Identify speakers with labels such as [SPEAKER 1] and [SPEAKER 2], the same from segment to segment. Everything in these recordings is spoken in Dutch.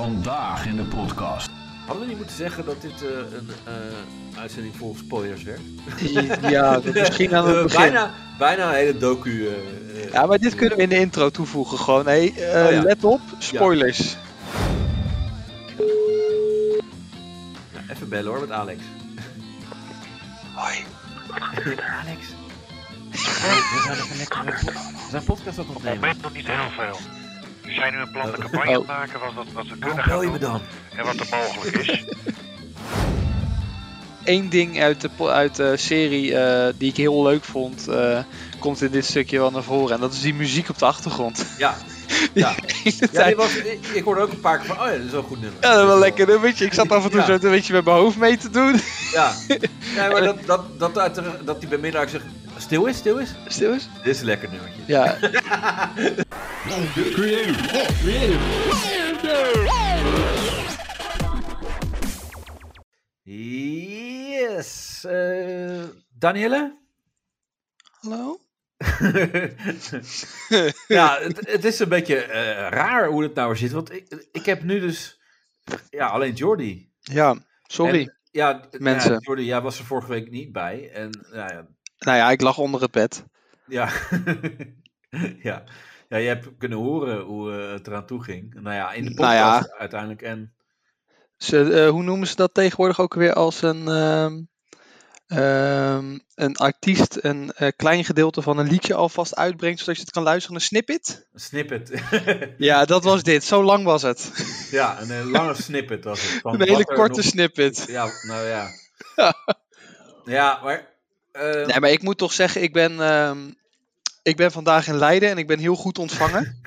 [SPEAKER 1] Vandaag in de podcast.
[SPEAKER 2] Hadden we niet moeten zeggen dat dit eh, een eh, uitzending vol spoilers werd?
[SPEAKER 3] Ja, dat misschien aan het
[SPEAKER 2] Eh,
[SPEAKER 3] begin.
[SPEAKER 2] bijna, bijna een hele docu. eh, eh,
[SPEAKER 3] Ja, maar dit kunnen we in de intro toevoegen gewoon. Hé, eh,
[SPEAKER 2] Oh ja.
[SPEAKER 3] let op, spoilers.
[SPEAKER 2] Ja, even bellen hoor met Alex.
[SPEAKER 3] Hoi.
[SPEAKER 4] Alex. Alex, we zijn even lekker we zijn podcast aan het
[SPEAKER 5] Dat
[SPEAKER 4] opnemen.
[SPEAKER 5] brengt nog niet heel veel. We zijn nu een plan
[SPEAKER 3] Oh.
[SPEAKER 5] de campagne aan het maken wat, wat, wat we kunnen
[SPEAKER 2] Waarom bel
[SPEAKER 5] gaan
[SPEAKER 2] je me
[SPEAKER 5] doen
[SPEAKER 2] dan?
[SPEAKER 5] en wat er mogelijk is.
[SPEAKER 3] Eén ding uit de, po- uit de serie eh, die ik heel leuk vond, eh, komt in dit stukje wel naar voren. En dat is die muziek op de achtergrond.
[SPEAKER 2] Ja, ja. ja die was, ik, ik hoorde ook een paar keer van, oh ja, dat is wel een goed nummer.
[SPEAKER 3] Ja, dat is wel lekker. Een beetje, ik zat af en toe
[SPEAKER 2] Ja.
[SPEAKER 3] zo een beetje met mijn hoofd mee te doen.
[SPEAKER 2] Ja, nee, maar dat, dat, dat, uit de- dat die bemiddelaar zegt, stil is, stil is.
[SPEAKER 3] Stil eens.
[SPEAKER 2] Dit is een lekker nummertje.
[SPEAKER 3] Ja.
[SPEAKER 2] Yes. eh, Danielle?
[SPEAKER 3] Hallo?
[SPEAKER 2] ja, het, het is een beetje eh, raar hoe het nou weer zit. Want ik, ik heb nu dus ja, alleen Jordi.
[SPEAKER 3] Ja, sorry.
[SPEAKER 2] En- Ja, d-
[SPEAKER 3] Mensen.
[SPEAKER 2] ja, Jordi, jij was er vorige week niet bij. En nou ja,
[SPEAKER 3] Nou ja, ik lag onder het bed.
[SPEAKER 2] Ja. ja. Ja, je hebt kunnen horen hoe eh, het eraan toe ging. Nou ja, in de
[SPEAKER 3] Nou ja.
[SPEAKER 2] podcast uiteindelijk. En
[SPEAKER 3] Ze, eh, hoe noemen ze dat tegenwoordig ook weer als een, ehm, ehm, een artiest een eh, klein gedeelte van een liedje alvast uitbrengt, zodat je het kan luisteren? Een snippet?
[SPEAKER 2] een snippet.
[SPEAKER 3] Ja, dat was dit. Zo lang was het.
[SPEAKER 2] ja, een, eh, lange snippet was het. Van
[SPEAKER 3] Een hele
[SPEAKER 2] wat er
[SPEAKER 3] korte
[SPEAKER 2] nog-
[SPEAKER 3] snippet.
[SPEAKER 2] Ja, nou ja. ja, maar... eh,
[SPEAKER 3] Nee, maar ik moet toch zeggen, ik ben, ehm, ik ben vandaag in Leiden en ik ben heel goed ontvangen.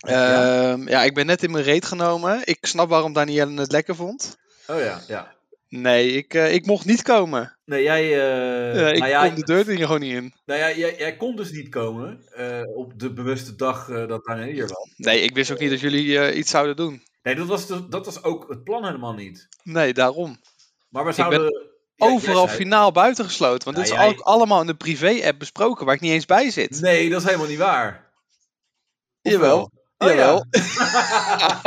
[SPEAKER 3] Ehm, ja, ik ben net in mijn reet genomen. Ik snap waarom Danielle het lekker vond.
[SPEAKER 2] Oh ja, ja.
[SPEAKER 3] Nee, ik, eh, ik mocht niet komen.
[SPEAKER 2] Nee, jij... eh,
[SPEAKER 3] Eh, ik
[SPEAKER 2] nou, ja,
[SPEAKER 3] kon de deur er gewoon niet in.
[SPEAKER 2] nou ja, jij, jij kon dus niet komen eh, op de bewuste dag eh, dat Daniel hier was.
[SPEAKER 3] Nee, ik wist ook niet dat jullie eh, iets zouden doen.
[SPEAKER 2] Nee, dat was, de- dat was ook het plan helemaal niet.
[SPEAKER 3] Nee, daarom.
[SPEAKER 2] Maar we
[SPEAKER 3] ben
[SPEAKER 2] zouden... Ja, jij
[SPEAKER 3] overal
[SPEAKER 2] zei-
[SPEAKER 3] finaal buitengesloten. Want
[SPEAKER 2] Ja,
[SPEAKER 3] dit is
[SPEAKER 2] jij-
[SPEAKER 3] ook allemaal in de privé-app besproken, waar ik niet eens bij zit.
[SPEAKER 2] Nee, dat is helemaal niet waar. Of
[SPEAKER 3] Jawel.
[SPEAKER 2] wel? Oh,
[SPEAKER 3] jawel.
[SPEAKER 2] ja.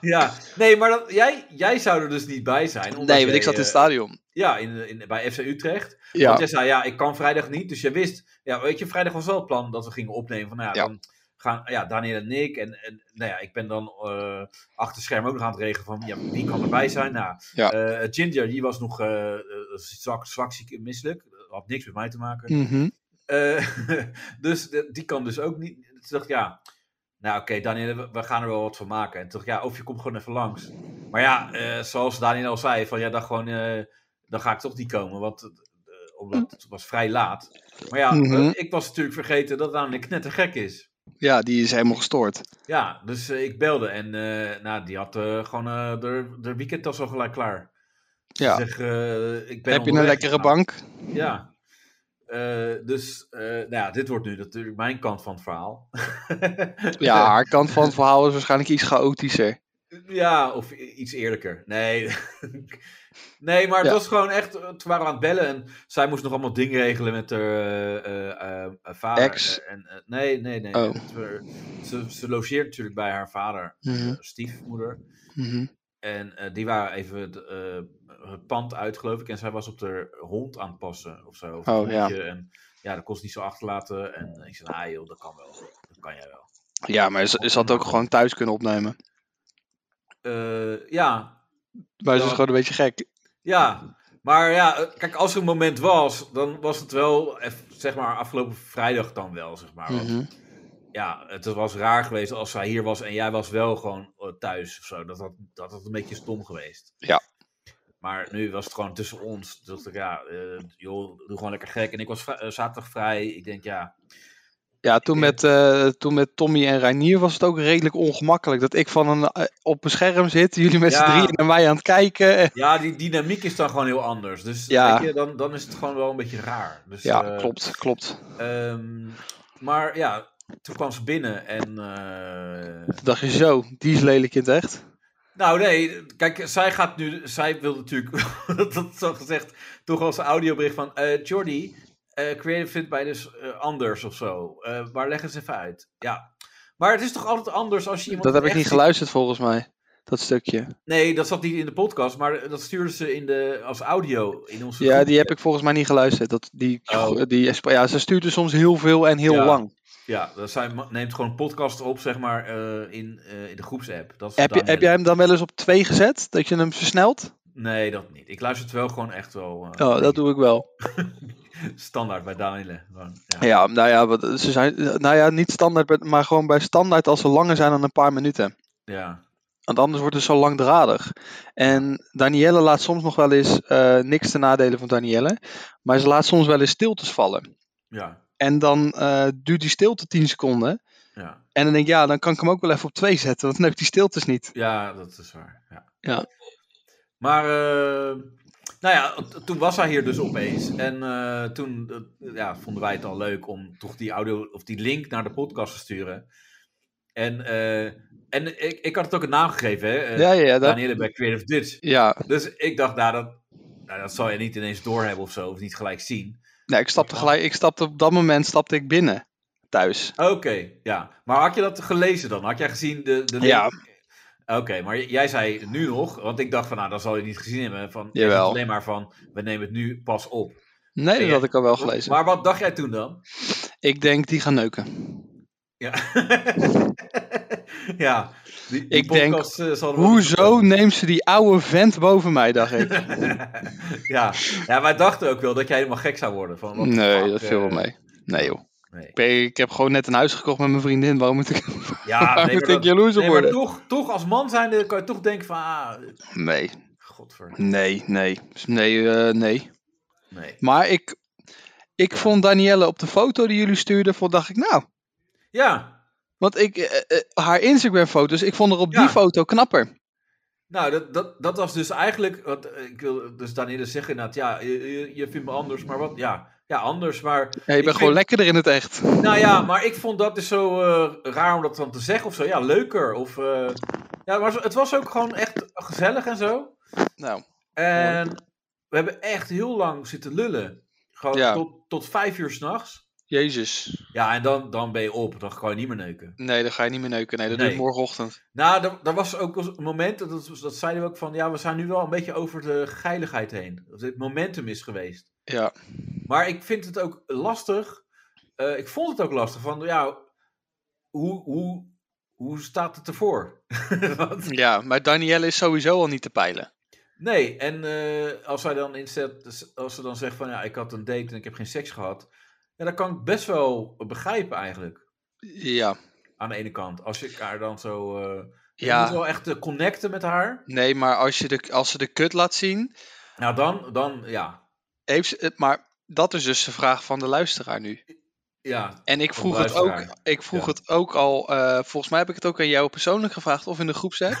[SPEAKER 2] ja, nee, maar dat, jij, jij zou er dus niet bij zijn. omdat
[SPEAKER 3] nee, want ik
[SPEAKER 2] jij,
[SPEAKER 3] zat in het
[SPEAKER 2] eh,
[SPEAKER 3] stadion.
[SPEAKER 2] Ja, in, in, bij FC Utrecht. Want
[SPEAKER 3] Ja.
[SPEAKER 2] jij zei, ja, ik kan vrijdag niet. Dus je wist, ja, weet je, vrijdag was wel het plan dat we gingen opnemen. Van, nou ja,
[SPEAKER 3] Ja.
[SPEAKER 2] dan gaan ja, Daniel en ik. En, en nou ja, ik ben dan eh, achter scherm ook nog aan het regelen van, ja, wie kan erbij zijn? Nou,
[SPEAKER 3] Ja.
[SPEAKER 2] eh, Ginger, die was nog eh, eh, zwak, zwak, ziek en misselijk. Had niks met mij te maken.
[SPEAKER 3] Mhm.
[SPEAKER 2] Eh, dus de- die kan dus ook niet. Toen dacht ik, ja, nou oké, Daniel, we, we gaan er wel wat van maken. En toen dacht ik, ja, of je komt gewoon even langs. Maar ja, eh, zoals Daniel al zei, van ja, dan gewoon, eh, dan ga ik toch niet komen, want eh, omdat het was vrij laat. Maar ja, eh,
[SPEAKER 3] Mhm.
[SPEAKER 2] ik was natuurlijk vergeten dat namelijk net te gek is.
[SPEAKER 3] Ja, die is helemaal gestoord.
[SPEAKER 2] Ja, dus eh, ik belde en eh, nou, die had eh, gewoon eh de, de weekendtas al gelijk klaar. Dus
[SPEAKER 3] Ja.
[SPEAKER 2] Zeg, eh, ik ben
[SPEAKER 3] Heb je een
[SPEAKER 2] onderweg.
[SPEAKER 3] lekkere
[SPEAKER 2] Nou,
[SPEAKER 3] bank?
[SPEAKER 2] ja. Eh, dus, eh, nou ja, dit wordt nu natuurlijk mijn kant van het verhaal.
[SPEAKER 3] Ja, haar kant van het verhaal is waarschijnlijk iets chaotischer.
[SPEAKER 2] ja, of i- iets eerlijker. Nee. nee, maar het
[SPEAKER 3] Ja.
[SPEAKER 2] was gewoon echt. eh, Toen waren we aan het bellen en zij moest nog allemaal dingen regelen met haar eh, eh, eh, vader.
[SPEAKER 3] Ex?
[SPEAKER 2] En, eh, nee, nee, nee.
[SPEAKER 3] Oh.
[SPEAKER 2] Ze- Ze, ze logeert natuurlijk bij haar vader,
[SPEAKER 3] Mhm.
[SPEAKER 2] eh, stiefmoeder.
[SPEAKER 3] Mhm.
[SPEAKER 2] En eh, die waren even het, eh, het pand uit, geloof ik. En zij was op de hond aan het passen of zo. Of
[SPEAKER 3] Oh,
[SPEAKER 2] oh,
[SPEAKER 3] ja.
[SPEAKER 2] ja. En ja, dat kost niet zo achterlaten. En ik zei, ah joh, dat kan wel. Dat kan jij wel.
[SPEAKER 3] Ja, maar ze, ze had ook gewoon thuis kunnen opnemen.
[SPEAKER 2] Eh, ja,
[SPEAKER 3] Maar ze
[SPEAKER 2] Ja.
[SPEAKER 3] is gewoon een beetje gek.
[SPEAKER 2] ja. Maar ja, eh, kijk, als er een moment was, dan was het wel, eff- zeg maar, afgelopen vrijdag dan wel, zeg maar. Want
[SPEAKER 3] Mhm.
[SPEAKER 2] ja, het was raar geweest als zij hier was en jij was wel gewoon eh, thuis of zo. Dat had, dat had een beetje stom geweest.
[SPEAKER 3] Ja.
[SPEAKER 2] Maar nu was het gewoon tussen ons. Toen dacht ik, ja, eh, joh, doe gewoon lekker gek. En ik was vri- eh, zaterdag vrij. Ik denk, ja,
[SPEAKER 3] Ja, toen met, eh, toen met Tommy en Reinier was het ook redelijk ongemakkelijk. Dat ik van een, eh, op een scherm zit, jullie met z'n
[SPEAKER 2] Ja.
[SPEAKER 3] drieën naar mij aan het kijken. en-
[SPEAKER 2] ja die dynamiek is dan gewoon heel anders. Dus
[SPEAKER 3] Eh. Ja.
[SPEAKER 2] weet je, dan, dan is het gewoon wel een beetje raar. Dus,
[SPEAKER 3] Ja,
[SPEAKER 2] eh,
[SPEAKER 3] klopt, klopt.
[SPEAKER 2] ehm, maar ja, toen kwam ze binnen en... eh,
[SPEAKER 3] Toen dacht je zo, die is lelijk in het echt.
[SPEAKER 2] Nou nee, kijk, zij gaat nu, zij wil natuurlijk, dat dat zo gezegd, toch als audiobericht van eh Jordi, eh, creative vindt mij dus eh, anders of zo. Eh, maar leg eens even uit. Ja, Maar het is toch altijd anders als je iemand...
[SPEAKER 3] Dat heb ik
[SPEAKER 2] echt
[SPEAKER 3] niet
[SPEAKER 2] ziet-
[SPEAKER 3] geluisterd volgens mij. Dat stukje.
[SPEAKER 2] Nee, dat zat niet in de podcast, maar eh, dat stuurden ze in de, als audio in onze
[SPEAKER 3] Ja,
[SPEAKER 2] groep.
[SPEAKER 3] die heb ik volgens mij niet geluisterd. Dat, die,
[SPEAKER 2] Oh.
[SPEAKER 3] die, ja, ze stuurde soms heel veel en heel
[SPEAKER 2] Ja.
[SPEAKER 3] lang.
[SPEAKER 2] Ja, dat zij neemt gewoon een podcast op, zeg maar, eh, in, eh, in de groepsapp. Dat is eh.
[SPEAKER 3] Heb, je,
[SPEAKER 2] Daniel.
[SPEAKER 3] heb jij hem dan wel eens op twee gezet? Dat je hem versnelt?
[SPEAKER 2] Nee, dat niet. Ik luister het wel gewoon echt wel eh,
[SPEAKER 3] Oh, dat doe ik wel.
[SPEAKER 2] standaard bij Daniele. Gewoon, ja.
[SPEAKER 3] Ja, nou ja, wat- ze zijn, nou ja, niet standaard, maar gewoon bij standaard als ze langer zijn dan een paar minuten.
[SPEAKER 2] Ja.
[SPEAKER 3] Want anders wordt het zo langdradig. En Danielle laat soms nog wel eens, eh, niks te nadelen van Danielle, maar ze laat soms wel eens stiltes vallen.
[SPEAKER 2] Ja.
[SPEAKER 3] En dan eh, duurt die stilte 10 seconden.
[SPEAKER 2] Ja.
[SPEAKER 3] En dan denk ik, ja, dan kan ik hem ook wel even op 2 zetten, want dan heb ik die stiltes niet.
[SPEAKER 2] Ja, dat is waar. Ja.
[SPEAKER 3] Ja.
[SPEAKER 2] Maar, eh, nou ja, t- toen was hij hier dus opeens. En eh, toen eh, ja, vonden wij het al leuk om toch die audio of die link naar de podcast te sturen. En, eh, en ik, ik had het ook een naam gegeven, hè? eh,
[SPEAKER 3] ja, ja, ja. Dat,
[SPEAKER 2] Daniele bij Creative Dutch.
[SPEAKER 3] ja.
[SPEAKER 2] Dus ik dacht, nou, dat, nou, dat zal je niet ineens doorhebben of zo, of niet gelijk zien.
[SPEAKER 3] Nee, ik stapte gelijk, ik stapte op dat moment stapte ik binnen, thuis.
[SPEAKER 2] Oké, ja. Maar had je dat gelezen dan? Had jij gezien de, de link?
[SPEAKER 3] Ja.
[SPEAKER 2] Oké, maar j- jij zei nu nog, want ik dacht van, nou, dat zal je niet gezien hebben. Van, jij
[SPEAKER 3] Jawel.
[SPEAKER 2] zegt alleen maar van, we nemen het nu pas op.
[SPEAKER 3] Nee, dat
[SPEAKER 2] Ja.
[SPEAKER 3] had ik al wel gelezen.
[SPEAKER 2] Maar wat dacht jij toen dan?
[SPEAKER 3] Ik denk, die gaan neuken.
[SPEAKER 2] Ja, ja die, die
[SPEAKER 3] Ik denk,
[SPEAKER 2] podcast, eh, zal er wel-
[SPEAKER 3] Hoezo neemt ze die oude vent boven mij, dacht ik.
[SPEAKER 2] ja. ja, wij dachten ook wel dat jij helemaal gek zou worden. Van, wat de
[SPEAKER 3] Nee,
[SPEAKER 2] fuck,
[SPEAKER 3] dat viel wel
[SPEAKER 2] eh,
[SPEAKER 3] mee. Nee joh.
[SPEAKER 2] nee.
[SPEAKER 3] Ik, ben- ik heb gewoon net een huis gekocht met mijn vriendin. Waarom moet ik,
[SPEAKER 2] Ja,
[SPEAKER 3] waarom
[SPEAKER 2] nee,
[SPEAKER 3] moet
[SPEAKER 2] maar,
[SPEAKER 3] ik
[SPEAKER 2] dat-
[SPEAKER 3] jaloers op
[SPEAKER 2] nee, maar
[SPEAKER 3] worden?
[SPEAKER 2] toch, toch als man zijnde kan je toch denken van, ah,
[SPEAKER 3] Nee,
[SPEAKER 2] godver,
[SPEAKER 3] nee, nee. Nee, eh, nee.
[SPEAKER 2] nee.
[SPEAKER 3] Maar ik, ik vond Danielle op de foto die jullie stuurden, vond, dacht ik nou.
[SPEAKER 2] Ja,
[SPEAKER 3] Want ik, eh, eh, haar Instagram foto's, ik vond haar op die
[SPEAKER 2] Ja.
[SPEAKER 3] foto knapper.
[SPEAKER 2] Nou, dat, dat, dat was dus eigenlijk. Wat, eh, ik wil dus Daniele zeggen, inderdaad, ja, je, je- je vindt me anders, maar wat? Ja, ja anders. Maar,
[SPEAKER 3] Ja, je
[SPEAKER 2] Ik
[SPEAKER 3] bent gewoon
[SPEAKER 2] vind-
[SPEAKER 3] lekkerder in het echt.
[SPEAKER 2] nou ja, maar ik vond dat dus zo eh, raar om dat dan te zeggen of zo. Ja, leuker. Of, eh, ja, maar zo- het was ook gewoon echt gezellig en zo.
[SPEAKER 3] Nou,
[SPEAKER 2] En we hebben echt heel lang zitten lullen. Gewoon
[SPEAKER 3] Ja.
[SPEAKER 2] tot, tot vijf uur s'nachts.
[SPEAKER 3] jezus.
[SPEAKER 2] Ja, en dan, dan ben je op. Dan kan je niet meer neuken.
[SPEAKER 3] Nee, dan ga je niet meer neuken. Nee, dat
[SPEAKER 2] Nee.
[SPEAKER 3] doe ik morgenochtend.
[SPEAKER 2] Nou, er, er was ook een moment, dat, dat- dat zeiden we ook van, ja, we zijn nu wel een beetje over de geiligheid heen. Dat het momentum is geweest.
[SPEAKER 3] Ja.
[SPEAKER 2] Maar ik vind het ook lastig, eh, ik vond het ook lastig, van ja, hoe, hoe, hoe staat het ervoor? Want-
[SPEAKER 3] ja, maar Danielle is sowieso al niet te peilen.
[SPEAKER 2] nee, en eh, als zij dan inzet, dus als ze dan zegt van, ja, ik had een date en ik heb geen seks gehad. Ja, dat kan ik best wel begrijpen eigenlijk,
[SPEAKER 3] Ja,
[SPEAKER 2] aan de ene kant. Als ik haar dan zo, eh, je moet
[SPEAKER 3] ja.
[SPEAKER 2] wel echt eh, connecten met haar.
[SPEAKER 3] Nee, maar als, je de, als ze de kut laat zien,
[SPEAKER 2] Nou, dan, dan, ja,
[SPEAKER 3] Heeft ze het, maar dat is dus de vraag van de luisteraar nu.
[SPEAKER 2] Ja,
[SPEAKER 3] En ik
[SPEAKER 2] Van
[SPEAKER 3] vroeg
[SPEAKER 2] de
[SPEAKER 3] het ook,
[SPEAKER 2] luisteraar,
[SPEAKER 3] ik vroeg
[SPEAKER 2] ja.
[SPEAKER 3] het ook al, eh, volgens mij heb ik het ook aan jou persoonlijk gevraagd of in de groepsapp.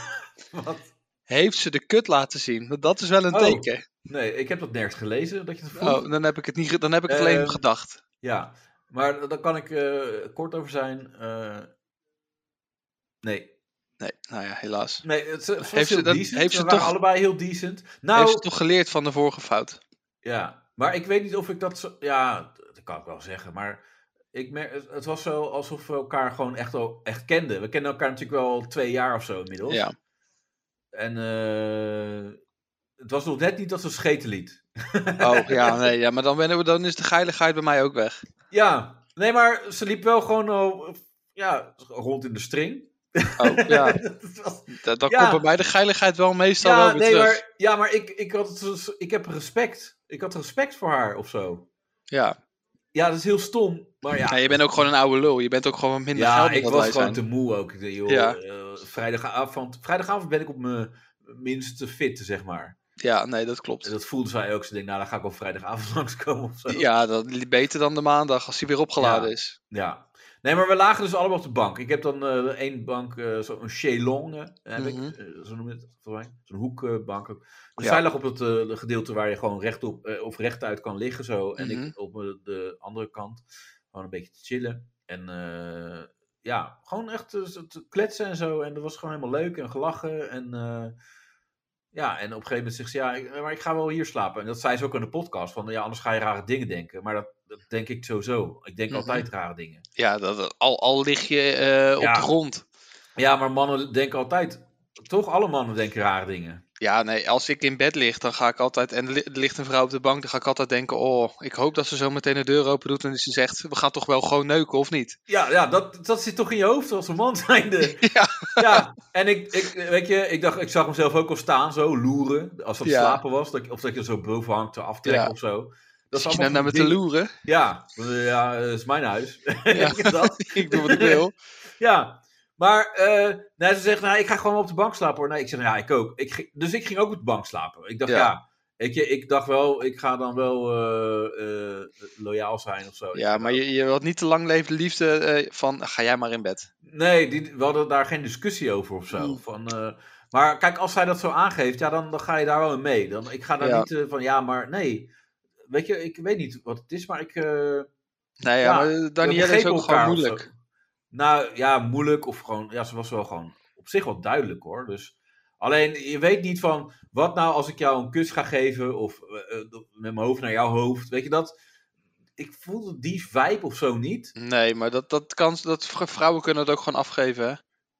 [SPEAKER 2] wat?
[SPEAKER 3] Heeft ze de kut laten zien? Want dat is wel een
[SPEAKER 2] Oh,
[SPEAKER 3] teken.
[SPEAKER 2] Nee, ik heb dat nergens gelezen, dat je het vroeg.
[SPEAKER 3] Oh, dan heb ik het niet, ge- dan heb ik het alleen
[SPEAKER 2] Ehm,
[SPEAKER 3] gedacht.
[SPEAKER 2] Ja, maar daar kan ik eh, kort over zijn. eh, nee,
[SPEAKER 3] Nee, nou ja, helaas.
[SPEAKER 2] nee het, het was
[SPEAKER 3] Heeft ze
[SPEAKER 2] heel
[SPEAKER 3] dat-
[SPEAKER 2] decent.
[SPEAKER 3] heeft ze
[SPEAKER 2] We waren
[SPEAKER 3] toch-
[SPEAKER 2] allebei heel decent. Nou,
[SPEAKER 3] Heeft ze toch geleerd van de vorige fout?
[SPEAKER 2] ja, maar ik weet niet of ik dat zo... Ja, dat kan ik wel zeggen, maar... Ik mer het het was zo alsof we elkaar gewoon echt, al, echt kenden. We kennen elkaar natuurlijk wel twee jaar of zo inmiddels.
[SPEAKER 3] Ja.
[SPEAKER 2] En eh, het was nog net niet dat ze scheten liet.
[SPEAKER 3] Oh ja, nee, ja, maar dan, ben, dan is de geiligheid bij mij ook weg.
[SPEAKER 2] Ja, nee, maar ze liep wel gewoon al, ja, rond in de string.
[SPEAKER 3] Oh ja,
[SPEAKER 2] Dat was-
[SPEAKER 3] da- dan
[SPEAKER 2] Ja.
[SPEAKER 3] komt bij mij de geiligheid wel meestal
[SPEAKER 2] ja,
[SPEAKER 3] wel weer
[SPEAKER 2] nee,
[SPEAKER 3] terug.
[SPEAKER 2] maar, ja, maar ik, ik, had, het dus- ik heb respect. Ik had respect voor haar of zo.
[SPEAKER 3] Ja.
[SPEAKER 2] Ja, dat is heel stom. Maar ja,
[SPEAKER 3] Nee, je bent ook gewoon een oude lul. Je bent ook gewoon wat minder
[SPEAKER 2] ja
[SPEAKER 3] geld dan
[SPEAKER 2] ik
[SPEAKER 3] wat
[SPEAKER 2] was
[SPEAKER 3] wij
[SPEAKER 2] gewoon
[SPEAKER 3] zijn.
[SPEAKER 2] te moe ook. Ik dacht, Joh,
[SPEAKER 3] Ja.
[SPEAKER 2] eh, vrijdagavond, vrijdagavond ben ik op mijn minste fit, zeg maar.
[SPEAKER 3] Ja, nee, dat klopt.
[SPEAKER 2] En dat voelde zij ook. Ze denkt, nou, dan ga ik op vrijdagavond langskomen of zo.
[SPEAKER 3] Ja, dat li- beter dan de maandag als hij weer opgeladen
[SPEAKER 2] Ja.
[SPEAKER 3] is.
[SPEAKER 2] Ja. Nee, maar we lagen dus allemaal op de bank. Ik heb dan eh, één bank, eh, zo een Shelong, eh, heb
[SPEAKER 3] Mhm.
[SPEAKER 2] ik, eh, zo noem je het volgens mij. Zo'n hoekbank ook. Dus
[SPEAKER 3] Ja.
[SPEAKER 2] zij lag op het eh, gedeelte waar je gewoon rechtop eh, of rechtuit kan liggen zo. En
[SPEAKER 3] Mhm.
[SPEAKER 2] ik op eh, de andere kant gewoon een beetje te chillen. En eh, ja, gewoon echt eh, zo te kletsen en zo. En dat was gewoon helemaal leuk en gelachen. En eh, Ja, en op een gegeven moment zegt ze, ja, ik, eh, maar ik ga wel hier slapen. En dat zei ze ook in de podcast, van ja, anders ga je rare dingen denken. Maar dat, dat denk ik sowieso. Ik denk
[SPEAKER 3] Mhm.
[SPEAKER 2] altijd rare dingen.
[SPEAKER 3] Ja, dat, dat- al, al lig je eh, op
[SPEAKER 2] Ja.
[SPEAKER 3] de grond.
[SPEAKER 2] Ja, maar mannen denken altijd, toch alle mannen denken rare dingen.
[SPEAKER 3] Ja, nee, als ik in bed lig, dan ga ik altijd. En er li- er ligt een vrouw op de bank, dan ga ik altijd denken: oh, ik hoop dat ze zo meteen de deur open doet. En ze zegt: we gaan toch wel gewoon neuken, of niet?
[SPEAKER 2] Ja, ja dat, dat zit toch in je hoofd als een man zijnde.
[SPEAKER 3] Ja.
[SPEAKER 2] ja en ik, ik, weet je, ik dacht, ik zag mezelf ook al staan, zo loeren. Als dat
[SPEAKER 3] Ja.
[SPEAKER 2] slapen was, dat, je- of dat je er zo boven hangt, te aftrekken
[SPEAKER 3] Ja.
[SPEAKER 2] of zo.
[SPEAKER 3] Dat Zit je
[SPEAKER 2] allemaal
[SPEAKER 3] nou naar me
[SPEAKER 2] van
[SPEAKER 3] te
[SPEAKER 2] die-
[SPEAKER 3] loeren?
[SPEAKER 2] Ja, ja, dat is mijn huis.
[SPEAKER 3] Ja.
[SPEAKER 2] dat.
[SPEAKER 3] ik doe wat ik wil.
[SPEAKER 2] Ja, maar eh, nee, ze zegt, nou, ik ga gewoon op de bank slapen hoor. Nee, ik zeg, nou ja, ik ook. Ik, ging- dus ik ging ook op de bank slapen. Ik dacht,
[SPEAKER 3] Ja.
[SPEAKER 2] ja, weet je, ik dacht wel, ik ga dan wel eh, eh, loyaal zijn of zo.
[SPEAKER 3] Ja, maar je, je had niet te lang leven liefde eh, van ga jij maar in bed.
[SPEAKER 2] Nee, die, we hadden daar geen discussie over of zo.
[SPEAKER 3] Mm.
[SPEAKER 2] Van, eh, maar kijk, als zij dat zo aangeeft, ja, dan, dan ga je daar wel in mee. Dan, ik ga daar
[SPEAKER 3] Ja.
[SPEAKER 2] niet eh, van, ja, maar nee. Weet je, ik weet niet wat het is, maar ik... eh,
[SPEAKER 3] Nee, ja,
[SPEAKER 2] Ja,
[SPEAKER 3] maar
[SPEAKER 2] we
[SPEAKER 3] Danielle is
[SPEAKER 2] begrepen
[SPEAKER 3] ook
[SPEAKER 2] elkaar
[SPEAKER 3] gewoon
[SPEAKER 2] of
[SPEAKER 3] moeilijk.
[SPEAKER 2] zo. Nou ja, moeilijk of gewoon. Ja, ze was wel gewoon op zich wel duidelijk hoor. Dus alleen je weet niet van wat nou als ik jou een kus ga geven of eh, eh, met mijn hoofd naar jouw hoofd. Weet je dat? Ik voelde die vibe of zo niet.
[SPEAKER 3] Nee, maar dat, dat kan, dat vr- vrouwen kunnen het ook gewoon afgeven. hè?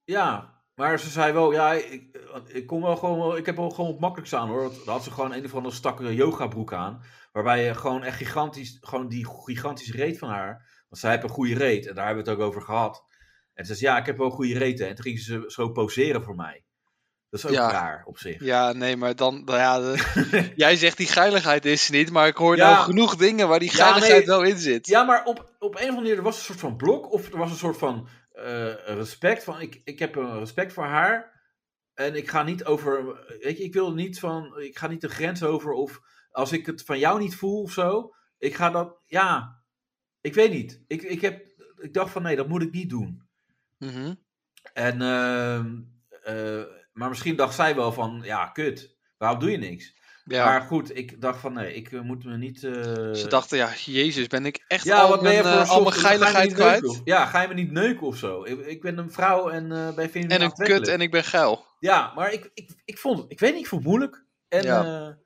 [SPEAKER 2] Ja, maar ze zei wel, ja, ik, ik kom wel gewoon, wel- ik heb wel gewoon het makkelijkste aan hoor. Want dan had ze gewoon een of andere stakke yogabroek aan, waarbij je gewoon echt gigantisch, gewoon die gigantische reet van haar, want zij heeft een goede reet en daar hebben we het ook over gehad. En ze zei, ja, ik heb wel goede reten. En toen ging ze zo poseren voor mij. Dat is ook
[SPEAKER 3] Ja.
[SPEAKER 2] raar op zich.
[SPEAKER 3] Ja, nee, maar dan, nou ja, de- jij zegt die geiligheid is er niet, maar ik hoor
[SPEAKER 2] Ja.
[SPEAKER 3] nou genoeg dingen waar die
[SPEAKER 2] Ja,
[SPEAKER 3] geiligheid
[SPEAKER 2] nee.
[SPEAKER 3] wel in zit.
[SPEAKER 2] Ja, maar op, op een of andere manier, er was een soort van blok of er was een soort van eh, respect. Van, ik, ik heb een respect voor haar en ik ga niet over, weet je, ik wil niet van, ik ga niet de grens over of als ik het van jou niet voel of zo, ik ga dat, ja, ik weet niet. Ik, ik, heb, ik dacht van nee, dat moet ik niet doen.
[SPEAKER 3] Mhm.
[SPEAKER 2] En, ehm, eh, maar misschien dacht zij wel van, ja, kut, waarom doe je niks?
[SPEAKER 3] ja.
[SPEAKER 2] Maar goed, ik dacht van nee, ik eh, moet me niet... eh,
[SPEAKER 3] Ze dachten, ja, jezus, ben ik echt
[SPEAKER 2] ja,
[SPEAKER 3] al
[SPEAKER 2] wat ben je
[SPEAKER 3] mijn,
[SPEAKER 2] voor
[SPEAKER 3] eh,
[SPEAKER 2] een
[SPEAKER 3] al
[SPEAKER 2] soort-
[SPEAKER 3] mijn
[SPEAKER 2] ga je me
[SPEAKER 3] geiligheid
[SPEAKER 2] niet neuken
[SPEAKER 3] kwijt?
[SPEAKER 2] of- Ja, ga je me niet neuken of zo. Ik, ik ben een vrouw en eh ben vind je
[SPEAKER 3] En
[SPEAKER 2] me
[SPEAKER 3] een kut en ik ben geil.
[SPEAKER 2] Ja, maar ik, ik, ik vond het, ik weet niet, ik vond het moeilijk. En
[SPEAKER 3] Ja.
[SPEAKER 2] ja,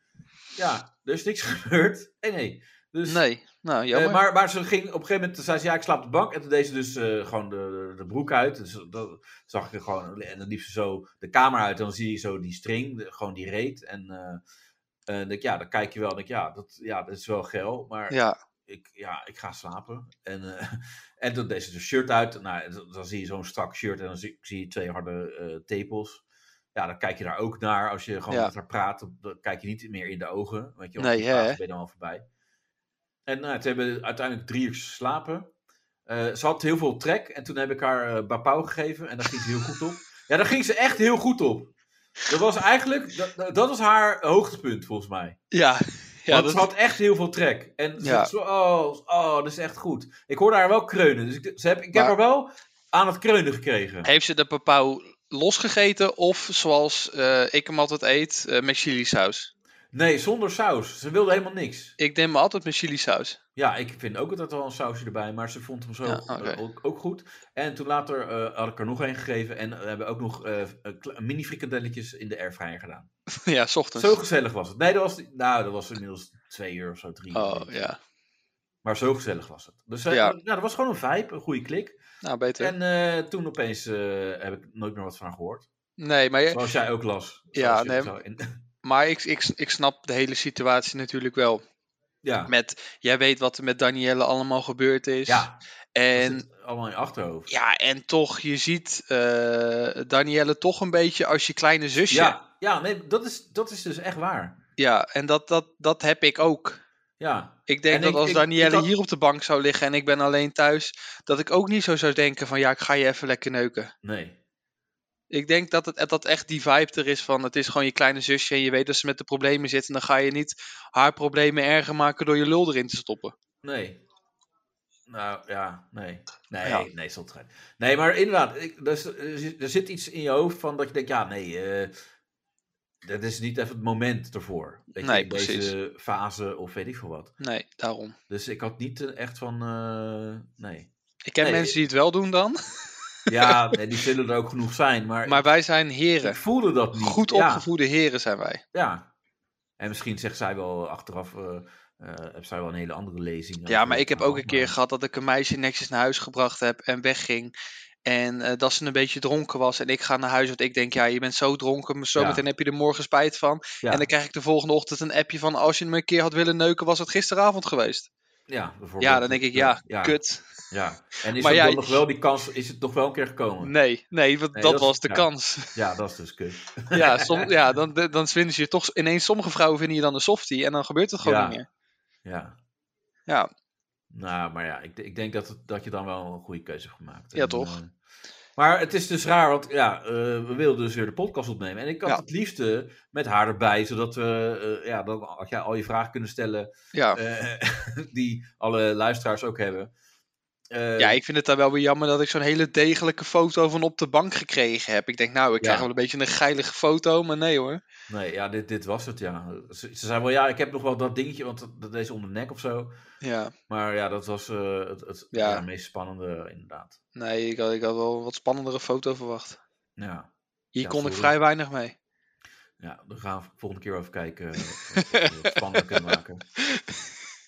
[SPEAKER 2] ja er is niks gebeurd. En nee. Dus,
[SPEAKER 3] Nee, nou
[SPEAKER 2] eh,
[SPEAKER 3] jammer.
[SPEAKER 2] maar, maar ze ging op een gegeven moment, toen zei ze ja, ik slaap op de bank. En toen deed ze dus eh, gewoon de, de broek uit. Dus dat zag je gewoon, en dan liep ze zo de kamer uit. En dan zie je zo die string, de- gewoon die reet. En eh, eh, denk, ik, ja, dan kijk je wel. denk, ik, ja, dat, ja, dat is wel geil. Maar
[SPEAKER 3] Ja,
[SPEAKER 2] ik, ja, ik ga slapen. En, eh, en toen deed ze de shirt uit. Nou, en dan- dan zie je zo'n strak shirt en dan zie, zie je twee harde eh, tepels. Ja, dan kijk je daar ook naar. Als je gewoon
[SPEAKER 3] Ja.
[SPEAKER 2] met haar praat, dan- dan kijk je niet meer in de ogen. Weet je, want
[SPEAKER 3] Nee,
[SPEAKER 2] dan
[SPEAKER 3] hè?
[SPEAKER 2] praat je, ben je dan al voorbij. En nou, toen hebben we uiteindelijk drie uur geslapen. Eh, ze had heel veel trek. En toen heb ik haar eh Bapau gegeven. En daar ging ze heel goed op. Ja, daar ging ze echt heel goed op. Dat was eigenlijk, dat- dat, dat was haar hoogtepunt volgens mij.
[SPEAKER 3] ja. ja
[SPEAKER 2] Want
[SPEAKER 3] dat,
[SPEAKER 2] ze had echt heel veel trek. En ze
[SPEAKER 3] Ja.
[SPEAKER 2] zo, oh, oh, dat is echt goed. Ik hoorde haar wel kreunen. Dus ik, ze heb, ik heb
[SPEAKER 3] Maar-
[SPEAKER 2] haar wel aan het kreunen gekregen.
[SPEAKER 3] Heeft ze de papau losgegeten of zoals eh, ik hem altijd eet, eh, met chilisaus?
[SPEAKER 2] Nee, zonder saus. Ze wilde helemaal niks.
[SPEAKER 3] Ik neem me altijd met chilisaus.
[SPEAKER 2] Ja, ik vind ook altijd wel een sausje erbij. Maar ze vond hem zo
[SPEAKER 3] Ja, oké.
[SPEAKER 2] eh, ook, ook goed. En toen later eh, had ik er nog een gegeven. En we hebben ook nog eh, een kle- mini frikandelletjes in de airfryer gedaan.
[SPEAKER 3] ja, 's ochtends.
[SPEAKER 2] Zo gezellig was het. Nee, dat was, nou, dat was inmiddels twee uur of zo, drie uur.
[SPEAKER 3] Oh, ja.
[SPEAKER 2] Maar zo gezellig was het. Dus eh,
[SPEAKER 3] Ja.
[SPEAKER 2] nou, dat was gewoon een vibe, een goede klik.
[SPEAKER 3] Nou, beter.
[SPEAKER 2] En eh, toen opeens eh, heb ik nooit meer wat van haar gehoord.
[SPEAKER 3] Nee, maar je,
[SPEAKER 2] Zoals jij ook las.
[SPEAKER 3] Eh. Ja,
[SPEAKER 2] Zoals je
[SPEAKER 3] nee,
[SPEAKER 2] zo in-
[SPEAKER 3] Maar ik, ik, ik snap de hele situatie natuurlijk wel.
[SPEAKER 2] ja.
[SPEAKER 3] Met, jij weet wat er met Danielle allemaal gebeurd is.
[SPEAKER 2] ja. En...
[SPEAKER 3] En,
[SPEAKER 2] allemaal in je achterhoofd.
[SPEAKER 3] ja, en toch, je ziet eh Danielle toch een beetje als je kleine zusje.
[SPEAKER 2] ja, ja, nee, dat is, dat is dus echt waar.
[SPEAKER 3] Ja, en dat, dat, dat heb ik ook.
[SPEAKER 2] Ja,
[SPEAKER 3] Ik denk
[SPEAKER 2] En
[SPEAKER 3] dat
[SPEAKER 2] ik-
[SPEAKER 3] als
[SPEAKER 2] ik-
[SPEAKER 3] Danielle
[SPEAKER 2] ik had-
[SPEAKER 3] hier op de bank zou liggen en ik ben alleen thuis, dat ik ook niet zo zou denken van ja, ik ga je even lekker neuken.
[SPEAKER 2] nee.
[SPEAKER 3] Ik denk dat, het, dat echt die vibe er is van het is gewoon je kleine zusje en je weet dat ze met de problemen zit en dan ga je niet haar problemen erger maken door je lul erin te stoppen.
[SPEAKER 2] Nee. Nou ja, nee. Nee,
[SPEAKER 3] Ja.
[SPEAKER 2] nee, zult geen. Nee, maar inderdaad, ik, dus, er, zit, er zit iets in je hoofd van dat je denkt, ja, nee, eh, dat is niet even het moment ervoor. Weet
[SPEAKER 3] Nee,
[SPEAKER 2] je, in deze fase of weet ik veel wat.
[SPEAKER 3] Nee, daarom.
[SPEAKER 2] Dus ik had niet eh, echt van, eh, nee.
[SPEAKER 3] Ik ken
[SPEAKER 2] Nee,
[SPEAKER 3] mensen die het wel doen dan.
[SPEAKER 2] Ja, nee, die zullen er ook genoeg zijn. Maar,
[SPEAKER 3] Maar wij zijn
[SPEAKER 2] ik
[SPEAKER 3] heren.
[SPEAKER 2] voelde dat niet.
[SPEAKER 3] Goed
[SPEAKER 2] Ja,
[SPEAKER 3] opgevoede heren zijn wij.
[SPEAKER 2] Ja, En misschien zegt zij wel achteraf. eh eh, heeft zij wel een hele andere lezing.
[SPEAKER 3] Ja, maar ik heb ook een keer
[SPEAKER 2] Maar-
[SPEAKER 3] gehad dat ik een meisje netjes naar huis gebracht heb en wegging. En eh, dat ze een beetje dronken was en ik ga naar huis. Want ik denk, ja, je bent zo dronken, maar zometeen heb je er morgen spijt van.
[SPEAKER 2] Ja,
[SPEAKER 3] En dan krijg ik de volgende ochtend een appje van, als je me een keer had willen neuken, was het gisteravond geweest.
[SPEAKER 2] ja, bijvoorbeeld.
[SPEAKER 3] Ja, dan denk ik, ja,
[SPEAKER 2] ja,
[SPEAKER 3] kut.
[SPEAKER 2] Ja. En is
[SPEAKER 3] Maar
[SPEAKER 2] er
[SPEAKER 3] ja,
[SPEAKER 2] dan nog wel die kans, is het nog wel een keer gekomen?
[SPEAKER 3] Nee, nee, want
[SPEAKER 2] Nee,
[SPEAKER 3] dat,
[SPEAKER 2] dat is-
[SPEAKER 3] was de
[SPEAKER 2] ja.
[SPEAKER 3] kans.
[SPEAKER 2] Ja, dat is dus kut.
[SPEAKER 3] Ja, som, ja dan, dan vinden ze je toch ineens. Sommige vrouwen vinden je dan een softie en dan gebeurt het gewoon
[SPEAKER 2] Ja.
[SPEAKER 3] niet meer.
[SPEAKER 2] Ja.
[SPEAKER 3] Ja.
[SPEAKER 2] Nou, maar ja, ik, ik denk dat, het- dat je dan wel een goede keuze hebt gemaakt.
[SPEAKER 3] Ja,
[SPEAKER 2] En,
[SPEAKER 3] toch?
[SPEAKER 2] eh, maar het is dus raar, want ja, eh, we wilden dus weer de podcast opnemen. En ik had
[SPEAKER 3] Ja.
[SPEAKER 2] het liefste met haar erbij, zodat we, eh, ja, dan had jij al je vragen kunnen stellen
[SPEAKER 3] Ja.
[SPEAKER 2] eh, die alle luisteraars ook hebben. Eh,
[SPEAKER 3] ja, ik vind het dan wel weer jammer dat ik zo'n hele degelijke foto van op de bank gekregen heb. Ik denk, nou, ik krijg
[SPEAKER 2] Ja.
[SPEAKER 3] wel een beetje een geilige foto, maar nee hoor.
[SPEAKER 2] Nee, ja, dit, dit was het, ja. Ze, ze zei wel, ja, ik heb nog wel dat dingetje, want dat, dat is onder de nek of zo.
[SPEAKER 3] Ja,
[SPEAKER 2] Maar ja, dat was eh, het, het
[SPEAKER 3] Ja.
[SPEAKER 2] ja, meest spannende, inderdaad.
[SPEAKER 3] nee, ik had, ik had wel een wat spannendere foto verwacht.
[SPEAKER 2] Ja.
[SPEAKER 3] Hier
[SPEAKER 2] Ja,
[SPEAKER 3] kon ik
[SPEAKER 2] sorry.
[SPEAKER 3] vrij weinig mee.
[SPEAKER 2] Ja, daar gaan we volgende keer over kijken. eh, of we het spannender kunnen maken.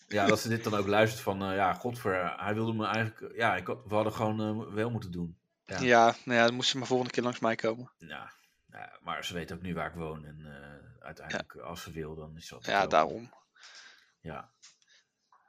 [SPEAKER 2] Ja, dat ze dit dan ook luistert van, eh, ja, godver, hij wilde me eigenlijk, ja, ik had- we hadden gewoon eh, wel moeten doen. Ja.
[SPEAKER 3] Ja, nou ja, dan moest ze maar volgende keer langs mij komen.
[SPEAKER 2] Ja, ja, maar ze weet ook nu waar ik woon en eh, uiteindelijk, eh, als ze wil, dan is dat.
[SPEAKER 3] Ja, daarom.
[SPEAKER 2] Ja.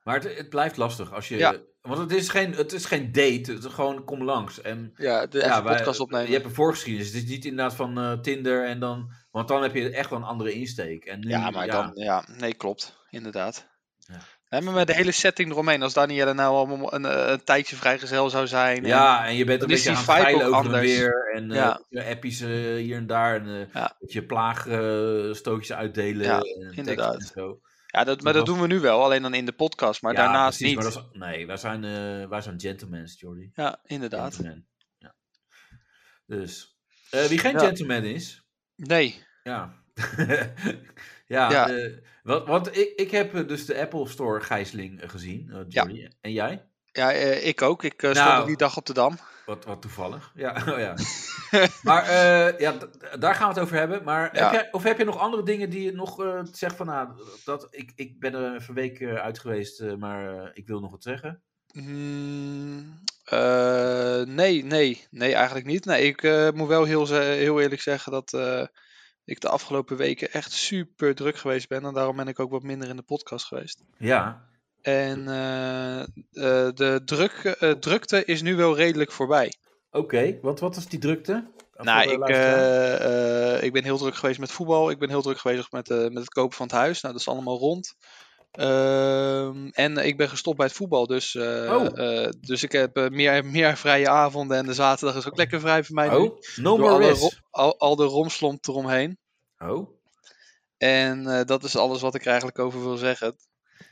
[SPEAKER 2] Maar het, het blijft lastig als je,
[SPEAKER 3] Ja.
[SPEAKER 2] eh, want het is, geen, het is geen date, het is gewoon kom langs. En
[SPEAKER 3] Ja, de even
[SPEAKER 2] wij- eh,
[SPEAKER 3] podcast opnemen.
[SPEAKER 2] je hebt een voorgeschiedenis, het is niet inderdaad van eh, Tinder en dan, want dan heb je echt wel een andere insteek. En nu,
[SPEAKER 3] Ja, maar dan, ja, nee, klopt, inderdaad.
[SPEAKER 2] Ja.
[SPEAKER 3] Nee, maar met de hele setting eromheen, als Danielle nou al een, een, een tijdje vrijgezel zou zijn. en-
[SPEAKER 2] Ja, en je bent een
[SPEAKER 3] Dan is
[SPEAKER 2] beetje aan
[SPEAKER 3] die
[SPEAKER 2] het
[SPEAKER 3] vibe
[SPEAKER 2] geilen
[SPEAKER 3] ook
[SPEAKER 2] over en
[SPEAKER 3] anders.
[SPEAKER 2] weer. En eh
[SPEAKER 3] Ja.
[SPEAKER 2] appies eh, hier en daar. En eh,
[SPEAKER 3] Ja.
[SPEAKER 2] dat je plaagstootjes uitdelen.
[SPEAKER 3] Ja,
[SPEAKER 2] en teksten
[SPEAKER 3] inderdaad.
[SPEAKER 2] En zo.
[SPEAKER 3] Ja, dat, maar dat
[SPEAKER 2] was-
[SPEAKER 3] doen we nu wel, alleen dan in de podcast, maar
[SPEAKER 2] Ja,
[SPEAKER 3] daarnaast
[SPEAKER 2] precies,
[SPEAKER 3] niet.
[SPEAKER 2] maar dat is- nee, wij zijn, eh, wij zijn gentlemen, Jordi.
[SPEAKER 3] Ja, inderdaad.
[SPEAKER 2] Gentlemen. Ja. Dus, eh, wie geen
[SPEAKER 3] Ja.
[SPEAKER 2] gentleman is...
[SPEAKER 3] Nee,
[SPEAKER 2] Ja. ja,
[SPEAKER 3] Ja.
[SPEAKER 2] eh, want, want ik, ik heb eh, dus de Apple Store gijzeling eh, gezien, eh,
[SPEAKER 3] Ja.
[SPEAKER 2] Jordi. En jij?
[SPEAKER 3] ja, eh, ik ook. Ik eh, stond
[SPEAKER 2] Nou.
[SPEAKER 3] er die dag op de Dam.
[SPEAKER 2] Wat, wat toevallig. Ja, oh ja. maar eh, ja, d- daar gaan we het over hebben. Maar
[SPEAKER 3] Ja.
[SPEAKER 2] heb jij, of heb je nog andere dingen die je nog eh, zegt van, nou, dat, ik, ik ben er even een week eh, uit geweest, eh, maar eh, ik wil nog wat zeggen.
[SPEAKER 3] Mm, eh, nee, nee, nee, eigenlijk niet. Nee, ik eh, moet wel heel, ze- heel eerlijk zeggen dat eh, ik de afgelopen weken echt super druk geweest ben. En daarom ben ik ook wat minder in de podcast geweest.
[SPEAKER 2] Ja,
[SPEAKER 3] En eh, eh, de druk, eh, drukte is nu wel redelijk voorbij.
[SPEAKER 2] oké. Want wat is die drukte?
[SPEAKER 3] Nou,
[SPEAKER 2] Voor de
[SPEAKER 3] ik,
[SPEAKER 2] luisteraar.
[SPEAKER 3] eh, eh, ik ben heel druk geweest met voetbal. Ik ben heel druk geweest met, eh, met het kopen van het huis. Nou, dat is allemaal rond. Ehm, en ik ben gestopt bij het voetbal. Dus, eh,
[SPEAKER 2] Oh.
[SPEAKER 3] eh, dus ik heb eh, meer, meer vrije avonden. En de zaterdag is ook lekker vrij voor mij. nu,
[SPEAKER 2] Oh, no
[SPEAKER 3] door
[SPEAKER 2] more
[SPEAKER 3] alle
[SPEAKER 2] risk.
[SPEAKER 3] ro- al, al de romslomp eromheen.
[SPEAKER 2] Oh,
[SPEAKER 3] En eh, dat is alles wat ik er eigenlijk over wil zeggen.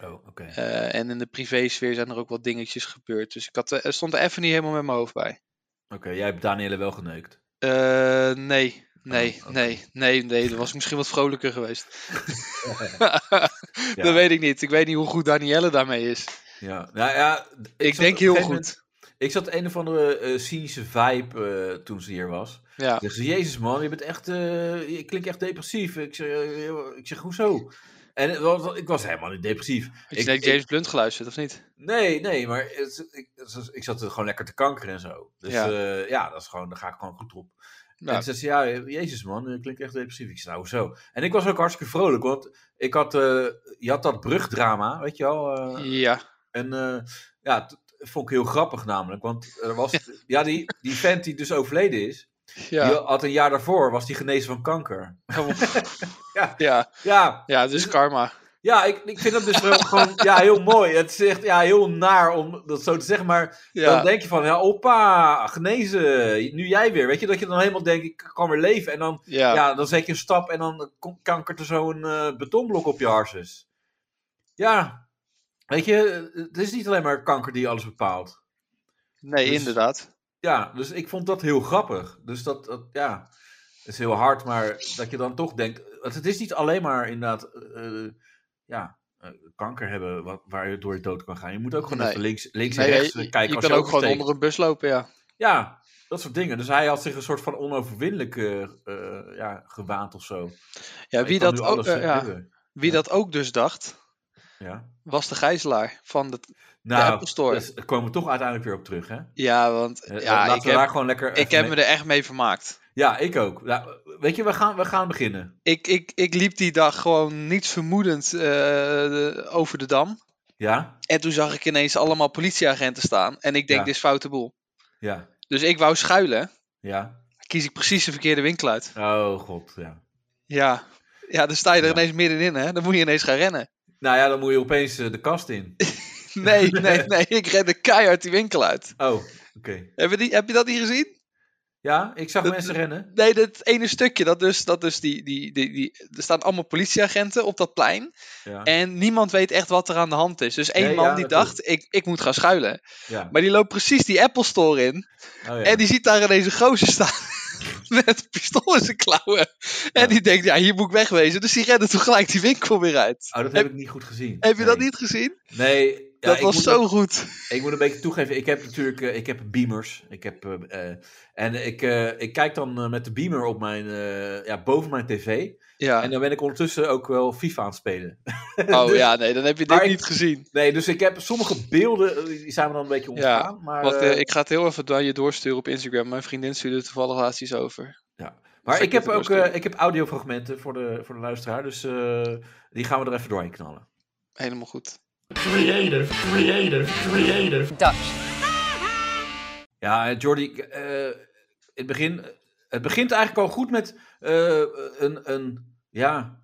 [SPEAKER 2] oh oké.
[SPEAKER 3] Eh, en in de privésfeer zijn er ook wat dingetjes gebeurd. Dus ik had, eh, stond er even niet helemaal met mijn hoofd bij.
[SPEAKER 2] Oké, jij hebt Danielle wel geneukt.
[SPEAKER 3] Eh, nee, nee,
[SPEAKER 2] Oh, oké.
[SPEAKER 3] nee, nee, nee. Dat was misschien wat vrolijker geweest. Dat weet ik niet. Ik weet niet hoe goed Danielle daarmee is.
[SPEAKER 2] Ja, nou ja. d-
[SPEAKER 3] Ik,
[SPEAKER 2] zat
[SPEAKER 3] denk
[SPEAKER 2] op een
[SPEAKER 3] heel goed.
[SPEAKER 2] gegeven moment- ik zat een of andere eh, cynische vibe eh, toen ze hier was.
[SPEAKER 3] Ja.
[SPEAKER 2] Ik zeg, jezus man, je bent echt, eh, je klinkt echt depressief. Ik zeg, eh, joh, ik zeg hoezo? En het was- ik was helemaal niet depressief.
[SPEAKER 3] Had
[SPEAKER 2] ik-
[SPEAKER 3] je net
[SPEAKER 2] ik-
[SPEAKER 3] James Blunt geluisterd, of niet?
[SPEAKER 2] Nee, nee, maar het- ik, het- ik zat er gewoon lekker te kankeren en zo. Dus
[SPEAKER 3] Ja. Nou.
[SPEAKER 2] ja, ja dat is gewoon, daar ga ik gewoon goed op.
[SPEAKER 3] Ja.
[SPEAKER 2] En ze zei, ja, jezus man, je klinkt echt depressief. Ik zei, nou hoezo? En ik was ook hartstikke vrolijk, want ik had, eh, je had dat brugdrama, weet je wel? eh,
[SPEAKER 3] Ja.
[SPEAKER 2] en eh, ja, t- vond ik heel grappig namelijk, want er was, ja, die, die vent die dus overleden is, die
[SPEAKER 3] Ja. Oh.
[SPEAKER 2] had een jaar daarvoor, was die genezen van kanker. Ja.
[SPEAKER 3] ja.
[SPEAKER 2] Ja,
[SPEAKER 3] Ja, dus karma.
[SPEAKER 2] ja ik, ik vind dat dus wel gewoon ja, heel mooi. Het is echt ja, heel naar om dat zo te zeggen. Maar dan
[SPEAKER 3] Ja.
[SPEAKER 2] denk je van, ja, oppa, genezen. Nu jij weer. Weet je, dat je dan helemaal denkt, ik kan weer leven. En dan, ja.
[SPEAKER 3] Ja.
[SPEAKER 2] dan zet je een stap en dan kom- kankert er zo'n eh, betonblok op je harses. Ja, weet je, eh, het is niet alleen maar kanker die alles bepaalt.
[SPEAKER 3] Nee,
[SPEAKER 2] dus-
[SPEAKER 3] inderdaad.
[SPEAKER 2] Ja, dus ik vond dat heel grappig. Dus dat, dat ja, is heel hard. Maar dat je dan toch denkt, want het is niet alleen maar inderdaad... eh, ja, eh, kanker hebben wat, waar je door je dood kan gaan. Je moet ook gewoon
[SPEAKER 3] Nee.
[SPEAKER 2] even links, links en
[SPEAKER 3] Nee,
[SPEAKER 2] rechts eh,
[SPEAKER 3] je,
[SPEAKER 2] kijken.
[SPEAKER 3] je
[SPEAKER 2] als
[SPEAKER 3] kan ook gewoon
[SPEAKER 2] oversteekt.
[SPEAKER 3] onder een bus lopen, ja.
[SPEAKER 2] Ja, dat soort dingen. Dus hij had zich een soort van onoverwinnelijk eh, eh, ja, gewaand of zo.
[SPEAKER 3] Ja,
[SPEAKER 2] Ik
[SPEAKER 3] wie
[SPEAKER 2] kan
[SPEAKER 3] dat
[SPEAKER 2] nu
[SPEAKER 3] ook,
[SPEAKER 2] alles,
[SPEAKER 3] eh,
[SPEAKER 2] eh,
[SPEAKER 3] ja,
[SPEAKER 2] hebben.
[SPEAKER 3] wie dat ook dus dacht,
[SPEAKER 2] Ja.
[SPEAKER 3] was de gijzelaar van het.
[SPEAKER 2] Nou,
[SPEAKER 3] Apple Store.
[SPEAKER 2] dus daar komen we toch uiteindelijk weer op terug, hè?
[SPEAKER 3] Ja, want
[SPEAKER 2] Eh,
[SPEAKER 3] ja,
[SPEAKER 2] Laten
[SPEAKER 3] ik
[SPEAKER 2] we daar
[SPEAKER 3] heb,
[SPEAKER 2] gewoon lekker...
[SPEAKER 3] ik
[SPEAKER 2] even
[SPEAKER 3] heb
[SPEAKER 2] mee-
[SPEAKER 3] me er echt mee vermaakt.
[SPEAKER 2] Ja, ik ook. Nou, weet je, we gaan, we gaan beginnen.
[SPEAKER 3] Ik, ik, ik liep die dag gewoon niets vermoedend eh, de- over de dam.
[SPEAKER 2] Ja?
[SPEAKER 3] En toen zag ik ineens allemaal politieagenten staan. En ik denk,
[SPEAKER 2] Ja.
[SPEAKER 3] dit is foute boel.
[SPEAKER 2] Ja.
[SPEAKER 3] Dus ik wou schuilen.
[SPEAKER 2] Ja.
[SPEAKER 3] Kies ik precies de verkeerde winkel uit.
[SPEAKER 2] Oh, god, ja.
[SPEAKER 3] Ja, ja dan sta je er
[SPEAKER 2] Ja.
[SPEAKER 3] ineens middenin, hè? Dan moet je ineens gaan rennen.
[SPEAKER 2] Nou ja, dan moet je opeens eh, de kast in.
[SPEAKER 3] Nee, nee, nee. Ik rende keihard die winkel uit.
[SPEAKER 2] Oh, oké.
[SPEAKER 3] Heb je, die, heb je dat niet gezien?
[SPEAKER 2] Ja, ik zag
[SPEAKER 3] Dat-
[SPEAKER 2] mensen rennen.
[SPEAKER 3] Nee, dat ene stukje. Dat dus, dat dus die, die, die, die, er staan allemaal politieagenten op dat plein.
[SPEAKER 2] Ja.
[SPEAKER 3] En niemand weet echt wat er aan de hand is. Dus één
[SPEAKER 2] Nee,
[SPEAKER 3] man
[SPEAKER 2] ja,
[SPEAKER 3] die
[SPEAKER 2] dat
[SPEAKER 3] dacht, ik, ik moet gaan schuilen.
[SPEAKER 2] Ja.
[SPEAKER 3] Maar die loopt precies die Apple Store in.
[SPEAKER 2] Oh, ja.
[SPEAKER 3] En die ziet daar ineens een gozer staan. Met een pistool in zijn klauwen. En
[SPEAKER 2] Ja.
[SPEAKER 3] die denkt, ja, hier moet ik wegwezen. Dus die rende toen gelijk die winkel weer uit.
[SPEAKER 2] Oh, dat heb ik niet goed gezien.
[SPEAKER 3] Heb je dat
[SPEAKER 2] Nee.
[SPEAKER 3] niet gezien?
[SPEAKER 2] Nee. ja,
[SPEAKER 3] dat
[SPEAKER 2] ik
[SPEAKER 3] was
[SPEAKER 2] moet
[SPEAKER 3] zo goed.
[SPEAKER 2] Ik moet een beetje toegeven, ik heb natuurlijk eh, ik heb beamers. Ik heb, eh, eh, en ik, eh, ik kijk dan eh, met de beamer op mijn, eh, ja, boven mijn tv.
[SPEAKER 3] Ja.
[SPEAKER 2] En dan ben ik ondertussen ook wel FIFA aan het spelen.
[SPEAKER 3] oh
[SPEAKER 2] dus-
[SPEAKER 3] ja, nee, dan heb je dit
[SPEAKER 2] Maar ik-
[SPEAKER 3] niet gezien.
[SPEAKER 2] Nee, dus ik heb sommige beelden, eh, die zijn me dan een beetje ontgaan. maar
[SPEAKER 3] Wacht,
[SPEAKER 2] eh,
[SPEAKER 3] eh, ik ga het heel even door je doorsturen op Instagram. Mijn vriendin stuurde er toevallig laatst iets over.
[SPEAKER 2] maar
[SPEAKER 3] zal
[SPEAKER 2] ik
[SPEAKER 3] ik dit
[SPEAKER 2] heb ook
[SPEAKER 3] doorsturen?
[SPEAKER 2] eh, ik heb audiofragmenten voor de, voor de luisteraar. Dus eh, die gaan we er even doorheen knallen.
[SPEAKER 3] Helemaal goed.
[SPEAKER 4] Creator, creator, creator.
[SPEAKER 6] Dutch.
[SPEAKER 2] Ja, eh, Jordi, ik, eh, het, begin, het begint eigenlijk al goed met eh, een, een, ja,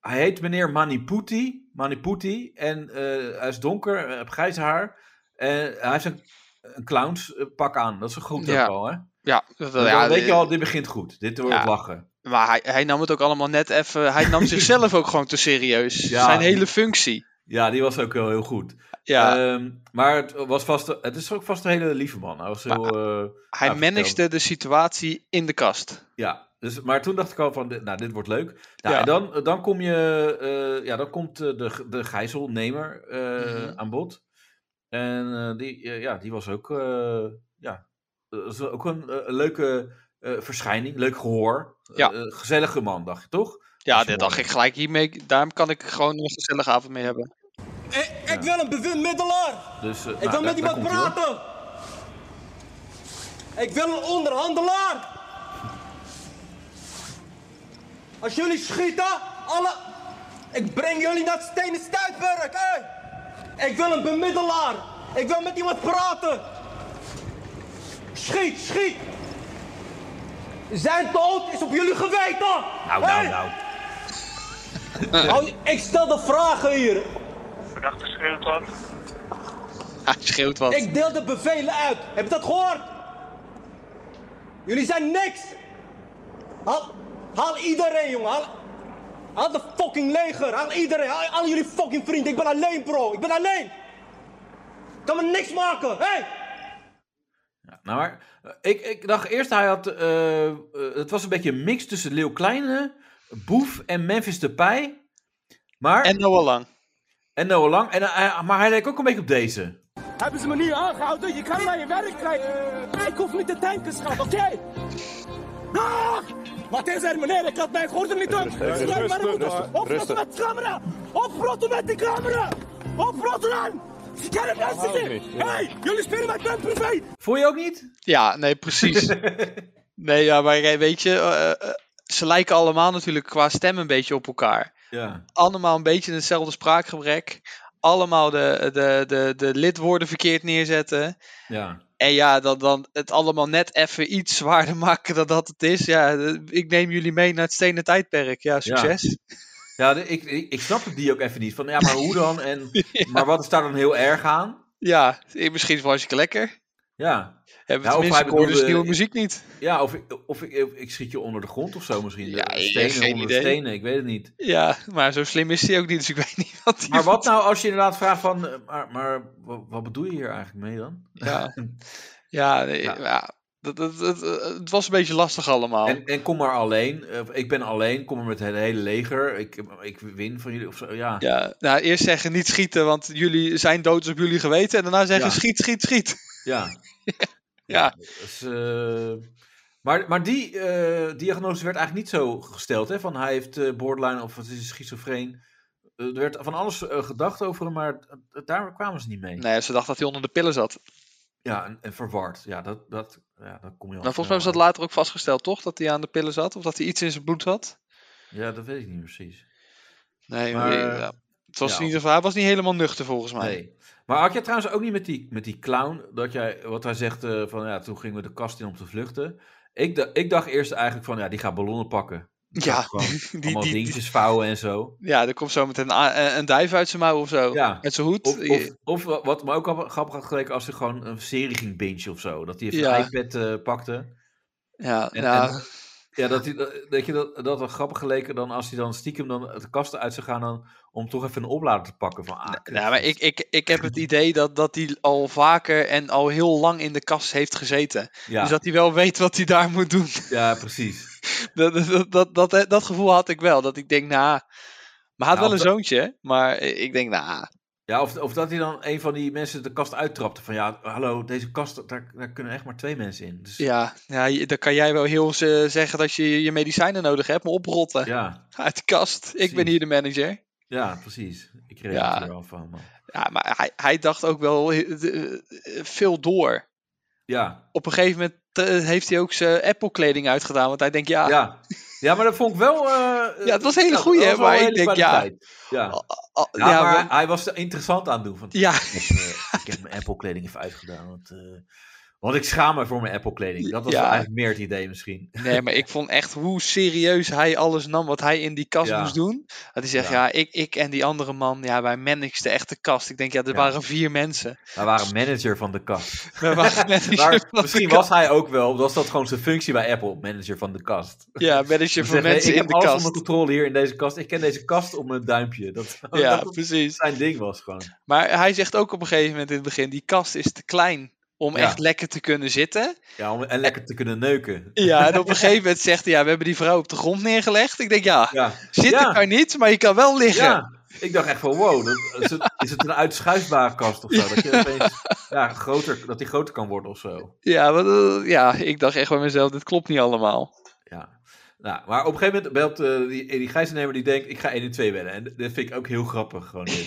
[SPEAKER 2] hij heet meneer Maniputi, Maniputi en eh, hij is donker, hij heeft grijs haar en hij heeft een, een clownspak aan, dat is een goed
[SPEAKER 3] Ja.
[SPEAKER 2] ook al, hè?
[SPEAKER 3] Ja, dat,
[SPEAKER 2] Dus
[SPEAKER 3] ja,
[SPEAKER 2] dan weet
[SPEAKER 3] eh,
[SPEAKER 2] je al, dit begint goed, dit wordt
[SPEAKER 3] Ja.
[SPEAKER 2] lachen.
[SPEAKER 3] Maar hij, hij nam het ook allemaal net even... Hij nam zichzelf ook gewoon te serieus.
[SPEAKER 2] Ja.
[SPEAKER 3] Zijn hele functie.
[SPEAKER 2] Ja, die was ook wel heel goed.
[SPEAKER 3] Ja,
[SPEAKER 2] Ehm, maar het, was vast, het is ook vast een hele lieve man. Hij was heel, eh,
[SPEAKER 3] hij
[SPEAKER 2] nou,
[SPEAKER 3] managede de situatie in de kast.
[SPEAKER 2] Ja, dus, maar toen dacht ik al van, dit- nou, dit wordt leuk. Nou,
[SPEAKER 3] Ja.
[SPEAKER 2] en dan, dan kom je, eh, ja, dan komt eh, de, ge- de gijzelnemer eh,
[SPEAKER 3] Mhm.
[SPEAKER 2] aan bod. En eh, die, eh, ja, die was ook, eh, ja, eh, was ook een eh, leuke eh, verschijning, leuk gehoor.
[SPEAKER 3] Ja.
[SPEAKER 2] Eh, gezellige man, dacht je toch?
[SPEAKER 3] Ja,
[SPEAKER 2] Dat is
[SPEAKER 3] dat
[SPEAKER 2] mooi.
[SPEAKER 3] dacht ik gelijk hiermee. Daarom kan ik gewoon een gezellige avond mee hebben.
[SPEAKER 7] Ik, Eh, ik wil een bemiddelaar.
[SPEAKER 2] Dus, eh, nou,
[SPEAKER 7] Ik wil
[SPEAKER 2] daar-
[SPEAKER 7] met iemand
[SPEAKER 2] daar komt-ie, hoor.
[SPEAKER 7] praten. Ik wil een onderhandelaar. Als jullie schieten, alle... Ik breng jullie naar stenen stuitwerk, hé. Ik wil een bemiddelaar. Ik wil met iemand praten. Schiet, schiet. Zijn dood is op jullie geweten.
[SPEAKER 2] Nou, nou,
[SPEAKER 7] Hé,
[SPEAKER 2] nou.
[SPEAKER 7] hou- Oh, ik stel de vragen hier.
[SPEAKER 5] Verdachte schreeuwt wat.
[SPEAKER 3] Hij schreeuwt wat.
[SPEAKER 7] Ik deel de bevelen uit. Heb je dat gehoord? Jullie zijn niks. Haal, haal iedereen, jongen. Haal, haal de fucking leger. Haal iedereen. Haal al jullie fucking vrienden. Ik ben alleen, bro. Ik ben alleen. Kan me niks maken. Hé! Hey!
[SPEAKER 2] Ja, nou, maar eh, ik, ik dacht eerst, hij had, eh, eh, het was een beetje een mix tussen Leeuw Kleine, Boef en Memphis Depay. Maar...
[SPEAKER 3] En Noah Lang.
[SPEAKER 2] En Noah Lang. En, hij- maar hij leek ook een beetje op deze.
[SPEAKER 7] Hebben ze me nu aangehouden? Je kan naar je werk krijgen. Ik hoef niet te tanken, schat, oké? Ah! Wat is er, meneer? Ik had mijn gordel niet op. Sluit maar de moeder. Oprotten met de camera. Oprotten met de camera. Oprotten dan. Ze kennen mensen niet. hey, jullie spelen met mijn privé.
[SPEAKER 2] Voel je ook niet?
[SPEAKER 3] Ja, nee, precies. nee, ja, maar jij- weet je, eh, eh, ze lijken allemaal natuurlijk qua stem een beetje op elkaar.
[SPEAKER 2] Ja.
[SPEAKER 3] Allemaal een beetje hetzelfde spraakgebrek. Allemaal de, de, de, de lidwoorden verkeerd neerzetten.
[SPEAKER 2] Ja.
[SPEAKER 3] En ja, dan, dan het allemaal net even iets zwaarder maken dan dat het is. Ja, eh, ik neem jullie mee naar het stenen tijdperk. Ja, succes.
[SPEAKER 2] Ja, de- ik, ik, ik snap het die ook even niet. Van ja, maar hoe dan? En, Maar wat is daar dan heel erg aan?
[SPEAKER 3] Ja, eh, misschien was ik lekker.
[SPEAKER 2] Ja.
[SPEAKER 3] Hebben
[SPEAKER 2] Ja, of
[SPEAKER 3] we tenminste,
[SPEAKER 2] hij
[SPEAKER 3] ik hoor dus
[SPEAKER 2] bedoelde-
[SPEAKER 3] nieuwe muziek niet.
[SPEAKER 2] Ja, of, ik- of ik, of ik schiet je onder de grond of zo misschien.
[SPEAKER 3] Ja,
[SPEAKER 2] Eh,
[SPEAKER 3] ja,
[SPEAKER 2] stenen
[SPEAKER 3] geen
[SPEAKER 2] onder
[SPEAKER 3] idee.
[SPEAKER 2] stenen, ik weet het niet.
[SPEAKER 3] Ja, maar zo slim is hij ook niet, dus ik weet niet wat hij...
[SPEAKER 2] Maar wat nou als je inderdaad vraagt van, eh, maar, maar wat, wat bedoel je hier eigenlijk mee dan?
[SPEAKER 3] Ja, ja, nee,
[SPEAKER 2] Ja.
[SPEAKER 3] ja. Dat, dat, dat- eh, het was een beetje lastig allemaal.
[SPEAKER 2] En, en kom maar alleen. Eh, ik ben alleen, kom maar met het hele leger. Ik, ik win van jullie of zo. Ja.
[SPEAKER 3] ja, nou, eerst zeggen niet dus schieten, want jullie zijn dood is op jullie geweten. En daarna zeggen
[SPEAKER 2] Ja.
[SPEAKER 3] schiet, schiet, schiet.
[SPEAKER 2] Ja.
[SPEAKER 3] Ja,
[SPEAKER 2] Dus, eh, maar, maar die eh, diagnose werd eigenlijk niet zo gesteld. Hè? Van hij heeft eh, borderline of het is schizofreen. Eh, er werd van alles eh, gedacht over hem, maar eh, daar kwamen ze niet mee.
[SPEAKER 3] nee, ze dacht dat hij onder de pillen zat.
[SPEAKER 2] Ja, en, en verward. Ja, dat, dat, ja, dat kom je al
[SPEAKER 3] Nou, volgens mij
[SPEAKER 2] snel
[SPEAKER 3] was dat
[SPEAKER 2] uit.
[SPEAKER 3] later ook vastgesteld, toch? Dat hij aan de pillen zat? Of dat hij iets in zijn bloed had?
[SPEAKER 2] Ja, dat weet ik niet precies.
[SPEAKER 3] Nee,
[SPEAKER 2] Maar,
[SPEAKER 3] nee, ja. Het was
[SPEAKER 2] ja.
[SPEAKER 3] in ieder geval, hij was niet helemaal nuchter volgens mij.
[SPEAKER 2] Nee. Maar had jij trouwens ook niet met die, met die clown, dat jij, wat hij zegt eh, van ja, toen gingen we de kast in om te vluchten. Ik, da- ik dacht eerst eigenlijk van ja, die gaat ballonnen pakken.
[SPEAKER 3] Ja,
[SPEAKER 2] Gewoon
[SPEAKER 3] die, die,
[SPEAKER 2] allemaal
[SPEAKER 3] die-
[SPEAKER 2] dingetjes vouwen en zo.
[SPEAKER 3] ja, er komt zo met een, a- een duif uit zijn mouw of zo.
[SPEAKER 2] Ja.
[SPEAKER 3] Met zijn hoed.
[SPEAKER 2] Of, of, of wa- wat me ook al grappig had geleken als ze gewoon een serie ging bingen of zo. Dat hij even
[SPEAKER 3] Ja.
[SPEAKER 2] een iPad eh, pakte.
[SPEAKER 3] ja, nou,
[SPEAKER 2] en-
[SPEAKER 3] ja,
[SPEAKER 2] en- Ja, dat, hij, dat- weet je, dat, dat had grappig geleken dan als hij dan stiekem dan de kast uit zou gaan dan, om toch even een oplader te pakken. Van, ah, kut.
[SPEAKER 3] nou, maar ik, ik, ik heb het idee dat, dat hij al vaker en al heel lang in de kast heeft gezeten.
[SPEAKER 2] ja,
[SPEAKER 3] Dus dat hij wel weet wat hij daar moet doen.
[SPEAKER 2] ja, precies.
[SPEAKER 3] dat, dat, dat, dat, eh, dat, dat gevoel had ik wel. Dat ik denk, nou... Maar hij had
[SPEAKER 2] Nou,
[SPEAKER 3] wel een
[SPEAKER 2] dat-
[SPEAKER 3] zoontje, hè? maar ik denk, nou...
[SPEAKER 2] Ja, of, of dat hij dan een van die mensen de kast uittrapte. Van ja, hallo, deze kast, daar, daar kunnen echt maar twee mensen in. Dus,
[SPEAKER 3] Ja, ja, je- dan kan jij wel heel ze- zeggen dat je je medicijnen nodig hebt, maar oprotten.
[SPEAKER 2] ja,
[SPEAKER 3] Uit de kast. Ik ben
[SPEAKER 2] Precies.
[SPEAKER 3] hier de manager.
[SPEAKER 2] ja, precies. Ik kreeg
[SPEAKER 3] Ja.
[SPEAKER 2] het er wel van. man.
[SPEAKER 3] Ja, maar hij, hij dacht ook wel he- de- veel door.
[SPEAKER 2] Ja,
[SPEAKER 3] Op een gegeven moment eh, heeft hij ook zijn Apple-kleding uitgedaan, want hij denkt, ja,
[SPEAKER 2] ja. ja, maar dat vond ik wel... eh,
[SPEAKER 3] Ja, het was een hele
[SPEAKER 2] dat
[SPEAKER 3] goeie,
[SPEAKER 2] was
[SPEAKER 3] hè,
[SPEAKER 2] wel
[SPEAKER 3] maar
[SPEAKER 2] een
[SPEAKER 3] ik
[SPEAKER 2] hele
[SPEAKER 3] denk, ja.
[SPEAKER 2] kwaliteit. ja.
[SPEAKER 3] ah,
[SPEAKER 2] Ja,
[SPEAKER 3] ja,
[SPEAKER 2] maar
[SPEAKER 3] want-
[SPEAKER 2] hij was er interessant aan het doen. Van,
[SPEAKER 3] ja,
[SPEAKER 2] ik, heb, eh, ik heb mijn Apple-kleding even uitgedaan. Want, eh, want ik schaam me voor mijn Apple-kleding. Dat was
[SPEAKER 3] Ja.
[SPEAKER 2] eigenlijk meer het idee misschien.
[SPEAKER 3] nee, maar ik vond echt hoe serieus hij alles nam wat hij in die kast
[SPEAKER 2] Ja.
[SPEAKER 3] moest doen. Dat hij zegt, ja,
[SPEAKER 2] Ja.
[SPEAKER 3] ik, ik en die andere man, ja, wij manageden echt de kast. Ik denk, ja, er
[SPEAKER 2] Ja.
[SPEAKER 3] waren vier mensen.
[SPEAKER 2] Wij waren manager van de kast.
[SPEAKER 3] We waren manager
[SPEAKER 2] Maar
[SPEAKER 3] van de
[SPEAKER 2] misschien
[SPEAKER 3] kast.
[SPEAKER 2] was hij ook wel, was dat gewoon zijn functie bij Apple, manager van de kast.
[SPEAKER 3] Ja, manager
[SPEAKER 2] Om te
[SPEAKER 3] van
[SPEAKER 2] zeggen, hey,
[SPEAKER 3] mensen
[SPEAKER 2] ik
[SPEAKER 3] in
[SPEAKER 2] heb
[SPEAKER 3] de
[SPEAKER 2] alles
[SPEAKER 3] kast.
[SPEAKER 2] onder controle hier in deze kast. Ik ken deze kast om een duimpje. Dat,
[SPEAKER 3] Ja,
[SPEAKER 2] dat
[SPEAKER 3] precies.
[SPEAKER 2] zijn ding was gewoon.
[SPEAKER 3] Maar hij zegt ook op een gegeven moment in het begin: die kast is te klein om
[SPEAKER 2] Ja.
[SPEAKER 3] echt lekker te kunnen zitten.
[SPEAKER 2] Ja, om, en lekker te kunnen neuken.
[SPEAKER 3] Ja, en op een gegeven moment zegt hij: ja, we hebben die vrouw op de grond neergelegd. Ik denk, ja,
[SPEAKER 2] Ja,
[SPEAKER 3] zitten
[SPEAKER 2] Ja.
[SPEAKER 3] kan niet, maar je kan wel liggen. Ja,
[SPEAKER 2] ja. Ik dacht echt van, wow, dat, is, het, is het een uitschuifbare kast of zo? Dat, je opeens, ja, groter, dat die groter kan worden of zo.
[SPEAKER 3] want, eh, ja ik dacht echt bij mezelf: dit klopt niet allemaal.
[SPEAKER 2] Ja. Nou, maar op een gegeven moment belt eh, die, die gijzelnemer die denkt, ik ga 1 en 2 wedden. En dat vind ik ook heel grappig. Gewoon dit.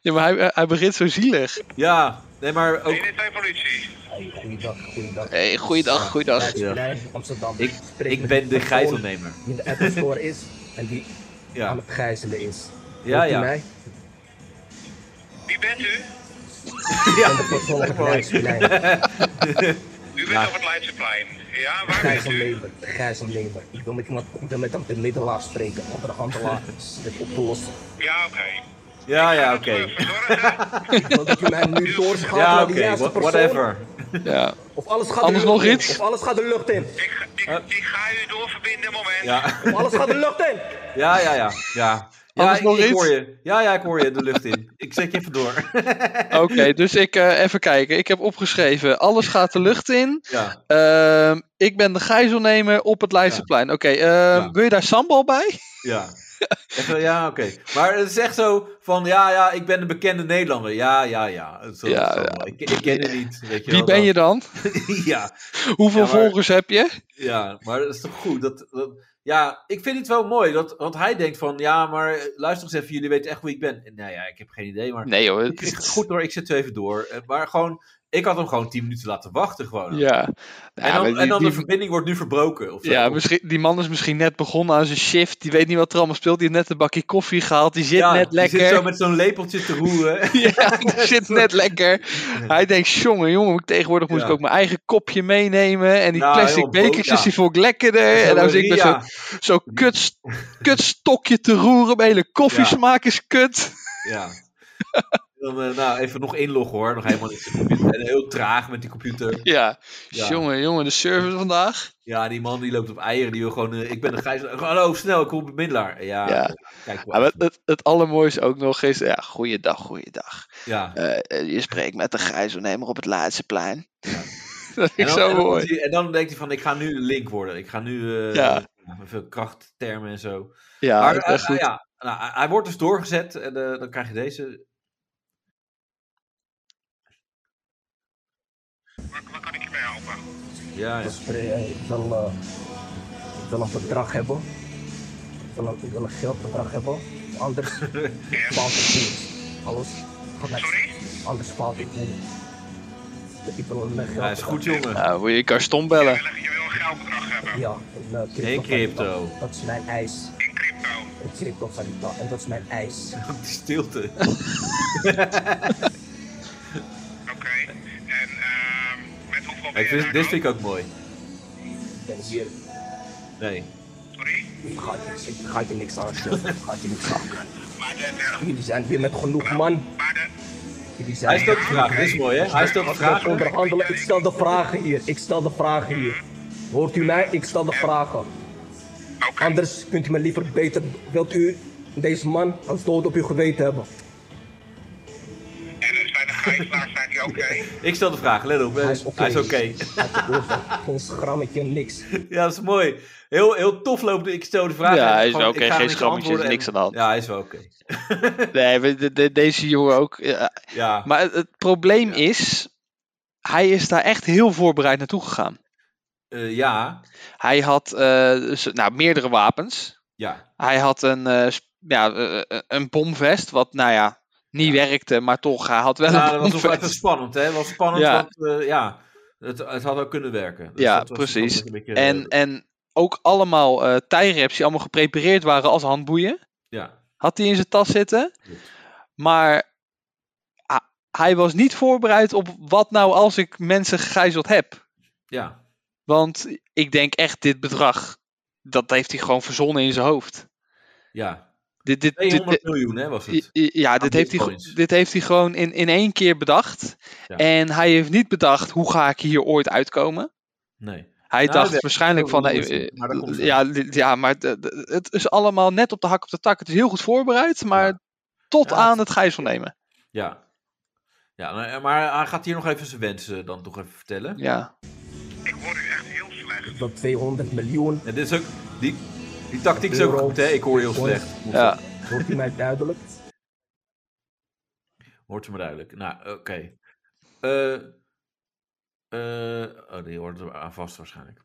[SPEAKER 3] Ja, maar hij, eh, hij begint zo zielig.
[SPEAKER 2] Ja, nee, maar ook...
[SPEAKER 5] 112 politie.
[SPEAKER 6] Goeiedag, goeiedag.
[SPEAKER 3] Hey, goeiedag, goeiedag.
[SPEAKER 6] Leidse Lijn, Amsterdam.
[SPEAKER 2] Ik-
[SPEAKER 6] Spreek
[SPEAKER 2] Ik
[SPEAKER 6] met
[SPEAKER 2] ben de
[SPEAKER 6] een persoon
[SPEAKER 2] gijzelnemer.
[SPEAKER 6] Die de Apple Store is en die aan
[SPEAKER 2] Ja,
[SPEAKER 6] het gijzelen is.
[SPEAKER 2] ja,
[SPEAKER 6] Hoort u
[SPEAKER 2] ja.
[SPEAKER 6] mij?
[SPEAKER 5] Wie bent u?
[SPEAKER 6] En de persoon op het Leidse Lijn.
[SPEAKER 5] U bent op het Leidseplein. Ja, waar bent u?
[SPEAKER 6] Gijzelnemer, de gijzelnemer. Ik wil met iemand, ik wil met een bemiddelaar spreken. Of een handelaar. Dit oplossen.
[SPEAKER 5] Ja, oké.
[SPEAKER 2] Ja, ja,
[SPEAKER 5] Gaat
[SPEAKER 2] oké.
[SPEAKER 5] u verzorgen?
[SPEAKER 6] Ik wil dat je mij nu doorschakelt
[SPEAKER 2] Ja,
[SPEAKER 6] naar
[SPEAKER 2] oké,
[SPEAKER 6] de juiste
[SPEAKER 2] wha-
[SPEAKER 6] persoon.
[SPEAKER 2] whatever.
[SPEAKER 3] Ja.
[SPEAKER 6] Of alles gaat
[SPEAKER 3] Anders
[SPEAKER 6] de lucht
[SPEAKER 3] nog
[SPEAKER 6] in.
[SPEAKER 3] iets?
[SPEAKER 6] Of alles gaat de lucht in.
[SPEAKER 5] Ik, ga- ik, ik ga u doorverbinden, moment.
[SPEAKER 2] Ja,
[SPEAKER 6] Of alles gaat de lucht in.
[SPEAKER 2] ja, ja, ja. ja. Ja,
[SPEAKER 3] Anders
[SPEAKER 2] ik,
[SPEAKER 3] nog
[SPEAKER 2] ik
[SPEAKER 3] iets?
[SPEAKER 2] hoor je. Ja, ja, ik hoor je de lucht in. Ik zet je even door.
[SPEAKER 3] Oké, dus ik eh, even kijken. Ik heb opgeschreven: alles gaat de lucht in.
[SPEAKER 2] Ja,
[SPEAKER 3] Ehm, ik ben de gijzelnemer op het Leidseplein. Oké, ehm,
[SPEAKER 2] Ja.
[SPEAKER 3] wil je daar sambal bij?
[SPEAKER 2] ja. Echt wel, ja, oké. Maar het is echt zo van, ja, ja, ik ben een bekende Nederlander. Ja, ja, ja. Het zal-
[SPEAKER 3] Ja,
[SPEAKER 2] het zal wel. Ik, ik ken het niet. Weet je
[SPEAKER 3] Wie
[SPEAKER 2] wel,
[SPEAKER 3] ben je dan?
[SPEAKER 2] dat- Ja,
[SPEAKER 3] Hoeveel
[SPEAKER 2] Ja, maar-
[SPEAKER 3] volgers heb je?
[SPEAKER 2] Ja, maar dat is toch goed? Dat, dat, ja, ik vind het wel mooi. Dat, want hij denkt van, ja, maar eh, luister eens even, jullie weten echt wie ik ben. En, nou ja, ik heb geen idee, maar...
[SPEAKER 3] Nee hoor.
[SPEAKER 2] Ik- Goed hoor, ik zet er even door. Eh, Maar gewoon, ik had hem gewoon tien minuten laten wachten gewoon.
[SPEAKER 3] Ja.
[SPEAKER 2] en
[SPEAKER 3] Ja,
[SPEAKER 2] dan,
[SPEAKER 3] maar
[SPEAKER 2] en
[SPEAKER 3] die-
[SPEAKER 2] dan
[SPEAKER 3] die-
[SPEAKER 2] de verbinding wordt nu verbroken. Of zo.
[SPEAKER 3] ja, misschien, die man is misschien net begonnen aan zijn shift. Die weet niet wat er allemaal speelt. Die heeft net een bakje koffie gehaald. Die zit
[SPEAKER 2] Ja,
[SPEAKER 3] net
[SPEAKER 2] je
[SPEAKER 3] lekker.
[SPEAKER 2] zit zo met zo'n lepeltje te roeren.
[SPEAKER 3] Ja, die zit net lekker. Hij denkt, jongen, jongen, ik- tegenwoordig moest
[SPEAKER 2] Ja.
[SPEAKER 3] ik ook mijn eigen kopje meenemen. En die
[SPEAKER 2] Nou,
[SPEAKER 3] plastic
[SPEAKER 2] helemaal boos,
[SPEAKER 3] bekertjes,
[SPEAKER 2] ja.
[SPEAKER 3] die vond ik lekkerder. en dan zit ik met zo'n
[SPEAKER 2] Ja,
[SPEAKER 3] zo kut, kutstokje te roeren. Mijn hele koffiesmaak is kut.
[SPEAKER 2] ja. Dan, eh, nou, even nog inloggen hoor. Nog helemaal niks. op de computer. En heel traag met die computer.
[SPEAKER 3] Ja,
[SPEAKER 2] Ja.
[SPEAKER 3] jongen, jongen, de service vandaag.
[SPEAKER 2] Ja, die man die loopt op eieren. Die wil gewoon, eh, ik ben een gijzelaar. Hallo, snel, ik kom op bemiddelaar. Ja,
[SPEAKER 3] Ja.
[SPEAKER 2] kijk wel
[SPEAKER 3] Ja, maar
[SPEAKER 2] even.
[SPEAKER 3] het, het allermooiste ook nog is, ja, goeiedag, goeiedag.
[SPEAKER 2] Ja.
[SPEAKER 3] Eh, eh, je spreekt met de gijzelnemer op het laatste plein.
[SPEAKER 2] Ja.
[SPEAKER 3] dat
[SPEAKER 2] En
[SPEAKER 3] vind ik
[SPEAKER 2] dan,
[SPEAKER 3] zo
[SPEAKER 2] en dan
[SPEAKER 3] mooi.
[SPEAKER 2] moet hij- en dan denkt hij van, ik ga nu link worden. Ik ga nu eh,
[SPEAKER 3] Ja.
[SPEAKER 2] veel krachttermen en zo.
[SPEAKER 3] Ja,
[SPEAKER 2] maar
[SPEAKER 3] echt
[SPEAKER 2] eh,
[SPEAKER 3] goed.
[SPEAKER 2] ja, nou, hij- hij wordt dus doorgezet en eh, dan krijg je deze. Ja, ja.
[SPEAKER 8] Dus eh, ik, wil, eh, ik wil een bedrag hebben. Ik wil, een- ik wil een geldbedrag hebben. Anders faalt het niet. Alles.
[SPEAKER 7] Sorry?
[SPEAKER 8] Anders faalt het niet. Ik wil een eh,
[SPEAKER 2] Hij is
[SPEAKER 8] geldbedrag.
[SPEAKER 2] goed, jongen.
[SPEAKER 3] Nou, moet je elkaar stom bellen.
[SPEAKER 7] Je wil- Je wil een geldbedrag hebben
[SPEAKER 8] Ja, een, eh,
[SPEAKER 2] Nee, crypto.
[SPEAKER 8] Dat is mijn eis.
[SPEAKER 7] in crypto.
[SPEAKER 8] Een crypto valuta. En dat is mijn eis.
[SPEAKER 2] Die stilte.
[SPEAKER 7] Oké. En ehm met hoeveel ben
[SPEAKER 2] Ik
[SPEAKER 7] je
[SPEAKER 2] vind,
[SPEAKER 7] daar
[SPEAKER 2] dit
[SPEAKER 7] dan?
[SPEAKER 2] vind ik ook mooi.
[SPEAKER 8] Ik ben hier.
[SPEAKER 2] Nee.
[SPEAKER 7] Sorry?
[SPEAKER 8] Ik ga je niks- ik ga je niks aanstellen. Ik ga je niks aan.
[SPEAKER 7] Maar de, de,
[SPEAKER 8] Jullie zijn weer met genoeg man.
[SPEAKER 7] maar de,
[SPEAKER 8] Jullie
[SPEAKER 2] Hij
[SPEAKER 8] zijn
[SPEAKER 2] stelt vragen, dit is mooi hè? Hij stelt
[SPEAKER 8] Ik wil
[SPEAKER 2] vragen.
[SPEAKER 8] onderhandelen. Ik stel de vragen hier. Ik stel de vragen hier. Hoort u mij? Ik stel de vragen.
[SPEAKER 7] Oké.
[SPEAKER 8] Anders kunt u me liever beter. Wilt u deze man als dood op uw geweten hebben?
[SPEAKER 7] En er zijn de gijzelaars, zijn die oké?
[SPEAKER 2] Ik stel de vraag, let op. hè. Hij is oké.
[SPEAKER 8] Hij heeft een oorlog. Geen schrammetje, niks.
[SPEAKER 2] Ja, dat is mooi. Heel, heel tof loopt. Ik stel de vraag.
[SPEAKER 3] Ja,
[SPEAKER 2] en
[SPEAKER 3] hij is
[SPEAKER 2] gewoon,
[SPEAKER 3] oké,
[SPEAKER 2] ik ga
[SPEAKER 3] geen
[SPEAKER 2] niks
[SPEAKER 3] schrammetjes,
[SPEAKER 2] antwoorden
[SPEAKER 3] niks
[SPEAKER 2] en-
[SPEAKER 3] aan de hand.
[SPEAKER 2] Ja, hij is wel oké.
[SPEAKER 3] Nee, we- de- de- deze jongen ook. Ja,
[SPEAKER 2] Ja,
[SPEAKER 3] Maar het, het probleem is, hij is daar echt heel voorbereid naartoe gegaan.
[SPEAKER 2] eh, ja,
[SPEAKER 3] Hij had eh, z- nou, meerdere wapens.
[SPEAKER 2] ja.
[SPEAKER 3] Hij had een, eh, sp- ja, eh, eh, een bomvest, wat nou ja, niet werkte, maar toch, hij had wel
[SPEAKER 2] Ja,
[SPEAKER 3] een
[SPEAKER 2] dat was
[SPEAKER 3] bomvest.
[SPEAKER 2] toch even spannend hè? Het was spannend,
[SPEAKER 3] Ja.
[SPEAKER 2] want eh, ja, het, het had ook kunnen werken. Dus
[SPEAKER 3] Ja,
[SPEAKER 2] dat was- dat
[SPEAKER 3] precies.
[SPEAKER 2] was een beetje, eh,
[SPEAKER 3] En, en ook allemaal eh tijreps die allemaal geprepareerd waren als handboeien.
[SPEAKER 2] ja.
[SPEAKER 3] Had hij in zijn tas zitten.
[SPEAKER 2] Klopt.
[SPEAKER 3] Maar ah, hij was niet voorbereid op wat nou als ik mensen gegijzeld heb.
[SPEAKER 2] ja,
[SPEAKER 3] Want ik denk echt dit bedrag, dat heeft hij gewoon verzonnen in zijn hoofd.
[SPEAKER 2] ja.
[SPEAKER 3] Dit, dit, dit,
[SPEAKER 2] 200
[SPEAKER 3] dit-
[SPEAKER 2] miljoen hè, was
[SPEAKER 3] i-
[SPEAKER 2] het.
[SPEAKER 3] i- ja, dit heeft, hij,
[SPEAKER 2] Ah, bitcoins.
[SPEAKER 3] ge- dit heeft hij gewoon in, in één keer bedacht.
[SPEAKER 2] Ja.
[SPEAKER 3] En hij heeft niet bedacht, hoe ga ik hier ooit uitkomen?
[SPEAKER 2] Nee.
[SPEAKER 3] Hij
[SPEAKER 2] Nou,
[SPEAKER 3] dacht
[SPEAKER 2] dat-
[SPEAKER 3] waarschijnlijk
[SPEAKER 2] dat
[SPEAKER 3] van,
[SPEAKER 2] wil
[SPEAKER 3] nee,
[SPEAKER 2] ik niet,
[SPEAKER 3] eh,
[SPEAKER 2] maar dat komt zo.
[SPEAKER 3] ja, li- ja, maar de- de- het is allemaal net op de hak op de tak. Het is heel goed voorbereid, maar
[SPEAKER 2] Ja.
[SPEAKER 3] tot
[SPEAKER 2] Ja,
[SPEAKER 3] aan het gijzel nemen.
[SPEAKER 2] Ja. Ja, nou, maar hij gaat hier nog even zijn wensen dan toch even vertellen.
[SPEAKER 3] Ja.
[SPEAKER 7] Ik hoor u echt heel slecht.
[SPEAKER 8] Dat 200 miljoen.
[SPEAKER 2] En dit is ook, die, die tactiek is ook
[SPEAKER 8] Euro.
[SPEAKER 2] goed hè, ik hoor heel slecht.
[SPEAKER 3] ja.
[SPEAKER 8] Hoort u mij duidelijk?
[SPEAKER 2] Hoort u me duidelijk. Nou, oké. Eh, eh, oh, die hoort er aan vast waarschijnlijk.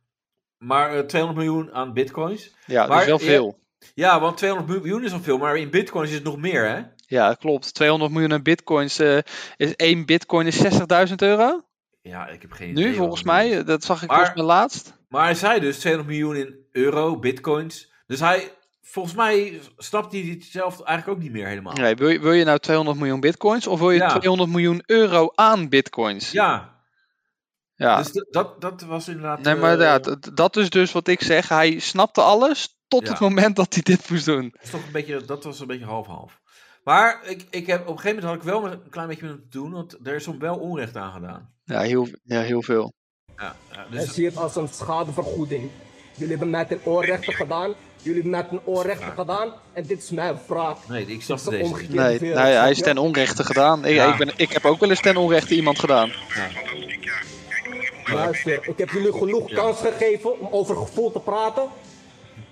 [SPEAKER 2] Maar eh, 200 miljoen aan bitcoins.
[SPEAKER 3] Ja, dat
[SPEAKER 2] Maar
[SPEAKER 3] is wel
[SPEAKER 2] je-
[SPEAKER 3] veel.
[SPEAKER 2] Ja, want 200 miljoen is al veel, maar in bitcoins is het nog meer, hè?
[SPEAKER 3] Ja, klopt. 200 miljoen aan bitcoins. eh, is één bitcoin is 60.000 euro.
[SPEAKER 2] Ja, ik heb geen idee.
[SPEAKER 3] Nu, volgens
[SPEAKER 2] wat het is.
[SPEAKER 3] mij. Dat zag ik
[SPEAKER 2] Maar-
[SPEAKER 3] volgens mij laatst.
[SPEAKER 2] Maar hij zei dus 200 miljoen in euro, bitcoins. Dus hij, volgens mij, snapt hij het zelf eigenlijk ook niet meer helemaal.
[SPEAKER 3] Nee, wil, je, wil je nou 200 miljoen bitcoins of wil je
[SPEAKER 2] Ja.
[SPEAKER 3] 200 miljoen euro aan bitcoins?
[SPEAKER 2] Ja,
[SPEAKER 3] Ja.
[SPEAKER 2] dus d- dat, dat was inderdaad...
[SPEAKER 3] nee, maar
[SPEAKER 2] eh,
[SPEAKER 3] ja, dat, dat is dus wat ik zeg. Hij snapte alles tot
[SPEAKER 2] Ja.
[SPEAKER 3] het moment dat hij dit moest doen.
[SPEAKER 2] Dat, is toch een beetje, dat was een beetje half-half. Maar ik, ik heb, op een gegeven moment had ik wel met- een klein beetje met hem te doen, want er is hem wel onrecht aan gedaan.
[SPEAKER 3] Ja, heel, ja, heel veel.
[SPEAKER 2] Ja, ja,
[SPEAKER 8] En
[SPEAKER 2] dus,
[SPEAKER 8] zie het als een schadevergoeding. Jullie hebben mij ten onrechte gedaan. Jullie hebben mij ten onrechte gedaan. En dit is mijn vraag.
[SPEAKER 2] nee, ik snap
[SPEAKER 8] Het is
[SPEAKER 2] deze niet.
[SPEAKER 8] omgekeerd.
[SPEAKER 3] Nee,
[SPEAKER 8] veel,
[SPEAKER 3] nee, hij is
[SPEAKER 8] snap je?
[SPEAKER 3] ten onrechte gedaan. Ik,
[SPEAKER 2] Ja.
[SPEAKER 3] ik, ben, ik heb ook wel eens ten onrechte iemand gedaan.
[SPEAKER 7] Fantastiek, ja. Kijk, ik wil iemand
[SPEAKER 8] Luister, ik heb jullie genoeg kans gegeven om over gevoel te praten.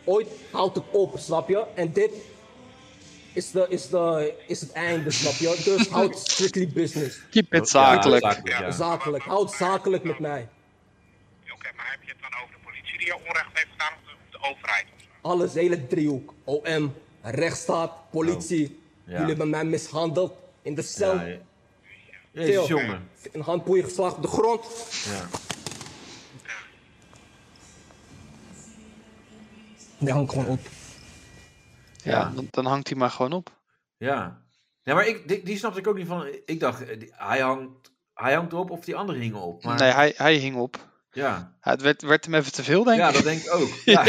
[SPEAKER 8] Ooit houdt het op, snap je? En dit is, de, is, de, is het einde, snap je? Dus houd strictly business.
[SPEAKER 3] Keep it
[SPEAKER 2] Ja,
[SPEAKER 3] zakelijk.
[SPEAKER 2] ja.
[SPEAKER 8] Zakelijk, houd zakelijk met mij.
[SPEAKER 7] Oké, maar heb je het dan over de politie die je onrecht heeft gedaan of de, of de overheid?
[SPEAKER 8] Alles, hele driehoek. OM, rechtsstaat, politie. Jullie hebben mij mishandeld in de cel.
[SPEAKER 2] Oh, Ja, ja. Jezus,
[SPEAKER 8] Til.
[SPEAKER 2] jongen.
[SPEAKER 8] Een handboeien geslagen op de grond.
[SPEAKER 2] Ja.
[SPEAKER 8] Die hangt gewoon op.
[SPEAKER 3] Ja, dan, dan hangt hij maar gewoon op.
[SPEAKER 2] Ja. Ja, maar ik, die, die snapte ik ook niet van. Ik dacht, eh, die- hij hangt, hij hangt op of die anderen hingen op. Maar,
[SPEAKER 3] Nee, hij, hij hing op.
[SPEAKER 2] ja.
[SPEAKER 3] Ja, Het werd, werd hem even te veel, denk ik.
[SPEAKER 2] ja, dat denk ik ook. Ja.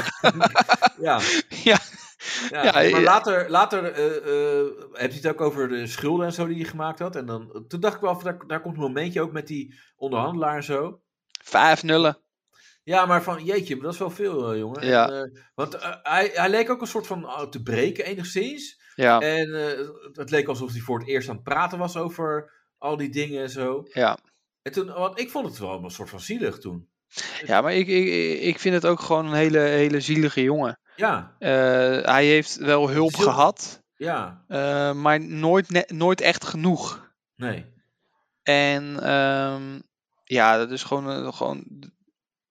[SPEAKER 2] ja.
[SPEAKER 3] Ja,
[SPEAKER 2] ja.
[SPEAKER 3] Ja,
[SPEAKER 2] maar
[SPEAKER 3] ja.
[SPEAKER 2] later, later eh, eh, heb je het ook over de schulden en zo die hij gemaakt had. En dan, toen dacht ik wel, van, daar, daar komt een momentje ook met die onderhandelaar en zo.
[SPEAKER 3] vijf nullen.
[SPEAKER 2] Ja, maar van jeetje, maar dat is wel veel, eh, jongen.
[SPEAKER 3] Ja.
[SPEAKER 2] En, eh, want eh, hij, hij leek ook een soort van eh, te breken enigszins.
[SPEAKER 3] Ja,
[SPEAKER 2] En eh, het leek alsof hij voor het eerst aan het praten was over al die dingen en zo.
[SPEAKER 3] ja.
[SPEAKER 2] En toen, want ik vond het wel een soort van zielig toen.
[SPEAKER 3] ja maar ik, ik, ik vind het ook gewoon een hele, hele zielige jongen.
[SPEAKER 2] Ja,
[SPEAKER 3] Eh, hij heeft wel hulp
[SPEAKER 2] Ziel-
[SPEAKER 3] gehad,
[SPEAKER 2] ja,
[SPEAKER 3] eh, maar nooit, ne- nooit echt genoeg.
[SPEAKER 2] nee.
[SPEAKER 3] En ehm, ja, dat is gewoon, eh, gewoon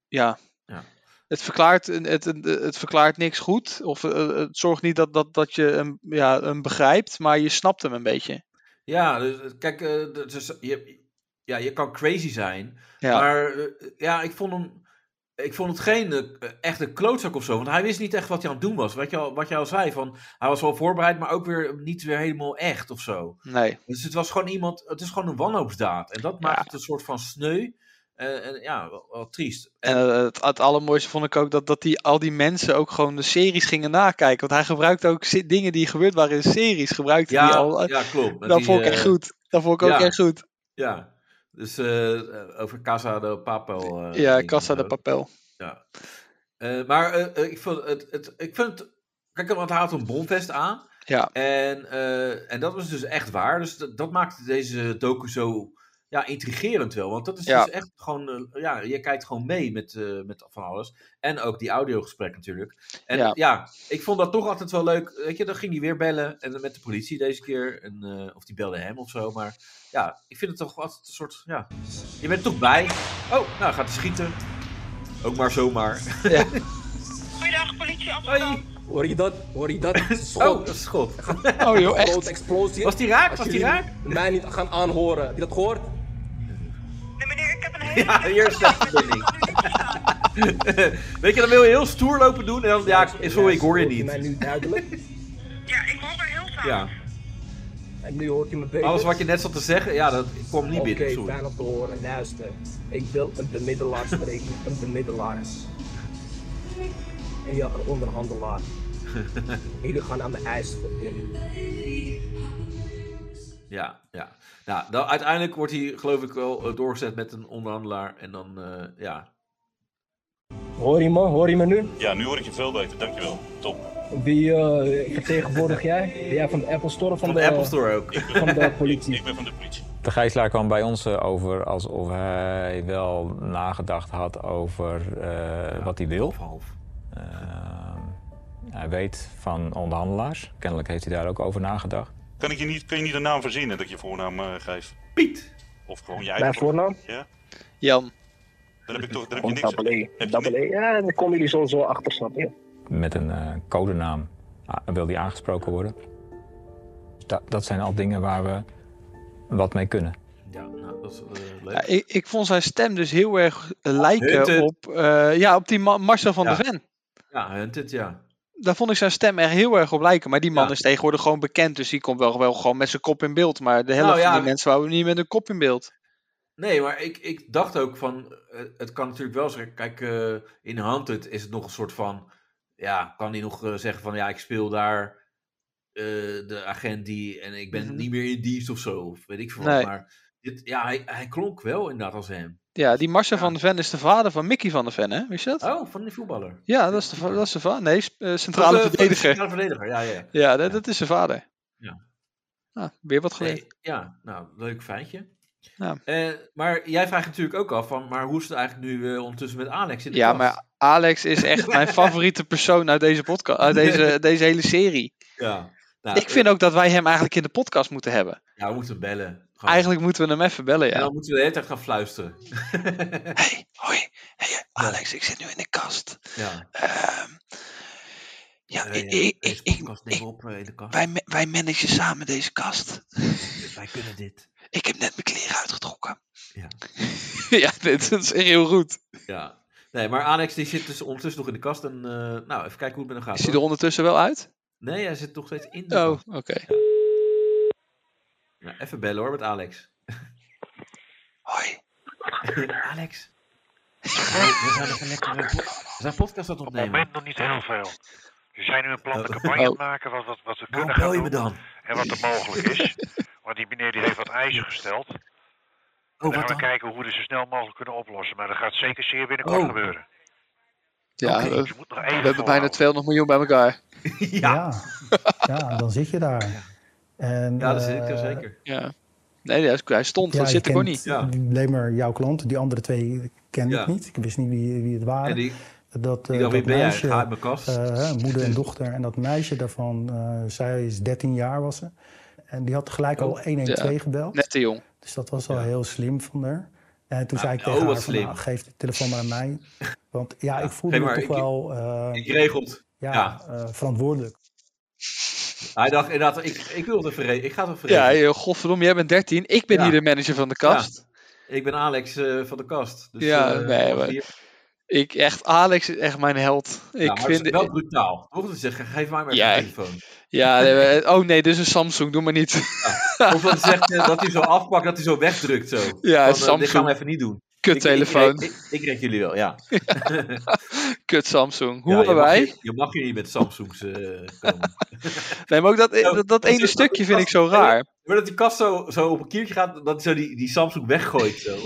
[SPEAKER 3] ja.
[SPEAKER 2] Ja.
[SPEAKER 3] Het, verklaart, eh, het, het, het verklaart niks goed. Of eh, het zorgt niet dat, dat, dat je hem, ja, hem begrijpt, maar je snapt hem een beetje.
[SPEAKER 2] Ja, dus, kijk, eh, dat is- je, ja, je kan crazy zijn.
[SPEAKER 3] Ja.
[SPEAKER 2] Maar eh, ja, ik vond hem. Ik vond het geen eh, echte klootzak of zo. Want hij wist niet echt wat hij aan het doen was. Wat je al, wat je al zei, van, hij was wel voorbereid, maar ook weer niet weer helemaal echt of zo.
[SPEAKER 3] Nee.
[SPEAKER 2] Dus het was gewoon iemand. Het is gewoon een wanhoopsdaad. En dat maakt
[SPEAKER 3] Ja.
[SPEAKER 2] het een soort van sneu. Eh, en ja, wel, wel triest.
[SPEAKER 3] En eh, het, het allermooiste vond ik ook dat, dat die, al die mensen ook gewoon de series gingen nakijken. Want hij gebruikte ook se- dingen die gebeurd waren in series. Gebruikte
[SPEAKER 2] Ja,
[SPEAKER 3] die al. eh,
[SPEAKER 2] ja, klopt. Met
[SPEAKER 3] dat
[SPEAKER 2] die,
[SPEAKER 3] vond ik echt
[SPEAKER 2] eh,
[SPEAKER 3] goed. Dat vond ik ook
[SPEAKER 2] ja.
[SPEAKER 3] echt goed.
[SPEAKER 2] Ja. Dus eh, over Casa de Papel. eh,
[SPEAKER 3] Ja,
[SPEAKER 2] dingen
[SPEAKER 3] Casa
[SPEAKER 2] en
[SPEAKER 3] de
[SPEAKER 2] zo.
[SPEAKER 3] Papel.
[SPEAKER 2] Eh, maar eh, eh, ik, vond het, het, ik vind het... Kijk, want hij had een bomvest aan.
[SPEAKER 3] Ja.
[SPEAKER 2] En, eh, en dat was dus echt waar. Dus dat, dat maakte deze docu zo ja, intrigerend wel. Want dat is
[SPEAKER 3] Ja.
[SPEAKER 2] dus echt gewoon... eh, ja, je kijkt gewoon mee met, eh, met van alles. En ook die audiogesprek natuurlijk. En
[SPEAKER 3] Ja.
[SPEAKER 2] ja. ik vond dat toch altijd wel leuk. Weet je, dan ging hij weer bellen. En dan met de politie deze keer. En, eh, of die belde hem of zo. Maar ja, ik vind het toch altijd een soort... Ja, je bent er toch bij. Oh, nou gaat hij schieten. Ook maar zomaar.
[SPEAKER 5] Goeiedag, politie Amsterdam.
[SPEAKER 2] Hoi.
[SPEAKER 6] Hoor je dat? Hoor je dat?
[SPEAKER 2] Oh,
[SPEAKER 6] Schot.
[SPEAKER 2] dat is goed.
[SPEAKER 3] Oh joh, echt.
[SPEAKER 6] Grote explosie.
[SPEAKER 2] Was die raak?
[SPEAKER 6] Als
[SPEAKER 2] Was die
[SPEAKER 6] jullie
[SPEAKER 2] raak?
[SPEAKER 6] mij niet gaan aanhoren. Heb je dat gehoord?
[SPEAKER 5] Nee, meneer, ik heb een hele...
[SPEAKER 2] Ja, hier is de verbinding. Weet je, dan wil je heel stoer lopen doen en dan, ja, ik- sorry, ik hoor je
[SPEAKER 6] Hoort mij
[SPEAKER 2] niet.
[SPEAKER 6] nu duidelijk.
[SPEAKER 5] Ja, ik hoor er heel vaak.
[SPEAKER 2] Ja,
[SPEAKER 6] En nu hoort je me beter.
[SPEAKER 2] alles wat je net zat te zeggen, ja, dat kwam niet
[SPEAKER 6] Oké,
[SPEAKER 2] binnen, sorry.
[SPEAKER 6] fijn om te horen. Luister, ik wil een bemiddelaar spreken, een bemiddelaar. En ja, een onderhandelaar. Jullie gaan aan mijn eisen voldoen.
[SPEAKER 2] Ja, ja. Nou, dan, uiteindelijk wordt hij, geloof ik, wel eh, doorgezet met een onderhandelaar en dan, eh, ja.
[SPEAKER 6] Hoor je me? Hoor je me nu?
[SPEAKER 9] Ja, nu hoor ik je veel beter. Dankjewel. Top.
[SPEAKER 6] Wie eh, vertegenwoordig jij? Ben jij van de Apple Store of
[SPEAKER 2] Van de Apple Store ook.
[SPEAKER 6] Van de
[SPEAKER 9] Ik ben van de politie.
[SPEAKER 10] De gijzelaar kwam bij ons eh, over alsof hij wel nagedacht had over eh, wat hij wil.
[SPEAKER 2] Of half.
[SPEAKER 10] Eh, hij weet van onderhandelaars. Kennelijk heeft hij daar ook over nagedacht.
[SPEAKER 9] Kan, ik je niet, kan je niet een naam verzinnen dat ik je voornaam eh, geef?
[SPEAKER 2] Piet!
[SPEAKER 9] Of gewoon je eigen...
[SPEAKER 6] voornaam?
[SPEAKER 9] Ja?
[SPEAKER 3] Jan.
[SPEAKER 9] Daar heb ik toch daar heb je
[SPEAKER 8] Gewoon
[SPEAKER 9] niks aan.
[SPEAKER 8] double E.
[SPEAKER 9] Heb je
[SPEAKER 8] Double E. Ja, dan komen jullie sowieso achter, snap je?
[SPEAKER 10] Met een eh, codenaam a- wil hij aangesproken worden. Da- dat zijn al dingen waar we wat mee kunnen.
[SPEAKER 2] Ja, nou, dat is eh,
[SPEAKER 3] Ja,
[SPEAKER 2] leuk.
[SPEAKER 3] ik, ik vond zijn stem dus heel erg lijken
[SPEAKER 2] Hunted.
[SPEAKER 3] op, eh, ja, op die ma- Marcel van
[SPEAKER 2] Ja.
[SPEAKER 3] der Ven.
[SPEAKER 2] Ja, Hunted, ja.
[SPEAKER 3] Daar vond ik zijn stem echt heel erg op lijken. Maar die man
[SPEAKER 2] Ja.
[SPEAKER 3] is tegenwoordig gewoon bekend. Dus die komt wel, wel gewoon met zijn kop in beeld. Maar de helft
[SPEAKER 2] Nou ja.
[SPEAKER 3] van die mensen wouden niet met een kop in beeld.
[SPEAKER 2] Nee, maar ik, ik dacht ook van, eh, het kan natuurlijk wel zeggen, kijk, eh, in Hunted is het nog een soort van, ja, kan hij nog eh, zeggen van, ja, ik speel daar eh, de agent die, en ik ben
[SPEAKER 3] Mhm.
[SPEAKER 2] niet meer in dienst of zo, of weet ik veel wat,
[SPEAKER 3] Nee.
[SPEAKER 2] maar dit, ja, hij, hij klonk wel inderdaad als hem.
[SPEAKER 3] Ja, die Marcel
[SPEAKER 2] Ja.
[SPEAKER 3] van der Ven is de vader van Mickey van der Ven, hè? Wist je dat?
[SPEAKER 2] Oh, van die voetballer.
[SPEAKER 3] Ja, dat is de, va- dat is de vader. Nee, sp- eh, centrale
[SPEAKER 2] Of, eh, van de
[SPEAKER 3] verdediger.
[SPEAKER 2] Centrale verdediger, ja, ja.
[SPEAKER 3] Ja, dat, dat is zijn vader.
[SPEAKER 2] Ja.
[SPEAKER 3] Ah, weer wat geleerd.
[SPEAKER 2] Nee, ja, nou, leuk feitje.
[SPEAKER 3] Ja.
[SPEAKER 2] Eh, maar jij vraagt natuurlijk ook af van, maar hoe is het eigenlijk nu eh, ondertussen met Alex in de
[SPEAKER 3] ja,
[SPEAKER 2] kast?
[SPEAKER 3] maar Alex is echt mijn favoriete persoon uit deze podcast, uit deze, deze hele serie.
[SPEAKER 2] Ja. Nou,
[SPEAKER 3] Ik vind ook dat wij hem eigenlijk in de podcast moeten hebben.
[SPEAKER 2] Ja, we moeten bellen. Gewoon.
[SPEAKER 3] Eigenlijk moeten we hem even bellen,
[SPEAKER 2] En
[SPEAKER 3] ja.
[SPEAKER 2] dan moeten we de hele tijd gaan fluisteren.
[SPEAKER 3] Hey, hoi. Hey, Alex, ik zit nu in de kast.
[SPEAKER 2] ja.
[SPEAKER 3] Ehm, ja,
[SPEAKER 2] Eh,
[SPEAKER 3] ik, ik, ik,
[SPEAKER 2] deze
[SPEAKER 3] ik-
[SPEAKER 2] podcast
[SPEAKER 3] ik-
[SPEAKER 2] nemen we op eh, in de kast.
[SPEAKER 3] wij, ma- wij managen samen deze kast.
[SPEAKER 2] Wij kunnen dit.
[SPEAKER 3] Ik heb net mijn kleren uitgetrokken.
[SPEAKER 2] Ja.
[SPEAKER 3] ja, dit is echt heel goed.
[SPEAKER 2] Ja. Nee, maar Alex die zit dus ondertussen nog in de kast. En, eh, nou, even kijken hoe het met hem gaat.
[SPEAKER 3] Is hij
[SPEAKER 2] hoor.
[SPEAKER 3] er ondertussen wel uit?
[SPEAKER 2] Nee, hij zit nog steeds in de
[SPEAKER 3] Oh,
[SPEAKER 2] kast.
[SPEAKER 3] oké.
[SPEAKER 2] Ja, even bellen hoor, met Alex.
[SPEAKER 3] Hoi.
[SPEAKER 2] Alex.
[SPEAKER 4] We zijn even lekker een po- we zijn podcast aan het
[SPEAKER 5] Op het
[SPEAKER 4] opnemen.
[SPEAKER 5] moment nog niet heel veel. We zijn nu een plan de
[SPEAKER 2] Oh.
[SPEAKER 5] campagne aan het
[SPEAKER 3] Oh.
[SPEAKER 5] maken, wat, wat, wat we
[SPEAKER 2] Waarom
[SPEAKER 5] kunnen
[SPEAKER 2] bel
[SPEAKER 5] gaan
[SPEAKER 2] je me
[SPEAKER 5] doen
[SPEAKER 2] dan?
[SPEAKER 5] en wat er mogelijk is. Want die meneer die heeft wat eisen gesteld. En
[SPEAKER 2] Oh,
[SPEAKER 5] dan
[SPEAKER 2] wat
[SPEAKER 5] gaan we
[SPEAKER 2] dan?
[SPEAKER 5] kijken hoe we dit zo snel mogelijk kunnen oplossen. Maar dat gaat zeker zeer binnenkort
[SPEAKER 2] Oh.
[SPEAKER 5] gebeuren.
[SPEAKER 3] Ja,
[SPEAKER 2] Oké.
[SPEAKER 3] we,
[SPEAKER 5] Dus je moet nog even
[SPEAKER 3] we hebben bijna
[SPEAKER 5] volhouden.
[SPEAKER 3] 200 miljoen bij elkaar.
[SPEAKER 2] Ja,
[SPEAKER 11] Ja. ja, dan zit je daar. En,
[SPEAKER 2] ja dat zit ik
[SPEAKER 11] eh,
[SPEAKER 2] er zeker.
[SPEAKER 3] Ja. Nee, hij- hij stond.
[SPEAKER 11] Ja,
[SPEAKER 3] dat
[SPEAKER 11] je
[SPEAKER 3] zit er gewoon niet.
[SPEAKER 11] kent
[SPEAKER 2] niet.
[SPEAKER 11] Alleen maar jouw klant, die andere twee kende
[SPEAKER 2] Ja.
[SPEAKER 11] ik niet. Ik wist niet wie, wie het
[SPEAKER 2] En
[SPEAKER 11] waren.
[SPEAKER 2] die,
[SPEAKER 11] dat, eh,
[SPEAKER 2] die dacht, wie
[SPEAKER 11] dat
[SPEAKER 2] ben jij?
[SPEAKER 11] meisje,
[SPEAKER 2] Ga uit mijn kast.
[SPEAKER 11] eh, hè, moeder en dochter. En dat meisje daarvan, eh, zij is 13 jaar was
[SPEAKER 2] Oh,
[SPEAKER 11] ze. En die had gelijk al 112 gebeld.
[SPEAKER 3] Net te jong.
[SPEAKER 11] Dus dat was al heel slim van haar. En toen
[SPEAKER 2] Ah,
[SPEAKER 11] zei ik
[SPEAKER 2] oh,
[SPEAKER 11] tegen
[SPEAKER 2] wat
[SPEAKER 11] haar, van,
[SPEAKER 2] slim.
[SPEAKER 11] nou, geef de telefoon maar aan mij. Want ja, ik voelde
[SPEAKER 2] geef
[SPEAKER 11] me
[SPEAKER 2] maar,
[SPEAKER 11] toch
[SPEAKER 2] ik-
[SPEAKER 11] wel eh,
[SPEAKER 2] Ik regelt.
[SPEAKER 11] ja,
[SPEAKER 2] ja.
[SPEAKER 11] eh, verantwoordelijk.
[SPEAKER 2] Hij dacht inderdaad, ik, ik wil het even re- Ik ga het even
[SPEAKER 3] Ja,
[SPEAKER 2] regelen.
[SPEAKER 3] joh, godverdomme, jij bent 13. Ik ben
[SPEAKER 2] Ja.
[SPEAKER 3] hier de manager van de kast.
[SPEAKER 2] Ik ben Alex eh, van de kast. Dus,
[SPEAKER 3] ja,
[SPEAKER 2] eh,
[SPEAKER 3] nee,
[SPEAKER 2] als
[SPEAKER 3] maar-
[SPEAKER 2] hier-
[SPEAKER 3] ik echt, Alex is echt mijn held.
[SPEAKER 2] Ja,
[SPEAKER 3] Ik
[SPEAKER 2] maar het
[SPEAKER 3] vind,
[SPEAKER 2] is wel brutaal. Toch te zeggen, geef mij maar
[SPEAKER 3] Ja.
[SPEAKER 2] een telefoon.
[SPEAKER 3] ja, nee, we- oh nee, dit is een Samsung, doe maar niet.
[SPEAKER 2] Of dat, hij zegt, eh, dat hij zo afpakt, dat hij zo wegdrukt. Zo.
[SPEAKER 3] Ja,
[SPEAKER 2] Van, eh, Dit
[SPEAKER 3] Samsung.
[SPEAKER 2] gaan we even niet doen.
[SPEAKER 3] Kuttelefoon.
[SPEAKER 2] Ik, ik, ik, ik red jullie wel, ja.
[SPEAKER 3] Kut Samsung. Hoe
[SPEAKER 2] Ja, je
[SPEAKER 3] hebben
[SPEAKER 2] mag
[SPEAKER 3] wij?
[SPEAKER 2] hier- Je mag hier niet met Samsung's eh, komen.
[SPEAKER 3] Nee, maar ook dat, dat, dat
[SPEAKER 2] is
[SPEAKER 3] ene
[SPEAKER 2] het-
[SPEAKER 3] stukje vind ik zo raar.
[SPEAKER 2] Maar dat die kast zo, zo op een kiertje gaat, dat hij zo die, die Samsung weggooit. Zo.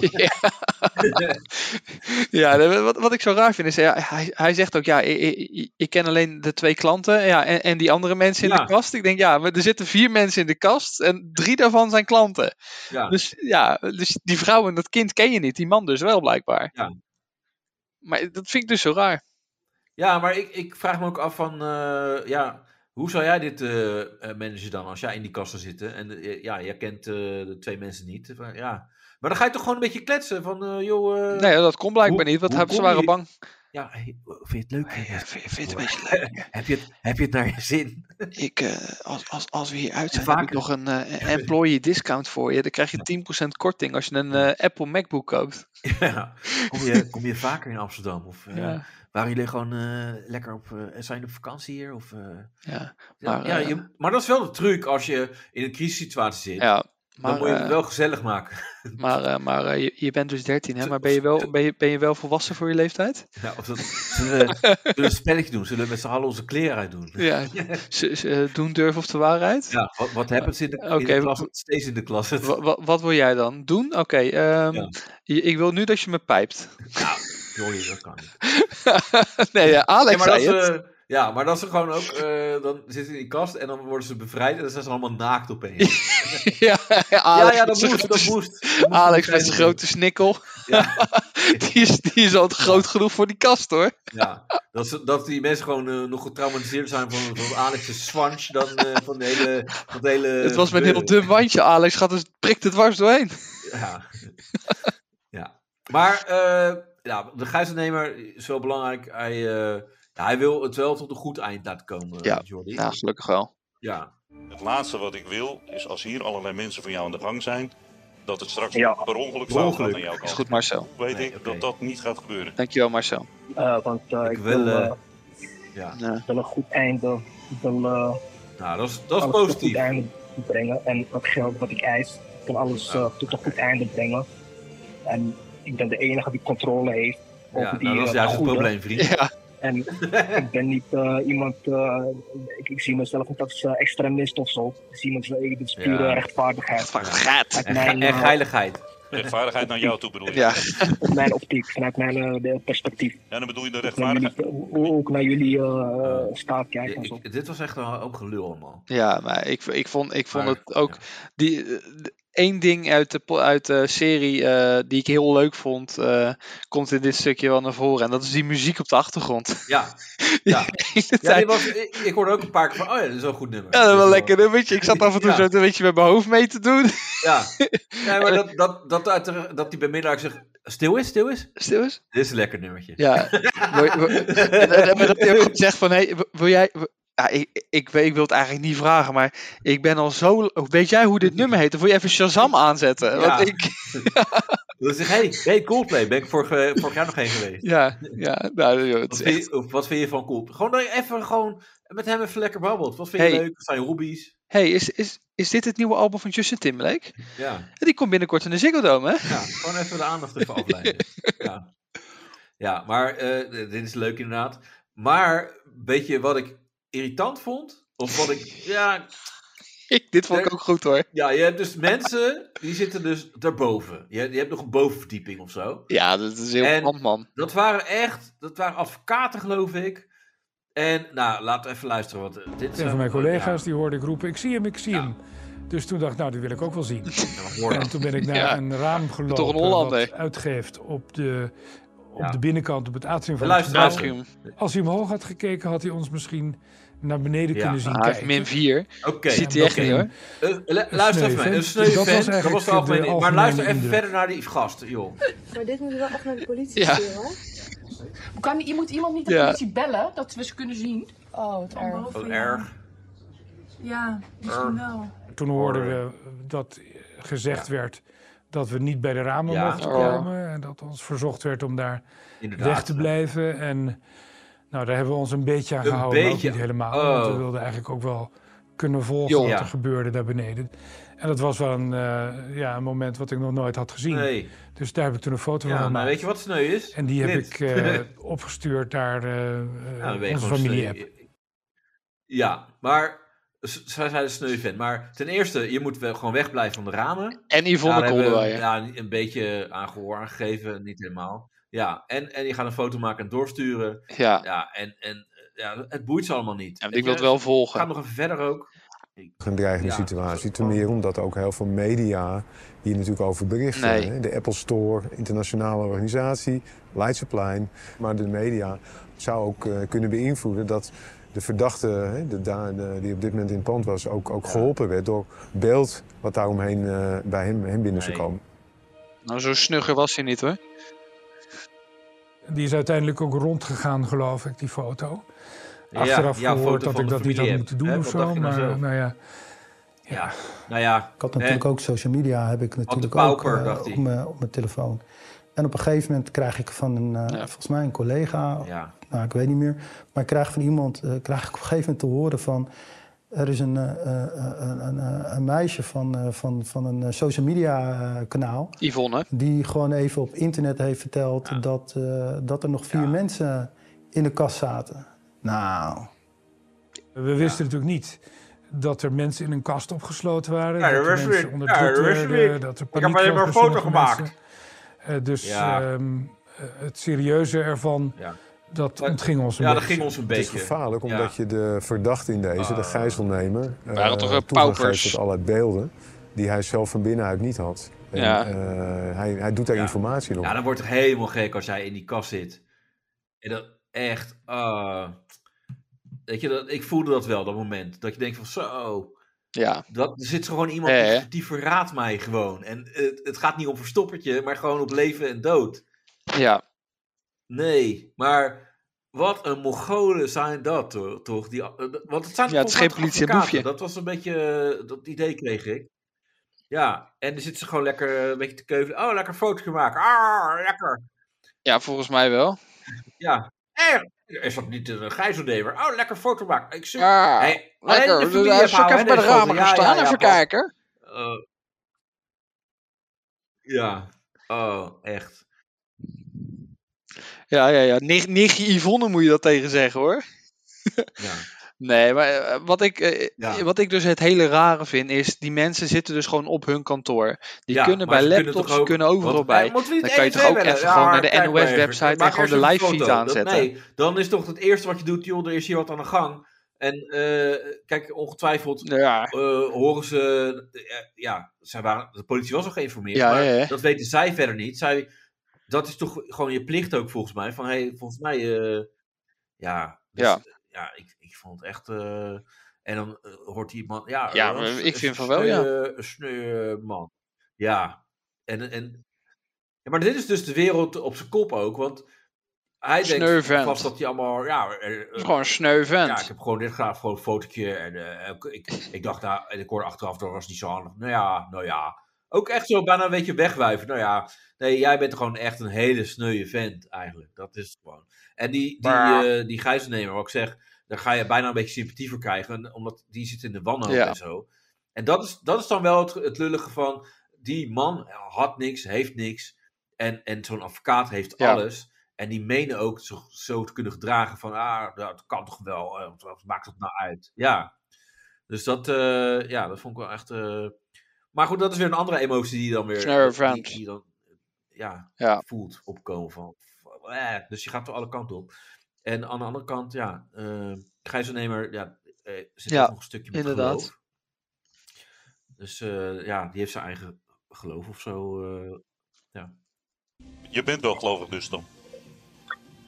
[SPEAKER 3] Ja, nee, wat, wat ik zo raar vind is, ja, hij, hij zegt ook, ja, ik, ik- ik ken alleen de twee klanten ja, en, en die andere mensen in
[SPEAKER 2] Ja.
[SPEAKER 3] de kast. Ik denk, ja, maar er zitten vier mensen in de kast en drie daarvan zijn klanten.
[SPEAKER 2] Ja.
[SPEAKER 3] Dus ja, dus die vrouw en dat kind ken je niet, die man dus wel blijkbaar.
[SPEAKER 2] Ja.
[SPEAKER 3] Maar dat vind ik dus zo raar.
[SPEAKER 2] Ja, maar ik, ik vraag me ook af van, eh, ja, hoe zou jij dit eh, eh, managen dan als jij in die kast zou zitten? En eh, ja, jij kent eh, de twee mensen niet. Van, ja. Maar dan ga je toch gewoon een beetje kletsen van, eh, joh... eh,
[SPEAKER 3] Nee, dat kon blijkbaar
[SPEAKER 2] hoe-
[SPEAKER 3] niet, want
[SPEAKER 2] hoe
[SPEAKER 3] hij- ze
[SPEAKER 2] kom
[SPEAKER 3] waren
[SPEAKER 2] je-
[SPEAKER 3] bang.
[SPEAKER 2] Ja, hey, oh, vind je het leuk?
[SPEAKER 3] vind, je het een beetje leuk?
[SPEAKER 2] heb, je het, heb je het naar je zin?
[SPEAKER 3] Ik, eh, als, als, als we hier uit
[SPEAKER 2] En
[SPEAKER 3] zijn, heb ik
[SPEAKER 2] vaker.
[SPEAKER 3] nog een eh, employee discount voor je. Dan krijg je 10% korting als je een eh, Apple MacBook koopt.
[SPEAKER 2] Ja. Kom, je, kom je vaker in Amsterdam? Of eh,
[SPEAKER 3] Ja.
[SPEAKER 2] waren jullie gewoon eh, lekker op, eh, zijn jullie op vakantie hier? Of, eh,
[SPEAKER 3] Ja,
[SPEAKER 2] ja,
[SPEAKER 3] maar,
[SPEAKER 2] ja,
[SPEAKER 3] eh,
[SPEAKER 2] je- maar dat is wel de truc als je in een crisissituatie zit.
[SPEAKER 3] ja,
[SPEAKER 2] dan
[SPEAKER 3] maar,
[SPEAKER 2] moet je het
[SPEAKER 3] eh,
[SPEAKER 2] wel gezellig maken.
[SPEAKER 3] maar, eh, maar eh, je, je bent dus 13, hè? Maar ben je, wel, ben, je, ben je wel volwassen voor je leeftijd?
[SPEAKER 2] Ja, of dat, zullen, we, zullen we een spelletje doen? Zullen we met z'n allen onze kleren uitdoen?
[SPEAKER 3] Ja, ze, ze, eh, doen durf of de waarheid?
[SPEAKER 2] Ja, wat, wat happens in de, in de
[SPEAKER 3] Oké,
[SPEAKER 2] klas?
[SPEAKER 3] wa-
[SPEAKER 2] Steeds in de klas.
[SPEAKER 3] Wa- wa- wat wil jij dan? Doen? Oké, ehm, je- ik wil nu dat je me pijpt.
[SPEAKER 2] Sorry, dat kan niet.
[SPEAKER 3] nee, ja, Alex
[SPEAKER 2] Nee, maar dat eh,
[SPEAKER 3] zei het.
[SPEAKER 2] ze, ja, maar dat ze gewoon ook... eh, dan zitten ze in die kast en dan worden ze bevrijd... en dan zijn ze allemaal naakt opeens.
[SPEAKER 3] ja,
[SPEAKER 2] ja,
[SPEAKER 3] Alex
[SPEAKER 2] ja,
[SPEAKER 3] met
[SPEAKER 2] dat
[SPEAKER 3] zijn
[SPEAKER 2] moest,
[SPEAKER 3] grote
[SPEAKER 2] dat
[SPEAKER 3] s-
[SPEAKER 2] moest.
[SPEAKER 3] Alex met zijn grote snikkel.
[SPEAKER 2] Ja.
[SPEAKER 3] die, is, die is al groot genoeg voor die kast hoor.
[SPEAKER 2] Ja, dat, ze, dat die mensen gewoon eh, nog getraumatiseerd zijn van, van Alex's swanch... dan eh, van, de hele, van Eh, de Eh, hele...
[SPEAKER 3] het was met een heel
[SPEAKER 2] gebeuren.
[SPEAKER 3] dun wandje. Alex gaat dus, prikt het dwars doorheen.
[SPEAKER 2] Ja. ja. Maar eh, ja, de gijzelnemer is wel belangrijk. Hij, eh, ja, hij wil het wel tot een goed eind laten komen,
[SPEAKER 3] Ja.
[SPEAKER 2] Jordi.
[SPEAKER 3] Nou, gelukkig wel.
[SPEAKER 2] Ja.
[SPEAKER 9] Het laatste wat ik wil is als hier allerlei mensen van jou aan de gang zijn, dat het straks per ongeluk
[SPEAKER 2] Per
[SPEAKER 9] fout
[SPEAKER 2] ongeluk.
[SPEAKER 9] gaat aan jouw
[SPEAKER 3] Is
[SPEAKER 9] kant.
[SPEAKER 3] goed Marcel.
[SPEAKER 9] Hoe weet ik dat dat niet gaat gebeuren?
[SPEAKER 3] Dankjewel Marcel.
[SPEAKER 8] Eh, want eh, ik, wil,
[SPEAKER 2] eh,
[SPEAKER 8] eh,
[SPEAKER 2] ja.
[SPEAKER 8] ik wil een goed einde. Ik wil eh,
[SPEAKER 2] Nou, dat is, dat
[SPEAKER 8] alles tot
[SPEAKER 2] is
[SPEAKER 8] een
[SPEAKER 2] positief.
[SPEAKER 8] goed einde brengen. En het geld wat ik eis, ik wil alles eh, tot een goed einde brengen. En ik ben de enige die controle heeft over
[SPEAKER 2] Ja,
[SPEAKER 8] die
[SPEAKER 2] nou, dat is
[SPEAKER 8] eh,
[SPEAKER 2] juist het
[SPEAKER 8] goede.
[SPEAKER 2] probleem, vriend.
[SPEAKER 3] Ja,
[SPEAKER 8] En ik ben niet eh, iemand, eh, ik, ik zie mezelf niet als eh, extremist of zo. Ik zie mezelf, ik is pure
[SPEAKER 2] Ja.
[SPEAKER 8] rechtvaardigheid.
[SPEAKER 3] gaat.
[SPEAKER 8] Uit
[SPEAKER 2] En,
[SPEAKER 8] mijn,
[SPEAKER 2] ge- en
[SPEAKER 8] eh,
[SPEAKER 2] geiligheid.
[SPEAKER 9] Rechtvaardigheid naar jou toe bedoel je?
[SPEAKER 3] Ja,
[SPEAKER 8] uit mijn optiek, vanuit mijn eh, de perspectief.
[SPEAKER 9] En dan bedoel je de
[SPEAKER 8] Naar
[SPEAKER 9] rechtvaardigheid. Ah.
[SPEAKER 8] jullie, hoe- hoe ook naar jullie eh staat kijken en zo.
[SPEAKER 2] Ik- dit was echt een hoop gelul allemaal.
[SPEAKER 3] ja maar ik, ik, vond, ik vond
[SPEAKER 2] Maar,
[SPEAKER 3] het ook... Die, eh, d- één ding uit de, po- uit de serie eh, die ik heel leuk vond... eh, komt in dit stukje wel naar voren. En dat is die muziek op de achtergrond.
[SPEAKER 2] Ja, ja.
[SPEAKER 3] Die hele
[SPEAKER 2] ja
[SPEAKER 3] tijd.
[SPEAKER 2] dit was, ik, ik hoorde ook een paar keer van, oh ja, dat is wel een goed nummer.
[SPEAKER 3] Ja, dat is wel
[SPEAKER 2] Dus,
[SPEAKER 3] lekker. hè, Weet je, ik zat af en toe
[SPEAKER 2] Ja.
[SPEAKER 3] zo een beetje met mijn hoofd mee te doen.
[SPEAKER 2] Ja, ja maar dat, dat, dat, uit de- dat die bemiddelaar zegt, stil is, stil is.
[SPEAKER 3] Stil eens.
[SPEAKER 2] Dit is een lekker nummertje.
[SPEAKER 3] Ja. Wil je- wil- en dan hebben we dat hij ook gezegd van, hey, w- wil jij... w- Ja, ik, ik, weet- ik wil het eigenlijk niet vragen, maar ik ben al zo... Weet jij hoe dit nummer heet? Dan wil je even Shazam aanzetten.
[SPEAKER 2] Ja.
[SPEAKER 3] Want ik,
[SPEAKER 2] Dan zeg hey, hey, Coldplay, ben ik vorig, eh, vorig jaar nog heen geweest.
[SPEAKER 3] ja, ja, nou, joh, het
[SPEAKER 2] Wat
[SPEAKER 3] is
[SPEAKER 2] vind,
[SPEAKER 3] echt...
[SPEAKER 2] je, of wat vind je van Kool? Gewoon dat je even gewoon met hem even lekker babbelt. Wat vind je
[SPEAKER 3] Hey.
[SPEAKER 2] leuk? Wat zijn je hobby's?
[SPEAKER 3] hey, is, is, is dit het nieuwe album van Justin Timberlake?
[SPEAKER 2] Ja,
[SPEAKER 3] Die komt binnenkort in de Ziggo Dome, hè?
[SPEAKER 2] ja gewoon even de aandacht ervan afleiden. Ja, ja maar eh, dit is leuk inderdaad. Maar weet je wat ik irritant vond? Of wat ik... Ja,
[SPEAKER 3] Ik, dit vond ik ook goed, hoor.
[SPEAKER 2] ja je hebt dus mensen die zitten dus daarboven. Je, je hebt nog een bovenverdieping of zo.
[SPEAKER 3] Ja, dat is heel
[SPEAKER 2] En-
[SPEAKER 3] knap, man.
[SPEAKER 2] Dat waren echt... Dat waren advocaten, geloof ik. En, nou, laten we even luisteren. Want eh, dit is...
[SPEAKER 12] Een van mijn
[SPEAKER 2] echt-
[SPEAKER 12] collega's die hoorde ik roepen, ik zie hem, ik zie hem. Dus toen dacht ik, nou, die wil ik ook wel zien.
[SPEAKER 2] Ja, dat hoor ik.
[SPEAKER 12] En toen ben ik naar
[SPEAKER 3] Ja.
[SPEAKER 12] een raam gelopen
[SPEAKER 3] Toch een Hollander.
[SPEAKER 12] wat uitgeeft op de, op de binnenkant, op het atrium
[SPEAKER 2] De
[SPEAKER 12] van het gebouw.
[SPEAKER 3] luisteraar.
[SPEAKER 12] Als hij omhoog had gekeken, had hij ons misschien naar beneden
[SPEAKER 3] Ja.
[SPEAKER 12] kunnen zien
[SPEAKER 3] Ah, hij heeft
[SPEAKER 12] kijken.
[SPEAKER 3] min vier.
[SPEAKER 2] Oké.
[SPEAKER 3] Ziet hij echt
[SPEAKER 2] oké.
[SPEAKER 3] niet, hoor.
[SPEAKER 2] Eh, lu- luister even, mee. een sneu
[SPEAKER 12] Dat was
[SPEAKER 2] fan, dat
[SPEAKER 12] eigenlijk
[SPEAKER 2] was de
[SPEAKER 12] de
[SPEAKER 2] algemene... maar
[SPEAKER 12] algemene
[SPEAKER 2] luister even
[SPEAKER 12] indruk.
[SPEAKER 2] verder naar die gast, joh.
[SPEAKER 13] Maar dit moet je wel echt naar de politie
[SPEAKER 2] Ja.
[SPEAKER 13] sturen, hoor.
[SPEAKER 14] Kan, je moet iemand niet de
[SPEAKER 2] Ja.
[SPEAKER 14] politie bellen, dat we ze kunnen zien?
[SPEAKER 13] Oh, wat
[SPEAKER 14] erg.
[SPEAKER 2] Wat erg.
[SPEAKER 14] Ja, misschien wel.
[SPEAKER 12] Toen hoorden we dat gezegd werd dat we niet bij de ramen
[SPEAKER 2] Ja.
[SPEAKER 12] mochten
[SPEAKER 2] Ja.
[SPEAKER 12] komen. En dat ons verzocht werd om daar
[SPEAKER 2] Inderdaad.
[SPEAKER 12] weg te blijven. En nou, daar hebben we ons een beetje aan
[SPEAKER 2] Een
[SPEAKER 12] gehouden. maar ook
[SPEAKER 2] beetje.
[SPEAKER 12] niet helemaal.
[SPEAKER 2] Oh.
[SPEAKER 12] Want we wilden eigenlijk ook wel kunnen volgen
[SPEAKER 2] Jo.
[SPEAKER 12] wat
[SPEAKER 2] Ja.
[SPEAKER 12] er gebeurde daar beneden. En dat was wel een, eh, ja, een moment wat ik nog nooit had gezien.
[SPEAKER 2] Nee.
[SPEAKER 12] Dus daar heb ik toen een foto
[SPEAKER 2] Ja,
[SPEAKER 12] van
[SPEAKER 2] maar
[SPEAKER 12] gemaakt.
[SPEAKER 2] weet je wat sneu is?
[SPEAKER 12] En die heb
[SPEAKER 2] Dit.
[SPEAKER 12] ik eh, opgestuurd naar eh, eh,
[SPEAKER 2] Ja, dan ben je
[SPEAKER 12] onze
[SPEAKER 2] gewoon
[SPEAKER 12] familie.
[SPEAKER 2] sneu. Ja, maar z- zij zijn een sneu fan. Maar ten eerste, je moet wel gewoon wegblijven van de ramen.
[SPEAKER 3] En Yvonne
[SPEAKER 2] daar hebben we,
[SPEAKER 3] Kolderweijer.
[SPEAKER 2] Ja, een beetje aan gehoor aangegeven, niet helemaal. Ja, en, en je gaat een foto maken en doorsturen.
[SPEAKER 3] Ja.
[SPEAKER 2] ja en, en ja, het boeit ze allemaal niet.
[SPEAKER 3] ik wil het wel volgen.
[SPEAKER 2] Ga nog even verder ook.
[SPEAKER 15] Een dreigende
[SPEAKER 2] Ja.
[SPEAKER 15] situatie. Ten meer omdat ook heel veel media hier natuurlijk over berichten.
[SPEAKER 3] Nee.
[SPEAKER 15] hè. De Apple Store, internationale organisatie, Leidseplein. Maar de media zou ook eh, kunnen beïnvloeden dat de verdachte hè, de, da- de- die op dit moment in het pand was... ook, ook geholpen werd door beeld wat daar omheen eh, bij hem, hem binnen zou komen.
[SPEAKER 3] Nou, zo snugger was hij niet hoor.
[SPEAKER 12] Die is uiteindelijk ook rondgegaan, geloof ik, die foto.
[SPEAKER 2] Ja,
[SPEAKER 12] Achteraf
[SPEAKER 2] ja, foto
[SPEAKER 12] gehoord dat
[SPEAKER 2] van
[SPEAKER 12] ik
[SPEAKER 2] de
[SPEAKER 12] dat niet had
[SPEAKER 2] familie,
[SPEAKER 12] moeten
[SPEAKER 2] hè,
[SPEAKER 12] doen of
[SPEAKER 2] wat
[SPEAKER 12] zo.
[SPEAKER 2] dacht je nou
[SPEAKER 12] Maar
[SPEAKER 2] zelf?
[SPEAKER 12] nou ja,
[SPEAKER 2] Ja, nou ja.
[SPEAKER 12] Ik had
[SPEAKER 11] natuurlijk ook social media, heb ik natuurlijk
[SPEAKER 2] pauper,
[SPEAKER 11] ook eh,
[SPEAKER 2] dacht hij.
[SPEAKER 11] op, mijn, op mijn telefoon. En op een gegeven moment krijg ik van een, eh, volgens mij een collega, nou, ik weet niet meer, maar ik krijg van iemand, eh, krijg ik op een gegeven moment te horen van, er is een, eh, eh, eh, een, eh, een meisje van, eh, van, van een eh, social media eh, kanaal,
[SPEAKER 3] Yvonne.
[SPEAKER 11] die gewoon even op internet heeft verteld dat, eh, dat er nog vier mensen in de kast zaten. Nou,
[SPEAKER 12] we wisten natuurlijk niet dat er mensen in een kast opgesloten waren.
[SPEAKER 11] Ja,
[SPEAKER 12] dat
[SPEAKER 11] dat
[SPEAKER 12] er
[SPEAKER 11] wist
[SPEAKER 12] mensen
[SPEAKER 11] ik.
[SPEAKER 12] onder
[SPEAKER 11] Ja,
[SPEAKER 12] druk
[SPEAKER 11] dat wist
[SPEAKER 12] werden,
[SPEAKER 11] ik.
[SPEAKER 12] dat er
[SPEAKER 11] Ik
[SPEAKER 12] paniek
[SPEAKER 11] heb alleen
[SPEAKER 12] was
[SPEAKER 11] maar
[SPEAKER 12] bij
[SPEAKER 11] een foto
[SPEAKER 12] sommige mensen.
[SPEAKER 11] gemaakt.
[SPEAKER 12] Eh, dus
[SPEAKER 2] Ja.
[SPEAKER 12] ehm, eh, het serieuze ervan, dat ontging ons een
[SPEAKER 2] Ja, dat
[SPEAKER 12] beetje.
[SPEAKER 2] ging ons een Ah.
[SPEAKER 15] Het is gevaarlijk omdat je de verdachte in deze, de gijzelnemer,
[SPEAKER 12] Wij hadden toch, eh,
[SPEAKER 15] toegang
[SPEAKER 12] paupers?
[SPEAKER 15] geeft tot allerlei beelden die hij zelf van binnenuit niet had. En,
[SPEAKER 2] Ja.
[SPEAKER 15] eh, hij, hij doet daar informatie op.
[SPEAKER 2] Ja, dan wordt het helemaal gek als jij in die kast zit. En dat echt. ah. weet je, dat, ik voelde dat wel, dat moment. Dat je denkt van zo.
[SPEAKER 3] Ja.
[SPEAKER 2] Dat, er zit gewoon iemand
[SPEAKER 3] Ja,
[SPEAKER 2] die-
[SPEAKER 3] hè?
[SPEAKER 2] die, verraadt mij gewoon. En het, het gaat niet om verstoppertje, maar gewoon op leven en dood.
[SPEAKER 3] Ja.
[SPEAKER 2] Nee, maar wat een Mongolen zijn dat to- toch? Die, eh, want het zijn
[SPEAKER 3] Ja, het is
[SPEAKER 2] volgens mij
[SPEAKER 3] geen
[SPEAKER 2] toch
[SPEAKER 3] politie en
[SPEAKER 2] advocaten?
[SPEAKER 3] boefje.
[SPEAKER 2] Dat was een beetje, eh, dat idee kreeg ik. Ja, en dan zitten ze gewoon lekker eh, een beetje te keuvelen. Oh, lekker foto's maken. Ah, lekker.
[SPEAKER 3] Ja, volgens mij wel.
[SPEAKER 2] Ja. Echt? Is dat niet een gijzelnemer? Oh, lekker foto maken. Ik zoek.
[SPEAKER 3] Ja,
[SPEAKER 2] Hey, alleen
[SPEAKER 3] Lekker,
[SPEAKER 2] de
[SPEAKER 3] dus,
[SPEAKER 2] familie
[SPEAKER 3] eh, zal ik
[SPEAKER 2] afhouden,
[SPEAKER 3] even bij
[SPEAKER 2] hè,
[SPEAKER 3] de
[SPEAKER 2] deze
[SPEAKER 3] ramen
[SPEAKER 2] foto.
[SPEAKER 3] gaan
[SPEAKER 2] Ja, ja,
[SPEAKER 3] staan,
[SPEAKER 2] ja,
[SPEAKER 3] even
[SPEAKER 2] pas.
[SPEAKER 3] kijken.
[SPEAKER 2] Eh, ja. Oh, echt.
[SPEAKER 3] Ja, ja, ja. Nicht, nichtje Yvonne moet je dat tegen zeggen hoor. Nee, maar eh, wat ik, eh, wat ik dus het hele rare vind is, die mensen zitten dus gewoon op hun kantoor. Die
[SPEAKER 2] Ja,
[SPEAKER 3] kunnen
[SPEAKER 2] maar
[SPEAKER 3] bij
[SPEAKER 2] ze kunnen
[SPEAKER 3] laptops,
[SPEAKER 2] toch
[SPEAKER 3] kunnen,
[SPEAKER 2] ook-
[SPEAKER 3] overal
[SPEAKER 2] want-
[SPEAKER 3] bij.
[SPEAKER 2] eh,
[SPEAKER 3] Dan
[SPEAKER 2] moeten we niet
[SPEAKER 3] kan je toch
[SPEAKER 2] 112
[SPEAKER 3] ook
[SPEAKER 2] bellen?
[SPEAKER 3] echt
[SPEAKER 2] Ja,
[SPEAKER 3] gewoon naar de
[SPEAKER 2] kijk maar even.
[SPEAKER 3] NOS-website en
[SPEAKER 2] Maak
[SPEAKER 3] gewoon de
[SPEAKER 2] eerst een
[SPEAKER 3] live feed
[SPEAKER 2] foto. Dat-
[SPEAKER 3] aanzetten.
[SPEAKER 2] Nee, dan is toch het eerste wat je doet, joh, er is hier wat aan de gang. En eh, kijk, ongetwijfeld eh, horen ze, eh, ja, zij waren, de politie was al geïnformeerd,
[SPEAKER 3] Ja,
[SPEAKER 2] maar
[SPEAKER 3] ja, ja.
[SPEAKER 2] dat weten zij verder niet. Zij, dat is toch gewoon je plicht ook volgens mij, van hey, volgens mij, eh, ja, dus,
[SPEAKER 3] Ja.
[SPEAKER 2] ja. ik, ik vond het echt, eh, en dan eh, hoort die man, ja,
[SPEAKER 3] Ja,
[SPEAKER 2] eh,
[SPEAKER 3] maar
[SPEAKER 2] een-
[SPEAKER 3] ik
[SPEAKER 2] een
[SPEAKER 3] vind van wel,
[SPEAKER 2] sneu,
[SPEAKER 3] ja.
[SPEAKER 2] eh, Een sneu man, ja, en, en ja, maar dit is dus de wereld op zijn kop ook, want hij denkt
[SPEAKER 3] Sneuvent.
[SPEAKER 2] vast dat hij allemaal, ja... eh, eh,
[SPEAKER 3] Gewoon een sneu vent.
[SPEAKER 2] Ja, ik heb gewoon dit graag gewoon een fotootje en eh, ik, ik, ik dacht, nou, en ik hoorde achteraf, dat was niet zo handig. Nou ja, nou ja. Ook echt zo bijna een beetje wegwijven. Nou ja, nee, jij bent gewoon echt een hele sneuwe vent eigenlijk. Dat is het gewoon. En die, die,
[SPEAKER 3] Maar-
[SPEAKER 2] eh, die gijzelnemer, wat ik zeg, daar ga je bijna een beetje sympathie voor krijgen, omdat die zit in de wanhoop
[SPEAKER 3] Ja.
[SPEAKER 2] en zo. En dat is, dat is dan wel het, het lullige van, die man had niks, heeft niks. En, en zo'n advocaat heeft
[SPEAKER 3] Ja.
[SPEAKER 2] alles. En die menen ook zo, zo te kunnen gedragen van, ah, dat kan toch wel, eh, wat maakt het nou uit? Ja, dus dat, eh, ja, dat vond ik wel echt... eh, Maar goed, dat is weer een andere emotie die je dan weer
[SPEAKER 3] Snare
[SPEAKER 2] die-
[SPEAKER 3] vent.
[SPEAKER 2] die je dan, ja,
[SPEAKER 3] Ja.
[SPEAKER 2] voelt opkomen van... van, eh, dus je gaat er alle kanten op. En aan de andere kant, ja, eh gijzelnemer, ja, eh, zit
[SPEAKER 3] Ja,
[SPEAKER 2] ook nog een stukje met
[SPEAKER 3] inderdaad.
[SPEAKER 2] geloof. Dus eh, ja, die heeft zijn eigen geloof of zo. eh, ja.
[SPEAKER 9] Je bent wel gelovig dus, Tom.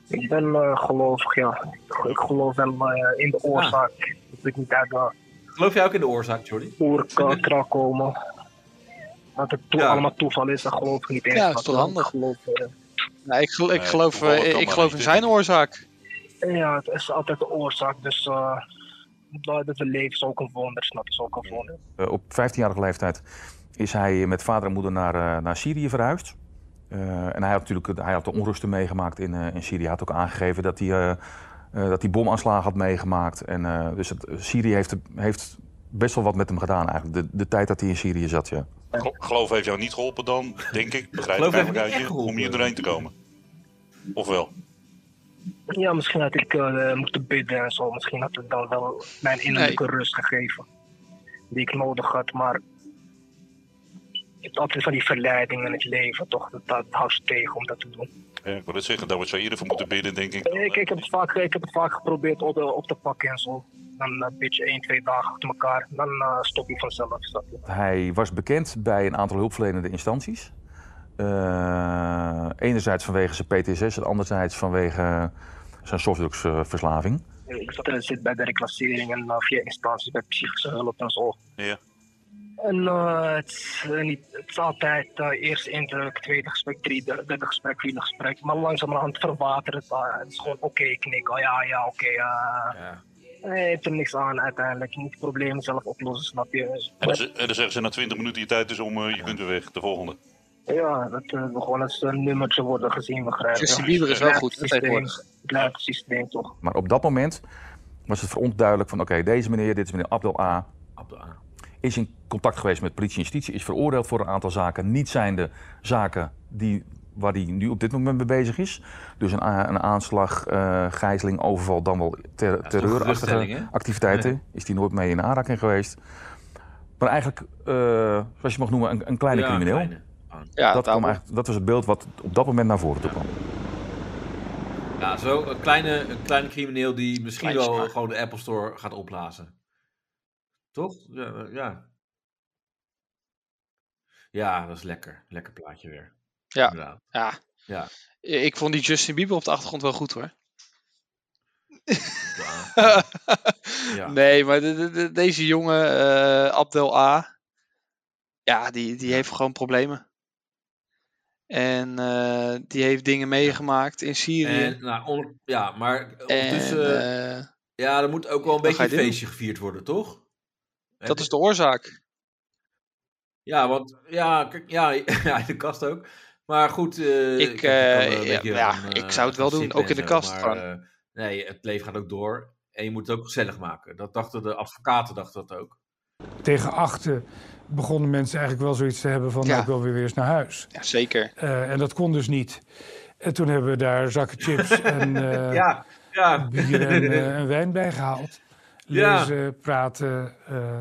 [SPEAKER 8] Ik ben eh, gelovig, ja. Ik, ik geloof wel eh, in de oorzaak. Dat ik niet uit eh, de
[SPEAKER 2] Ah. Geloof jij ook in de oorzaak, Jordi?
[SPEAKER 8] oerkraak kan komen. Dat het to-
[SPEAKER 2] Ja.
[SPEAKER 8] allemaal toeval is, dat eh, geloof ik niet eens.
[SPEAKER 3] Ja, dat is toch handig? Nou, ik, gel- ik
[SPEAKER 8] Nee,
[SPEAKER 3] geloof,
[SPEAKER 8] toevallig
[SPEAKER 3] eh,
[SPEAKER 8] kan
[SPEAKER 3] ik
[SPEAKER 8] maar
[SPEAKER 3] geloof
[SPEAKER 8] niet,
[SPEAKER 3] in
[SPEAKER 8] hè?
[SPEAKER 3] zijn oorzaak.
[SPEAKER 8] Ja, het is altijd de oorzaak. Dus eh dat het leven is ook een wonder, snap je? Is ook een wonder.
[SPEAKER 16] Eh, op 15-jarige leeftijd is hij met vader en moeder naar, eh, naar Syrië verhuisd. Eh, en hij had natuurlijk hij had de onrusten meegemaakt in, eh, in Syrië. Hij had ook aangegeven dat hij, eh, eh, dat hij bomaanslagen had meegemaakt. En, eh, dus het, Syrië heeft, heeft best wel wat met hem gedaan eigenlijk. De, de tijd dat hij in Syrië zat, ja.
[SPEAKER 9] Gel- Geloof heeft jou niet geholpen dan, denk ik, begrijp ik
[SPEAKER 16] Geloof heeft
[SPEAKER 9] eigenlijk uit
[SPEAKER 16] niet
[SPEAKER 9] je, om hier doorheen te komen. Of wel?
[SPEAKER 8] Ja, misschien had ik eh, moeten bidden en zo. Misschien had het dan wel mijn innerlijke rust gegeven. Die ik nodig had, maar... Het is altijd van die verleiding in het leven, toch? Dat, dat houdt je tegen om dat te doen.
[SPEAKER 9] Ja, ik wil het zeggen, daar zou je eerder voor moeten bidden, denk ik.
[SPEAKER 8] Ik, ik, heb het vaak, ik heb het vaak geprobeerd op, eh, op te pakken en zo. Dan eh, een beetje één, twee dagen achter elkaar. Dan eh, stop je vanzelf. snap je?
[SPEAKER 16] Hij was bekend bij een aantal hulpverlenende instanties. Eh, enerzijds vanwege zijn PTSS en anderzijds vanwege zijn softdrugsverslaving.
[SPEAKER 8] Ik zat, eh, zit bij de reclassering en eh, via instanties bij psychische hulp en zo.
[SPEAKER 9] Ja.
[SPEAKER 8] En eh, het, is, eh, niet, het is altijd eh, eerst indruk, tweede gesprek, drie- derde gesprek, vierde gesprek. Maar langzamerhand verwatert het. eh, het is gewoon oké, knik. Oh ja, ja, oké. eh Eh, Je hebt er niks aan uiteindelijk. Je moet de problemen zelf oplossen, snap je? Dus
[SPEAKER 9] En dan, ze- en dan zeggen ze na 20 minuten je tijd is om, eh, je kunt weer weg, de volgende.
[SPEAKER 8] Ja, dat eh, we gewoon als een nummertje worden gezien, begrijp je?
[SPEAKER 3] Justin Bieber is wel
[SPEAKER 8] Het
[SPEAKER 3] goed
[SPEAKER 8] systeem-
[SPEAKER 3] vertegenwoordigd.
[SPEAKER 8] Het lijkt systeem toch.
[SPEAKER 16] Maar op dat moment was het voor ons duidelijk van... oké, deze meneer, dit is meneer Abdel A. Is in contact geweest met politie en justitie. Is veroordeeld voor een aantal zaken. Niet zijnde zaken die, waar hij nu op dit moment mee bezig is. Dus een, a- een aanslag, eh, gijzeling, overval, dan wel ter-
[SPEAKER 2] geruststelling,
[SPEAKER 16] terreurachtige
[SPEAKER 2] hè?
[SPEAKER 16] activiteiten. Is hij nooit mee in aanraking geweest. Maar eigenlijk, eh, zoals je mag noemen, een, een kleine
[SPEAKER 2] Ja, een
[SPEAKER 16] crimineel.
[SPEAKER 2] kleine.
[SPEAKER 16] dat, kwam eigenlijk, dat was het beeld wat op dat moment naar voren toe kwam.
[SPEAKER 2] Ja, zo een kleine, een kleine crimineel die misschien
[SPEAKER 4] Klein
[SPEAKER 2] wel
[SPEAKER 4] smaak.
[SPEAKER 2] gewoon de Apple Store gaat opblazen. Toch? Ja, eh, ja. Ja, dat is lekker. Lekker plaatje weer.
[SPEAKER 3] Ja. ja.
[SPEAKER 2] Ja.
[SPEAKER 3] Ik vond die Justin Bieber op de achtergrond wel goed hoor.
[SPEAKER 2] Ja.
[SPEAKER 3] Nee, maar de- de- de- deze jongen, eh, Abdel A. Ja, die, die heeft gewoon problemen. En eh, die heeft dingen meegemaakt in Syrië.
[SPEAKER 2] En, nou, on- ja, maar
[SPEAKER 3] En,
[SPEAKER 2] ondertussen...
[SPEAKER 3] eh,
[SPEAKER 2] ja, er moet ook wel
[SPEAKER 3] wat
[SPEAKER 2] een beetje
[SPEAKER 3] ga
[SPEAKER 2] een
[SPEAKER 3] je doen?
[SPEAKER 2] feestje gevierd worden, toch?
[SPEAKER 3] dat is de oorzaak.
[SPEAKER 2] Ja, want... Ja, kijk, ja, ja in de kast ook. Maar goed... eh,
[SPEAKER 3] Ik,
[SPEAKER 2] kijk, je kan
[SPEAKER 3] eh,
[SPEAKER 2] er een
[SPEAKER 3] ja,
[SPEAKER 2] beetje
[SPEAKER 3] ja,
[SPEAKER 2] van, eh,
[SPEAKER 3] ik zou het wel
[SPEAKER 2] gaan
[SPEAKER 3] doen,
[SPEAKER 2] zitten
[SPEAKER 3] ook in
[SPEAKER 2] en
[SPEAKER 3] de
[SPEAKER 2] zo,
[SPEAKER 3] kast
[SPEAKER 2] maar,
[SPEAKER 3] gewoon.
[SPEAKER 2] eh, nee, het leven gaat ook door. En je moet het ook gezellig maken. Dat dachten de advocaten dachten dat ook.
[SPEAKER 12] Tegen achten begonnen mensen eigenlijk wel zoiets te hebben van... nou, ik wil weer weer eens naar huis.
[SPEAKER 3] Ja, zeker.
[SPEAKER 12] Eh, en dat kon dus niet. En toen hebben we daar zakken chips en eh,
[SPEAKER 2] Ja, ja.
[SPEAKER 12] bier en, eh, en wijn bij gehaald.
[SPEAKER 2] Ja.
[SPEAKER 12] Lezen, praten. eh,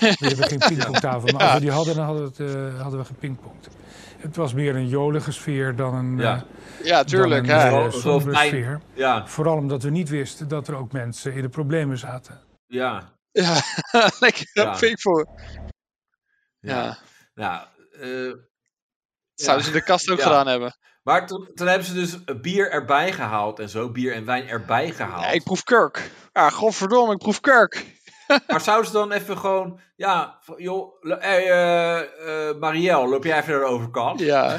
[SPEAKER 12] we hebben geen pingpongtafel, maar
[SPEAKER 2] Ja.
[SPEAKER 12] als we die hadden, dan hadden we, het, eh, hadden we gepingpongd. Het was meer een jolige sfeer dan een,
[SPEAKER 2] Ja.
[SPEAKER 12] eh,
[SPEAKER 3] Ja,
[SPEAKER 12] dan
[SPEAKER 3] tuurlijk,
[SPEAKER 12] een,
[SPEAKER 3] ja.
[SPEAKER 12] eh,
[SPEAKER 3] Zo- zo
[SPEAKER 12] sombere
[SPEAKER 3] fijn,
[SPEAKER 12] sfeer.
[SPEAKER 2] Ja.
[SPEAKER 12] Vooral omdat we niet wisten dat er ook mensen in de problemen zaten.
[SPEAKER 2] Ja.
[SPEAKER 3] Ja, lekker
[SPEAKER 2] Ja.
[SPEAKER 3] pik voor.
[SPEAKER 2] Ja.
[SPEAKER 3] Ja.
[SPEAKER 2] Nou, eh,
[SPEAKER 3] Zouden ze de kast ook gedaan hebben.
[SPEAKER 2] Maar toen, toen hebben ze dus bier erbij gehaald en zo, bier en wijn erbij gehaald.
[SPEAKER 3] ik proef kurk. Ah, godverdomme, ik proef kurk.
[SPEAKER 2] Maar zouden ze dan even gewoon, ja, van, joh, lo- hey, eh, eh, Marielle, loop jij even naar de overkant?
[SPEAKER 3] Ja.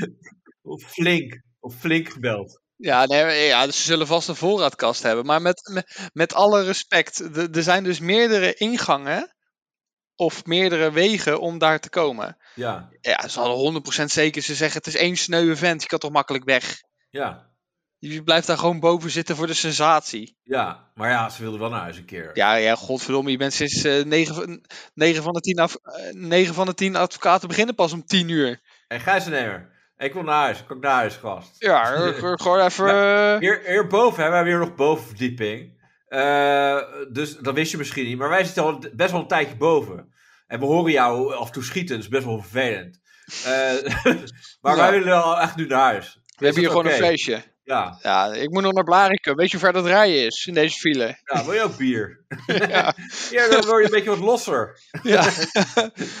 [SPEAKER 2] of flink, of flink gebeld.
[SPEAKER 3] Ja, nee, maar- ja, ze zullen vast een voorraadkast hebben. Maar met, met, met alle respect, de- er zijn dus meerdere ingangen of meerdere wegen om daar te komen.
[SPEAKER 2] Ja,
[SPEAKER 3] Ja, ze hadden 100% zeker. Ze zeggen, het is één sneuwe vent, je kan toch makkelijk weg.
[SPEAKER 2] ja,
[SPEAKER 3] Je blijft daar gewoon boven zitten voor de sensatie.
[SPEAKER 2] ja. Maar ja, ze wilden wel naar huis een keer.
[SPEAKER 3] Ja, ja, godverdomme, je bent sinds 9, van de 10 af, eh, negen van de 10 advocaten beginnen pas om 10 uur.
[SPEAKER 2] En Gijzenheimer, ik wil naar huis, ik kom naar huis, gast.
[SPEAKER 3] Ja, eh, gewoon even... eh,
[SPEAKER 2] Nou, hier, hierboven hebben we weer nog bovenverdieping. Eh, dus dat wist je misschien niet. Maar wij zitten al best wel een tijdje boven. En we horen jou af en toe schieten. Dat is best wel vervelend. Eh, maar
[SPEAKER 3] Ja.
[SPEAKER 2] wij willen al echt nu naar huis.
[SPEAKER 3] We hebben hier gewoon een
[SPEAKER 2] feestje.
[SPEAKER 3] feestje.
[SPEAKER 2] Ja.
[SPEAKER 3] ja, ik moet nog naar Blarikum. Weet je hoe ver dat rijden is in deze file?
[SPEAKER 2] Ja, wil je ook bier? Ja, dan word je een beetje wat losser.
[SPEAKER 3] Ja.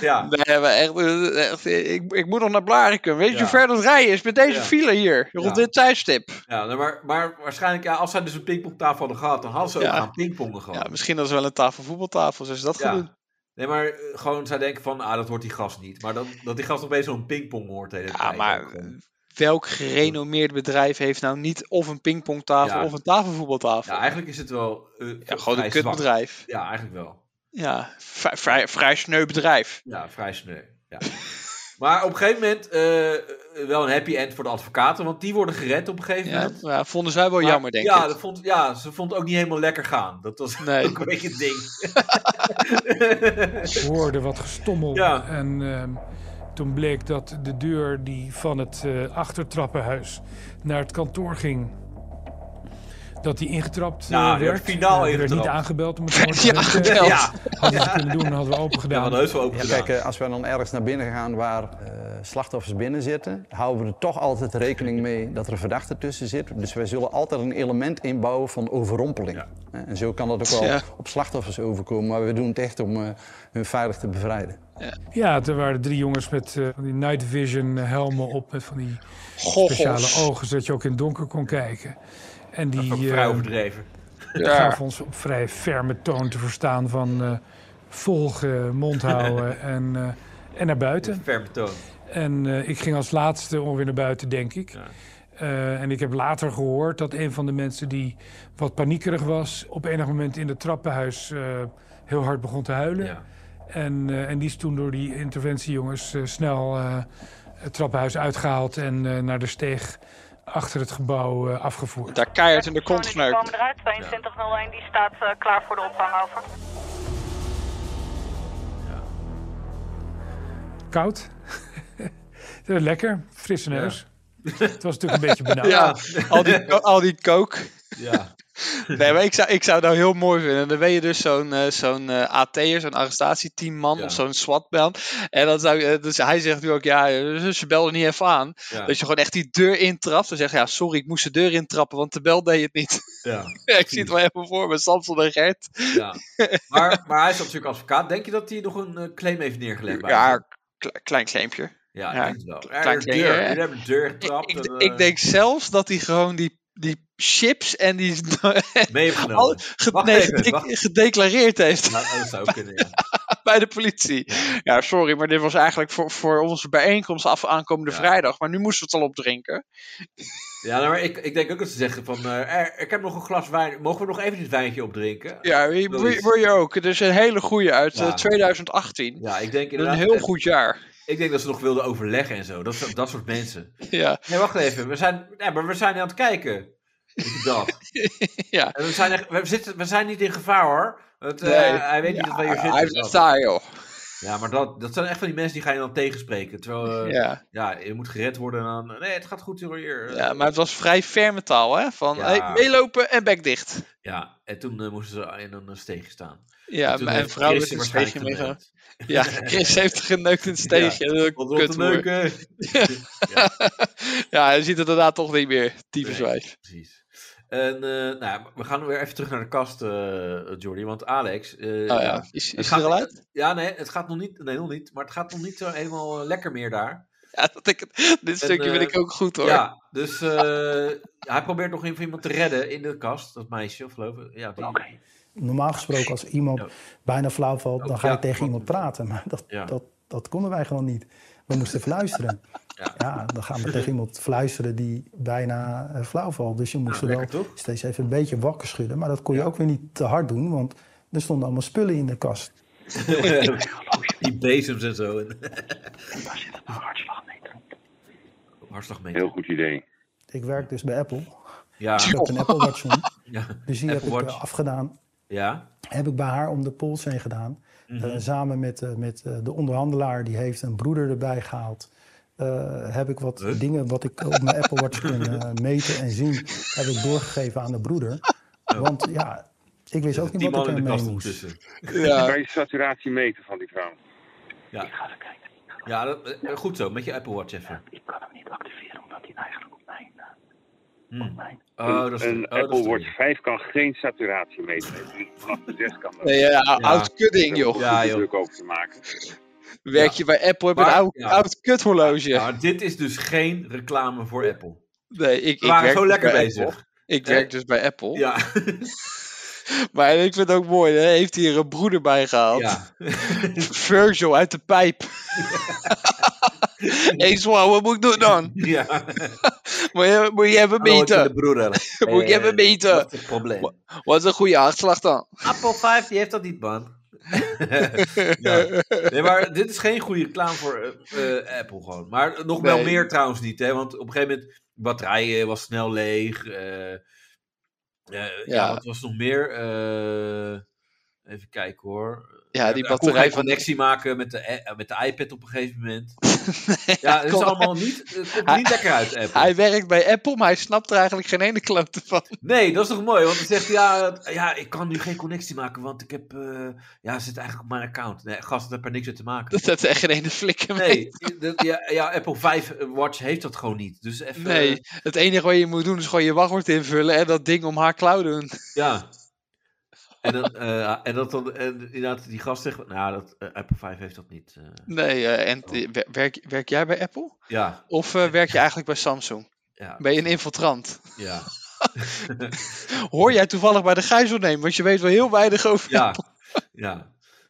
[SPEAKER 2] ja.
[SPEAKER 3] Nee, maar echt, eh, echt, ik, ik moet nog naar Blarikum. Weet je hoe ver dat rijden is met deze
[SPEAKER 2] Ja.
[SPEAKER 3] file hier? Rond
[SPEAKER 2] Ja.
[SPEAKER 3] dit tijdstip.
[SPEAKER 2] Ja, nou, maar, maar waarschijnlijk, ja, als zij dus een pingpongtafel hadden gehad, dan hadden ze ook
[SPEAKER 3] Ja.
[SPEAKER 2] gaan pingpongen gewoon.
[SPEAKER 3] Ja, misschien dat is wel een tafel voetbaltafel. Zoals ze dat gaan doen.
[SPEAKER 2] Nee, maar eh, gewoon zij denken van, ah, dat wordt die gast niet. Maar dat, dat die gast opeens zo'n pingpong hoort de hele tijd. eh. Ja, maar...
[SPEAKER 3] eh, Welk gerenommeerd bedrijf heeft nou niet of een pingpongtafel
[SPEAKER 2] Ja.
[SPEAKER 3] of een tafelvoetbaltafel?
[SPEAKER 2] Ja, eigenlijk is het wel... eh,
[SPEAKER 3] gewoon een
[SPEAKER 2] vrij zwak.
[SPEAKER 3] kutbedrijf.
[SPEAKER 2] Ja, eigenlijk wel.
[SPEAKER 3] Ja, vrij, vrij, vrij sneu bedrijf.
[SPEAKER 2] Ja, vrij sneu. Ja. maar op een gegeven moment eh, wel een happy end voor de advocaten, want die worden gered op een gegeven
[SPEAKER 3] Ja, nou
[SPEAKER 2] moment.
[SPEAKER 3] ja, vonden zij wel
[SPEAKER 2] Maar-
[SPEAKER 3] jammer, denk
[SPEAKER 2] ja,
[SPEAKER 3] ik.
[SPEAKER 2] Dat vond, ja, ze vond het ook niet helemaal lekker gaan. Dat was ook een beetje het ding.
[SPEAKER 12] Ik hoorde wat gestommel.
[SPEAKER 2] Ja.
[SPEAKER 12] En ehm, toen bleek dat de deur die van het eh, achtertrappenhuis naar het kantoor ging. Dat die ingetrapt eh,
[SPEAKER 2] Ja, Nou, die
[SPEAKER 12] werd.
[SPEAKER 2] werd finaal
[SPEAKER 12] Eh, er werd niet
[SPEAKER 2] ingetrapt.
[SPEAKER 12] aangebeld. Om het woord te
[SPEAKER 2] Ja,
[SPEAKER 12] zeggen.
[SPEAKER 2] gebeld. Ja.
[SPEAKER 12] Hadden ze kunnen doen, hadden we open gedaan.
[SPEAKER 17] Ja, kijk, eh, als we dan ergens naar binnen gaan waar eh, slachtoffers binnen zitten, houden we er toch altijd rekening mee dat er een verdachte tussen zit. Dus wij zullen altijd een element inbouwen van overrompeling. Eh, En zo kan dat ook wel
[SPEAKER 12] Ja.
[SPEAKER 17] op slachtoffers overkomen, maar we doen het echt om eh, hun veilig te bevrijden.
[SPEAKER 12] Ja, er waren drie jongens met eh, van die night vision eh, helmen op. Met van die
[SPEAKER 17] Goggels.
[SPEAKER 12] speciale ogen, zodat je ook in het donker kon kijken. En die eh,
[SPEAKER 2] Ook vrij overdreven.
[SPEAKER 12] ja. gaf ons op vrij ferme toon te verstaan van eh, volgen, mond houden en, eh, en naar buiten.
[SPEAKER 2] Ferme toon.
[SPEAKER 12] En eh, ik ging als laatste ongeveer naar buiten, denk ik. Eh, en ik heb later gehoord dat een van de mensen die wat paniekerig was... op enig moment in het trappenhuis eh, heel hard begon te huilen. En, eh, en die is toen door die interventiejongens eh, snel eh, het trappenhuis uitgehaald... en eh, naar de steeg achter het gebouw eh, afgevoerd.
[SPEAKER 3] Daar keihard in de kont
[SPEAKER 18] Komen eruit, 2201, die staat eh, klaar voor de opvang over.
[SPEAKER 12] Koud. Eh, Lekker, frisse neus. Het was natuurlijk een beetje benauwd.
[SPEAKER 3] Ja, al die, ko- al die coke.
[SPEAKER 2] Ja.
[SPEAKER 3] Nee, maar ik zou, ik zou het nou heel mooi vinden. Dan ben je dus zo'n eh, zo'n eh, AT'er, zo'n arrestatieteamman of zo'n SWAT-man. En dan zou, ik- eh, dus hij zegt nu ook, ja, eh, ze belden niet even aan.
[SPEAKER 2] Ja.
[SPEAKER 3] Dat je gewoon echt die deur intrapt. Dan zeg je, ja, sorry, ik moest de deur intrappen, want de bel deed het niet.
[SPEAKER 2] Ja.
[SPEAKER 3] ik zie het wel even voor me, Samson en Gert.
[SPEAKER 2] Ja. Maar, maar hij is natuurlijk advocaat. Denk je dat hij nog een eh, claim heeft neergelegd? bij hem?
[SPEAKER 3] Ja, kle- klein claimpje.
[SPEAKER 2] ja, ik denk het wel. Er
[SPEAKER 3] klein
[SPEAKER 2] is
[SPEAKER 3] claimpje,
[SPEAKER 2] deur.
[SPEAKER 3] hè?
[SPEAKER 2] Jullie hebben de deur getrapt.
[SPEAKER 3] Ik,
[SPEAKER 2] en,
[SPEAKER 3] ik
[SPEAKER 2] eh,
[SPEAKER 3] denk zelfs dat hij gewoon die, die chips en die.
[SPEAKER 2] Mee
[SPEAKER 3] Al- ge-
[SPEAKER 2] Wacht
[SPEAKER 3] nee,
[SPEAKER 2] even,
[SPEAKER 3] gede-
[SPEAKER 2] wacht.
[SPEAKER 3] gedeclareerd heeft.
[SPEAKER 2] Nou, dat zou kunnen, ja.
[SPEAKER 3] Bij de politie. Ja, sorry, maar dit was eigenlijk voor, voor onze bijeenkomst af aankomende vrijdag. Maar nu moesten we het al opdrinken.
[SPEAKER 2] Ja, nou, maar ik, ik denk ook dat ze zeggen van... eh, er- ik heb nog een glas wijn. Mogen we nog even dit wijntje opdrinken?
[SPEAKER 3] Ja, wil je- wil je- wil je ook. Het is een hele goede uit eh,
[SPEAKER 2] Ja.
[SPEAKER 3] 2018.
[SPEAKER 2] Ja, ik denk
[SPEAKER 3] Een
[SPEAKER 2] inderdaad...
[SPEAKER 3] heel
[SPEAKER 2] echt-
[SPEAKER 3] goed jaar.
[SPEAKER 2] Ik denk dat ze nog wilden overleggen en zo. Dat, soort- dat soort mensen.
[SPEAKER 3] Ja.
[SPEAKER 2] Nee, wacht even. We zijn, nee, maar we zijn aan het kijken. Weet je Dat.
[SPEAKER 3] ja.
[SPEAKER 2] En we, zijn echt- we, zitten, we zijn niet in gevaar hoor. Het, eh,
[SPEAKER 3] Nee.
[SPEAKER 2] hij weet niet
[SPEAKER 3] Ja,
[SPEAKER 2] dat wij hier zitten.
[SPEAKER 3] Hij
[SPEAKER 2] Dat.
[SPEAKER 3] blijft daar, joh.
[SPEAKER 2] Ja, maar dat, dat zijn echt van die mensen die ga je dan tegenspreken. Terwijl eh,
[SPEAKER 3] Ja.
[SPEAKER 2] ja. je moet gered worden en dan... eh, Nee, het gaat goed hoor hier.
[SPEAKER 3] Ja, maar het was vrij ferme taal, hè? Van
[SPEAKER 2] Ja.
[SPEAKER 3] hey, meelopen en bek dicht.
[SPEAKER 2] Ja, en toen eh, moesten ze in een eh, steegje staan.
[SPEAKER 3] Ja,
[SPEAKER 2] toen
[SPEAKER 3] maar
[SPEAKER 2] heeft
[SPEAKER 3] een vrouw
[SPEAKER 2] Chris
[SPEAKER 3] heeft een
[SPEAKER 2] hem waarschijnlijk
[SPEAKER 3] steegje meegenomen.
[SPEAKER 2] geneukt.
[SPEAKER 3] Ja, Chris heeft geneukt in het steegje.
[SPEAKER 2] Ja,
[SPEAKER 3] Ja,
[SPEAKER 2] wat wil te neuken?
[SPEAKER 3] Ja. ja, je ziet het inderdaad toch niet meer. Tyfuswijf.
[SPEAKER 2] En eh, nou, ja, we gaan weer even terug naar de kast, eh Jordi. Want Alex. eh,
[SPEAKER 3] Oh ja. Is-
[SPEAKER 2] het
[SPEAKER 3] is hij er al uit?
[SPEAKER 2] Ja, nee, het gaat nog niet. Nee, nog niet. Maar het gaat nog niet zo helemaal eh, lekker meer daar. eh,
[SPEAKER 3] Ja, dat ik, dit stukje vind ik ook goed, hoor.
[SPEAKER 2] Ja, dus eh, hij probeert nog even iemand te redden in de kast. Dat meisje, of geloof ik. Ja, die.
[SPEAKER 11] Normaal gesproken, als iemand bijna flauw valt, dan ga
[SPEAKER 2] ja,
[SPEAKER 11] je tegen iemand praten. Maar dat,
[SPEAKER 2] Ja.
[SPEAKER 11] dat, dat konden wij gewoon niet. We moesten fluisteren. Ja. dan gaan we tegen iemand fluisteren die bijna eh, flauw valt. Dus je moest er wel steeds even een beetje wakker schudden. Maar dat kon je ook weer niet te hard doen, want er stonden allemaal spullen in de kast.
[SPEAKER 2] die bezems en zo. Hartslagmeter.
[SPEAKER 19] Heel goed idee.
[SPEAKER 11] Ik werk dus bij Apple.
[SPEAKER 2] Ja.
[SPEAKER 11] Ik heb een Apple Watch om.
[SPEAKER 2] Ja,
[SPEAKER 11] Dus die
[SPEAKER 2] Apple
[SPEAKER 11] heb ik
[SPEAKER 2] Watch.
[SPEAKER 11] eh, afgedaan.
[SPEAKER 2] Ja.
[SPEAKER 11] Heb ik bij haar om de pols heen gedaan.
[SPEAKER 2] Mhm.
[SPEAKER 11] Eh, samen met, eh, met eh, de onderhandelaar, die heeft een broeder erbij gehaald. eh, heb ik wat dingen wat ik op mijn Apple Watch kon eh, meten en zien, heb ik doorgegeven aan de broeder. Want ja, ik wist ook
[SPEAKER 19] Oh. Die
[SPEAKER 11] niet wat
[SPEAKER 19] man
[SPEAKER 11] ik
[SPEAKER 19] in de
[SPEAKER 11] ermee
[SPEAKER 19] kast dus.
[SPEAKER 11] moest.
[SPEAKER 2] ondertussen.
[SPEAKER 19] Ja. Kan je saturatie meten van die vrouw?
[SPEAKER 2] Ja. Ik ga kijken. Ja, dat, eh, goed zo. Met je Apple Watch even.
[SPEAKER 8] Ik kan hem niet activeren omdat hij eigenlijk op mijn eh,
[SPEAKER 2] Oh, dat is
[SPEAKER 19] een
[SPEAKER 2] oh, dat is
[SPEAKER 19] Apple
[SPEAKER 2] de-
[SPEAKER 19] Watch 5 kan geen saturatie meten. Dus vanaf de 6 kan dat.
[SPEAKER 3] Nee, ja, Nou, oud kudding, joh.
[SPEAKER 19] Ja,
[SPEAKER 3] Ja,
[SPEAKER 19] joh.
[SPEAKER 3] joh.
[SPEAKER 19] natuurlijk ook te maken.
[SPEAKER 3] Werk je bij Apple, heb je een
[SPEAKER 2] Maar-
[SPEAKER 3] oud,
[SPEAKER 2] ja.
[SPEAKER 3] oud kuthorloge.
[SPEAKER 2] Maar dit is dus geen reclame voor Apple.
[SPEAKER 3] nee, ik,
[SPEAKER 2] We
[SPEAKER 3] ik
[SPEAKER 2] waren
[SPEAKER 3] werk
[SPEAKER 2] zo
[SPEAKER 3] dus
[SPEAKER 2] lekker
[SPEAKER 3] bij
[SPEAKER 2] bezig.
[SPEAKER 3] Apple. Ik
[SPEAKER 2] Eh,
[SPEAKER 3] werk dus bij Apple.
[SPEAKER 2] Ja.
[SPEAKER 3] Maar ik vind het ook mooi, hè? heeft hij er een broeder bij gehaald. Virgil uit de pijp. hey, Swan, wat moet ik doen dan?
[SPEAKER 2] Ja.
[SPEAKER 3] moet, je, moet je even
[SPEAKER 2] Hallo, ik ben
[SPEAKER 3] meten?
[SPEAKER 2] de broeder.
[SPEAKER 3] moet je even meten? Wat
[SPEAKER 2] Eh, is het probleem?
[SPEAKER 3] Wat is een goede hartslag dan?
[SPEAKER 2] Apple 5 die heeft dat niet, man. ja. Nee, maar dit is geen goede reclame voor eh, eh, Apple gewoon. Maar nog wel
[SPEAKER 3] Nee.
[SPEAKER 2] meer trouwens niet, hè? Want op een gegeven moment, de batterij eh, was snel leeg. eh, eh, ja.
[SPEAKER 3] Ja.
[SPEAKER 2] wat was nog meer? Eh, even kijken hoor.
[SPEAKER 3] Ja, die
[SPEAKER 2] Hij kon
[SPEAKER 3] batterij
[SPEAKER 2] geen
[SPEAKER 3] van-
[SPEAKER 2] connectie maken met de, eh, met de iPad op een gegeven moment. ja, het is allemaal niet, het komt niet lekker uit, Apple.
[SPEAKER 3] Hij werkt bij Apple, maar hij snapt er eigenlijk geen ene klote van.
[SPEAKER 2] Nee, dat is toch mooi? Want dan zegt hij, ja, het- ja, ik kan nu geen connectie maken, want ik heb, eh, ja, het zit eigenlijk op mijn account. Nee, gast, dat heeft er niks mee te maken.
[SPEAKER 3] Dat heeft echt geen ene flikker mee.
[SPEAKER 2] Nee, dat- ja, ja, Apple 5 Watch heeft dat gewoon niet. Dus even,
[SPEAKER 3] Nee, het enige wat je moet doen is gewoon je wachtwoord invullen en dat ding om haar klauw doen.
[SPEAKER 2] ja. En, dan, eh, en dat dan, en inderdaad, die gast zegt, nou, dat, eh, Apple 5 heeft dat niet. eh.
[SPEAKER 3] Nee, eh, en eh, wer- werk, werk jij bij Apple?
[SPEAKER 2] ja,
[SPEAKER 3] Of eh, werk je eigenlijk bij Samsung?
[SPEAKER 2] Ja.
[SPEAKER 3] Ben je een infiltrant?
[SPEAKER 2] ja.
[SPEAKER 3] Hoor jij toevallig bij de gijzelnemer? Want je weet wel heel weinig over
[SPEAKER 2] Ja.
[SPEAKER 3] Apple.
[SPEAKER 2] Ja,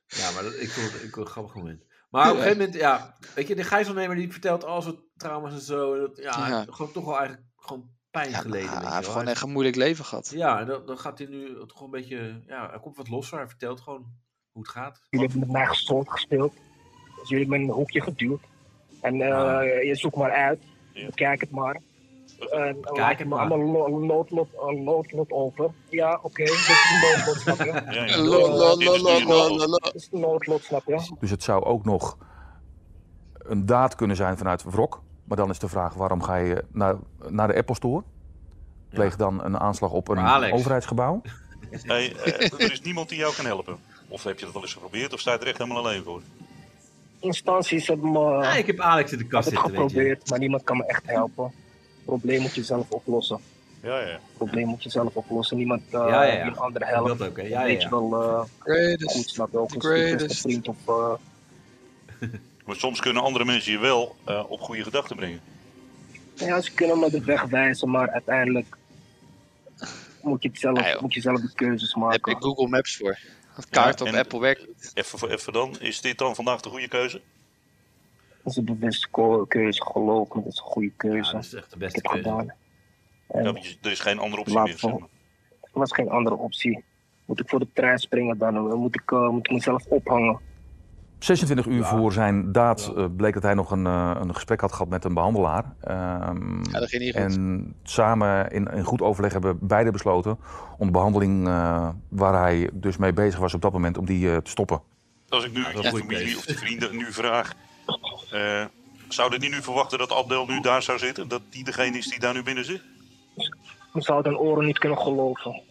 [SPEAKER 2] ja maar dat, ik vond het ik vond het een grappig moment. Maar op een gegeven moment, ja, weet je, de gijzelnemer die vertelt al zijn trauma's en zo. en dat, ja,
[SPEAKER 3] Ja.
[SPEAKER 2] gewoon toch wel eigenlijk gewoon pijn geleden. weet je
[SPEAKER 3] hij
[SPEAKER 2] wel.
[SPEAKER 3] heeft gewoon echt een moeilijk leven gehad.
[SPEAKER 2] Ja, en dan, dan gaat hij nu het gewoon een beetje, ja, hij komt wat losser. Hij vertelt gewoon hoe het gaat.
[SPEAKER 8] Jullie hebben met mij gestoord gespeeld. Dus jullie hebben me in een hoekje geduwd. En eh, je zoekt maar uit. Bekijk het maar. En laat
[SPEAKER 2] het
[SPEAKER 8] me
[SPEAKER 2] maar.
[SPEAKER 8] allemaal lo- noodlot eh, noodlot over. Ja, oké. dit is een noodlot, snap je?
[SPEAKER 16] Ja, ja. Noodlot,
[SPEAKER 8] Eh, dit is
[SPEAKER 16] noodlot,
[SPEAKER 8] niet een noodlot.
[SPEAKER 16] noodlot.
[SPEAKER 8] Dit is een noodlot, snap je?
[SPEAKER 16] Dus het zou ook nog een daad kunnen zijn vanuit wrok. Maar dan is de vraag, waarom ga je naar, naar de Apple Store? Pleeg dan een aanslag op een
[SPEAKER 9] Maar Alex.
[SPEAKER 16] overheidsgebouw.
[SPEAKER 9] Nee, eh, er is niemand die jou kan helpen. Of heb je dat wel eens geprobeerd, of sta je er echt helemaal alleen voor?
[SPEAKER 8] Instanties hebben me...
[SPEAKER 2] ik heb Alex in de kast
[SPEAKER 8] het
[SPEAKER 2] zitten, weet je.
[SPEAKER 8] geprobeerd, maar niemand kan me echt helpen. Probleem moet je zelf oplossen.
[SPEAKER 9] Ja, ja.
[SPEAKER 8] Probleem moet je zelf oplossen. Niemand eh
[SPEAKER 2] Ja, ja, ja.
[SPEAKER 8] die een ander helpt.
[SPEAKER 2] Dat ook, hè. Ja,
[SPEAKER 8] weet
[SPEAKER 2] ja,
[SPEAKER 8] je wel eh, goed, snap je? Ook een beste
[SPEAKER 9] greatest.
[SPEAKER 8] vriend of... eh,
[SPEAKER 9] Maar soms kunnen andere mensen je wel eh, op goede gedachten brengen.
[SPEAKER 8] Nou Ja, ze kunnen me de weg wijzen, maar uiteindelijk moet je, het zelf,
[SPEAKER 3] Ah,
[SPEAKER 8] moet je zelf de keuzes maken. Heb ik
[SPEAKER 3] Google Maps voor. Kaart op Apple werkt.
[SPEAKER 9] Even, voor- even dan, is dit dan vandaag de goede keuze?
[SPEAKER 8] Dat is een bewuste ko- keuze, geloof me, dat is een goede keuze.
[SPEAKER 9] dat is echt de beste
[SPEAKER 8] Ik heb
[SPEAKER 9] keuze.
[SPEAKER 8] gedaan.
[SPEAKER 9] Ja, want je- er is geen andere optie
[SPEAKER 8] Laat
[SPEAKER 9] meer. zeg
[SPEAKER 8] voor-
[SPEAKER 9] maar.
[SPEAKER 8] Er was geen andere optie. Moet ik voor de trein springen dan? Moet ik, eh, moet ik mezelf ophangen?
[SPEAKER 16] 26 uur voor zijn daad eh, bleek dat hij nog een, eh, een gesprek had gehad met een behandelaar. Ehm,
[SPEAKER 3] dat ging niet goed.
[SPEAKER 16] en samen in, in goed overleg hebben beide besloten om de behandeling eh, waar hij dus mee bezig was op dat moment, om die eh, te stoppen.
[SPEAKER 9] Als ik nu
[SPEAKER 16] dat is
[SPEAKER 9] de
[SPEAKER 16] een goede
[SPEAKER 9] familie
[SPEAKER 16] keuze.
[SPEAKER 9] of de vrienden nu vraag... eh, zouden die nu verwachten dat Abdel nu daar zou zitten? Dat die degene is die daar nu binnen zit?
[SPEAKER 8] Ik zou hun oren niet kunnen geloven.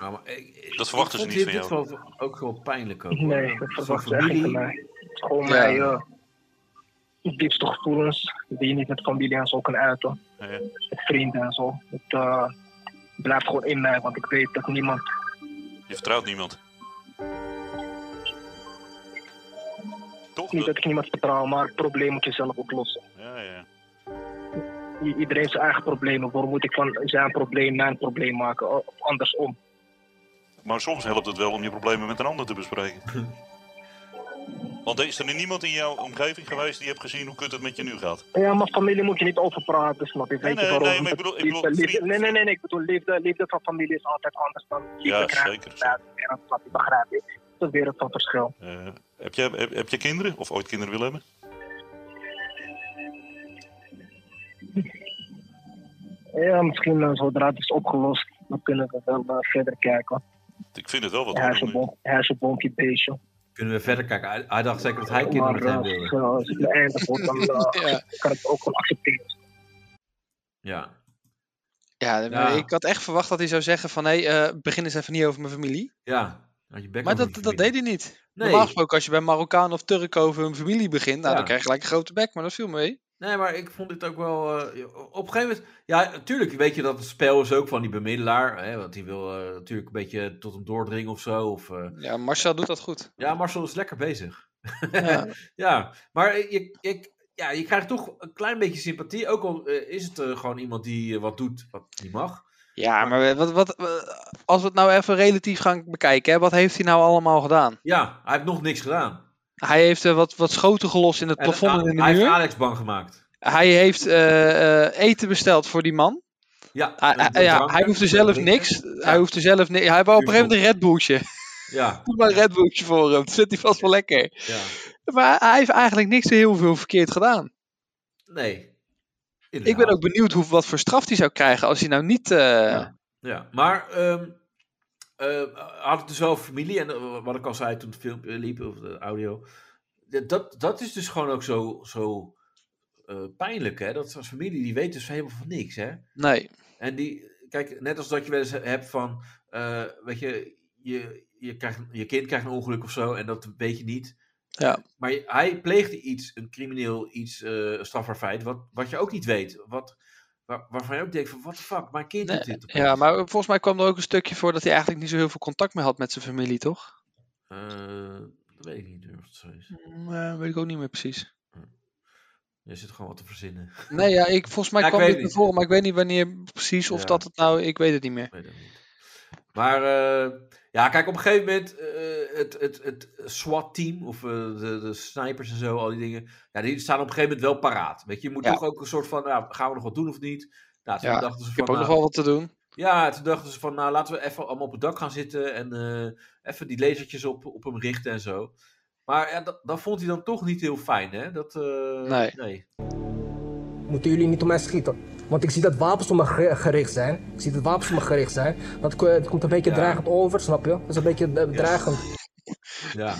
[SPEAKER 2] Ja, maar ik- ik-
[SPEAKER 9] Dat verwachten ze
[SPEAKER 2] ik vond
[SPEAKER 9] niet
[SPEAKER 2] dit
[SPEAKER 9] van jou.
[SPEAKER 2] Dit wel- ook gewoon pijnlijk ook. hoor.
[SPEAKER 8] Nee, dat
[SPEAKER 2] Zo'n
[SPEAKER 8] verwacht ze echt niet van
[SPEAKER 2] familie-
[SPEAKER 8] mij. Gewoon
[SPEAKER 2] Ja.
[SPEAKER 8] mijn eh, diepste gevoelens die je niet met familie en zo kan uiten. Met vrienden en zo. Het eh, blijft gewoon in mij, want ik weet dat niemand
[SPEAKER 9] Je vertrouwt niemand.
[SPEAKER 8] Niet dat ik niemand vertrouw, maar het probleem moet je zelf oplossen.
[SPEAKER 9] Ja, ja.
[SPEAKER 8] I- Iedereen heeft zijn eigen problemen. Waarom moet ik van zijn probleem mijn probleem maken? O- Of andersom.
[SPEAKER 9] Maar soms helpt het wel om je problemen met een ander te bespreken. Want is er nu niemand in jouw omgeving geweest die heeft gezien hoe kut het met je nu gaat?
[SPEAKER 8] Ja, maar familie moet je niet over praten, snap je? Weet
[SPEAKER 9] nee,
[SPEAKER 8] je waarom?
[SPEAKER 9] nee, maar ik bedoel- ik bedoel
[SPEAKER 8] Liefde- liefde- nee, nee, nee, nee, ik bedoel, liefde, liefde van familie is altijd anders dan liefde
[SPEAKER 9] Ja,
[SPEAKER 8] krijgen.
[SPEAKER 9] zeker.
[SPEAKER 8] Ja, de wereld, snap je? Begrijp je? Het is een wereld van verschil.
[SPEAKER 9] Eh, heb, je, heb, heb je kinderen? Of ooit kinderen willen hebben?
[SPEAKER 8] Ja, misschien eh, zodra het is opgelost, dan kunnen we wel eh, verder kijken.
[SPEAKER 9] Ik vind het wel wat.
[SPEAKER 8] Hij is een bom- hij is een bompje beestje.
[SPEAKER 2] Kunnen we verder kijken? Hij, hij dacht zeker dat hij kinderen
[SPEAKER 8] Maar
[SPEAKER 2] met hem
[SPEAKER 8] eh,
[SPEAKER 2] wilde.
[SPEAKER 8] als het eindig wordt, dan eh, kan ik het ook gewoon accepteren.
[SPEAKER 2] Ja.
[SPEAKER 3] Ja, maar
[SPEAKER 2] Ja.
[SPEAKER 3] ik had echt verwacht dat hij zou zeggen van... hé, eh, begin eens even niet over mijn familie.
[SPEAKER 2] Ja, had je bek
[SPEAKER 3] maar
[SPEAKER 2] over
[SPEAKER 3] dat, dat deed hij niet.
[SPEAKER 2] Nee.
[SPEAKER 3] Normaal gesproken, als je bij Marokkaan of Turk over hun familie begint... Nou,
[SPEAKER 2] Ja.
[SPEAKER 3] dan krijg je gelijk een grote bek, maar dat viel mee.
[SPEAKER 2] Nee, maar ik vond dit ook wel. eh, op een gegeven moment. Ja, natuurlijk weet je dat het spel is ook van die bemiddelaar. Hè, want die wil eh, natuurlijk een beetje tot hem doordringen of zo. Of, eh,
[SPEAKER 3] Ja, Marcel doet dat goed.
[SPEAKER 2] Ja, Marcel is lekker bezig.
[SPEAKER 3] Ja.
[SPEAKER 2] ja, maar ik, ik, ja, je krijgt toch een klein beetje sympathie. Ook al eh, is het eh, gewoon iemand die eh, wat doet wat niet mag.
[SPEAKER 3] Ja, maar wat, wat, wat- als we het nou even relatief gaan bekijken, hè, wat heeft hij nou allemaal gedaan?
[SPEAKER 2] Ja, hij heeft nog niks gedaan.
[SPEAKER 3] Hij heeft eh, wat, wat schoten gelost in het
[SPEAKER 2] En,
[SPEAKER 3] plafond en
[SPEAKER 2] ah,
[SPEAKER 3] in de
[SPEAKER 2] hij heeft
[SPEAKER 3] muur.
[SPEAKER 2] Alex bang gemaakt.
[SPEAKER 3] Hij heeft eh, eh, eten besteld voor die man.
[SPEAKER 2] Ja,
[SPEAKER 3] hij,
[SPEAKER 2] en
[SPEAKER 3] hij- Ah, ja,
[SPEAKER 2] dranken,
[SPEAKER 3] hij hoefde
[SPEAKER 2] en
[SPEAKER 3] zelf
[SPEAKER 2] drinken.
[SPEAKER 3] niks. Hij hoefde zelf niks. Hij wou op een gegeven moment een Red Bulltje.
[SPEAKER 2] Ja.
[SPEAKER 3] Doe maar een Red Bulltje voor hem. Dat vindt hij vast wel lekker. Maar hij heeft eigenlijk niks heel veel verkeerd gedaan.
[SPEAKER 2] Nee.
[SPEAKER 3] Ik ben ook benieuwd hoe, wat voor straf hij zou krijgen als hij nou niet... eh,
[SPEAKER 2] Ja, maar ehm eh, had het dus wel familie en eh, wat ik al zei toen het filmpje liep of de audio. d- Dat, dat is dus gewoon ook zo, zo eh, pijnlijk, hè? Dat zo'n familie die weet dus helemaal van niks, hè?
[SPEAKER 3] Nee.
[SPEAKER 2] En die, kijk, net als dat je wel eens hebt van, eh, weet je, je, je, krijgt, je kind krijgt een ongeluk of zo en dat weet je niet.
[SPEAKER 3] Ja.
[SPEAKER 2] Maar je- hij pleegde iets, een crimineel, iets, eh, een strafbaar feit, wat, wat je ook niet weet. Wat, waar- waarvan je ook denkt van, what the fuck, mijn kind doet dit.
[SPEAKER 3] Ja, maar volgens mij kwam er ook een stukje voor dat hij eigenlijk niet zo heel veel contact meer had met zijn familie, toch?
[SPEAKER 2] Eh, dat weet ik niet meer of het zo is.
[SPEAKER 3] Eh, weet ik ook niet meer precies.
[SPEAKER 2] Er zit gewoon wat te verzinnen.
[SPEAKER 3] Nee, ja, ik, volgens mij
[SPEAKER 2] Ja, ik
[SPEAKER 3] kwam
[SPEAKER 2] weet
[SPEAKER 3] dit naar
[SPEAKER 2] het niet.
[SPEAKER 3] voren, maar ik weet niet wanneer precies of
[SPEAKER 2] Ja.
[SPEAKER 3] dat het nou... Ik weet het niet meer.
[SPEAKER 2] Maar eh, ja, kijk, op een gegeven moment eh, het, het, het SWAT-team of eh, de, de snipers en zo, al die dingen, ja, die staan op een gegeven moment wel paraat. Weet je, je moet
[SPEAKER 3] Ja.
[SPEAKER 2] toch ook een soort van, nou, gaan we nog wat doen of niet? Nou, toen
[SPEAKER 3] Ja,
[SPEAKER 2] dachten ze
[SPEAKER 3] ik
[SPEAKER 2] van,
[SPEAKER 3] heb ook nog
[SPEAKER 2] nou,
[SPEAKER 3] wel wat te doen.
[SPEAKER 2] Ja, toen dachten ze van, nou, laten we even allemaal op het dak gaan zitten en eh, even die lasertjes op, op hem richten en zo. Maar ja, dat, dat vond hij dan toch niet heel fijn, hè? Dat, eh,
[SPEAKER 6] Nee.
[SPEAKER 2] nee.
[SPEAKER 6] Moeten jullie niet op mij schieten? Want ik zie dat wapens op me ge- gericht zijn. Ik zie dat wapens op me gericht zijn. Dat ko- het komt een beetje dreigend over, snap je? Dat is een beetje eh, dreigend.
[SPEAKER 2] Ja.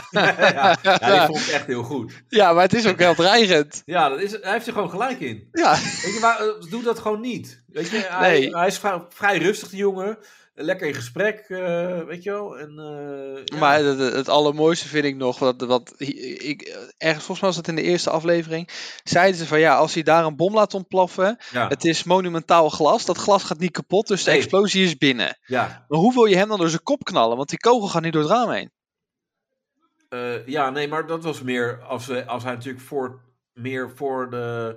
[SPEAKER 2] ja, die vond ik echt heel goed.
[SPEAKER 3] Ja, maar het is ook heel dreigend.
[SPEAKER 2] Ja, dat is, hij heeft er gewoon gelijk in.
[SPEAKER 3] Ja.
[SPEAKER 2] Weet je, maar eh, doe dat gewoon niet. Weet je, hij,
[SPEAKER 3] Nee.
[SPEAKER 2] hij is vrij, vrij rustig, die jongen. Lekker in gesprek, eh, weet je wel. En, eh, ja.
[SPEAKER 3] Maar het, het allermooiste vind ik nog, dat, dat ik, ergens, volgens mij was dat in de eerste aflevering, zeiden ze van ja, als hij daar een bom laat ontploffen,
[SPEAKER 2] Ja.
[SPEAKER 3] het is monumentaal glas, dat glas gaat niet kapot, dus de explosie is binnen.
[SPEAKER 2] Ja.
[SPEAKER 3] Maar hoe wil je hem dan door zijn kop knallen? Want die kogel gaat niet door het raam heen.
[SPEAKER 2] Eh, ja, nee, maar dat was meer als, we- als hij natuurlijk voor, meer voor de,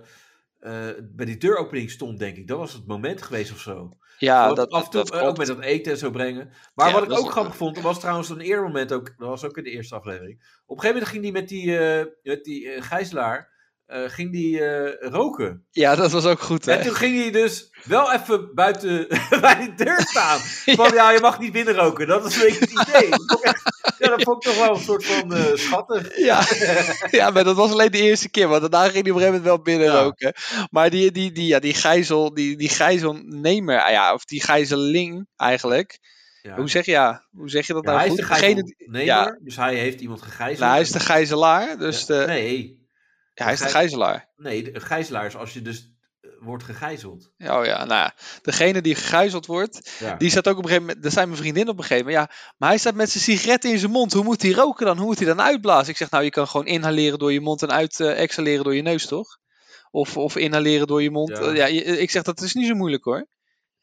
[SPEAKER 2] eh, bij die deuropening stond, denk ik. Dat was het moment geweest of zo.
[SPEAKER 3] Ja,
[SPEAKER 2] Want
[SPEAKER 3] dat-
[SPEAKER 2] af en toe,
[SPEAKER 3] dat
[SPEAKER 2] eh, ook
[SPEAKER 3] klopt.
[SPEAKER 2] met dat eten en zo brengen. Maar
[SPEAKER 3] Ja,
[SPEAKER 2] wat ik
[SPEAKER 3] dat is-
[SPEAKER 2] ook grappig vond, was trouwens een eerder moment ook. Dat was ook in de eerste aflevering. Op een gegeven moment ging die met die, eh, met die eh, gijzelaar eh, ging die, eh, roken.
[SPEAKER 3] Ja, dat was ook goed hè.
[SPEAKER 2] En toen ging hij dus wel even buiten bij de deur staan. Van ja, je mag niet binnen roken. Dat is een beetje het idee. Dat vond ik echt- ja, dat vond ik toch wel een soort van eh, schattig.
[SPEAKER 3] Ja. ja, maar dat was alleen de eerste keer. Want daarna ging hij op een gegeven moment wel binnen roken. Maar die, die, die, ja, die, gijzel, die, die gijzelnemer, ah ja, of die gijzeling eigenlijk. Hoe, zeg je, ja, hoe zeg je dat
[SPEAKER 2] Ja,
[SPEAKER 3] nou
[SPEAKER 2] hij is
[SPEAKER 3] goed?
[SPEAKER 2] de
[SPEAKER 3] Degene die-
[SPEAKER 2] gijzelnemer,
[SPEAKER 3] ja.
[SPEAKER 2] dus hij heeft iemand gegijzeld.
[SPEAKER 3] Nou, hij is de gijzelaar, dus de...
[SPEAKER 2] Nee.
[SPEAKER 3] Ja, hij is de
[SPEAKER 2] Gij-
[SPEAKER 3] gijzelaar.
[SPEAKER 2] Nee, de een gijzelaar is als je dus eh, wordt gegijzeld.
[SPEAKER 3] Oh ja, nou ja. Degene die gegijzeld wordt,
[SPEAKER 2] Ja.
[SPEAKER 3] die staat ook op een gegeven moment... Daar zijn mijn vriendin op een gegeven moment. Ja, maar hij staat met zijn sigaret in zijn mond. Hoe moet hij roken dan? Hoe moet hij dan uitblazen? Ik zeg, nou, je kan gewoon inhaleren door je mond en uit, eh, exhaleren door je neus, toch? Of, of inhaleren door je mond.
[SPEAKER 2] Ja.
[SPEAKER 3] Eh, Ja. je- ik zeg, dat is niet zo moeilijk, hoor.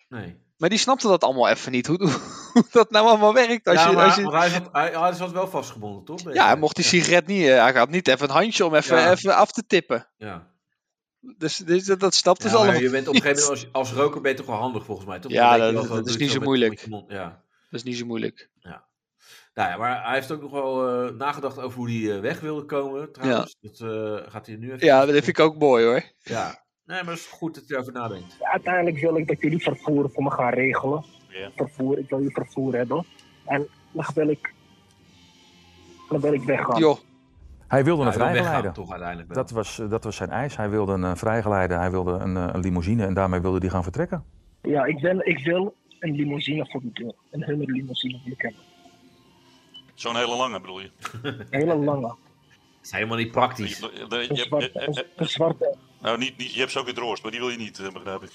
[SPEAKER 2] Nee.
[SPEAKER 3] Maar die snapte dat allemaal even niet. Hoe, hoe, hoe dat nou allemaal werkt. Als
[SPEAKER 2] ja,
[SPEAKER 3] je,
[SPEAKER 2] maar
[SPEAKER 3] als je,
[SPEAKER 2] want hij, zat, hij, hij zat wel vastgebonden, toch?
[SPEAKER 3] ja, hij mocht die sigaret niet... eh, hij had niet even een handje om even,
[SPEAKER 2] Ja.
[SPEAKER 3] even af te tippen.
[SPEAKER 2] Ja.
[SPEAKER 3] Dus, dus dat, dat snapte
[SPEAKER 2] Ja,
[SPEAKER 3] ze
[SPEAKER 2] maar
[SPEAKER 3] allemaal
[SPEAKER 2] je bent op een gegeven
[SPEAKER 3] niet.
[SPEAKER 2] moment als, als roker ben je toch wel handig volgens mij, toch?
[SPEAKER 3] Ja,
[SPEAKER 2] Dan weet je
[SPEAKER 3] dat-
[SPEAKER 2] wel,
[SPEAKER 3] dat is
[SPEAKER 2] doe je
[SPEAKER 3] niet zo
[SPEAKER 2] met-
[SPEAKER 3] moeilijk.
[SPEAKER 2] met je mond, ja.
[SPEAKER 3] Dat is niet zo moeilijk.
[SPEAKER 2] Ja. Nou ja, maar hij heeft ook nog wel eh, nagedacht over hoe hij eh, weg wilde komen. Trouwens, dat eh, gaat hij nu even.
[SPEAKER 3] Ja, dat vind ik ook mooi hoor.
[SPEAKER 2] Ja. Nee, maar het is goed dat je erover nadenkt.
[SPEAKER 8] Uiteindelijk wil ik dat jullie vervoer voor me gaan regelen. Vervoer, ik wil je vervoer hebben. En dan wil ik, dan wil ik weggaan.
[SPEAKER 16] Hij wilde
[SPEAKER 8] Ja,
[SPEAKER 16] een
[SPEAKER 8] hij wil weggaan
[SPEAKER 16] vrijgeleide.
[SPEAKER 8] toch uiteindelijk wel.
[SPEAKER 16] Dat was, eh, dat was zijn eis. Hij wilde een eh, vrijgeleide, hij wilde een, eh, een limousine en daarmee wilde hij gaan vertrekken.
[SPEAKER 8] Ja, ik wil, ik wil een limousine voor mijn deur. Een hele limousine wil ik hebben.
[SPEAKER 9] Zo'n hele lange bedoel je?
[SPEAKER 8] Een hele lange.
[SPEAKER 2] Het is helemaal niet praktisch.
[SPEAKER 9] Je- je- je-
[SPEAKER 8] Een
[SPEAKER 9] je-
[SPEAKER 8] zwarte.
[SPEAKER 9] eh,
[SPEAKER 8] Een,
[SPEAKER 9] eh,
[SPEAKER 8] een zwarte.
[SPEAKER 9] nou, niet, niet, je hebt ze ook in Droost, maar die wil je niet, eh, begrijp ik.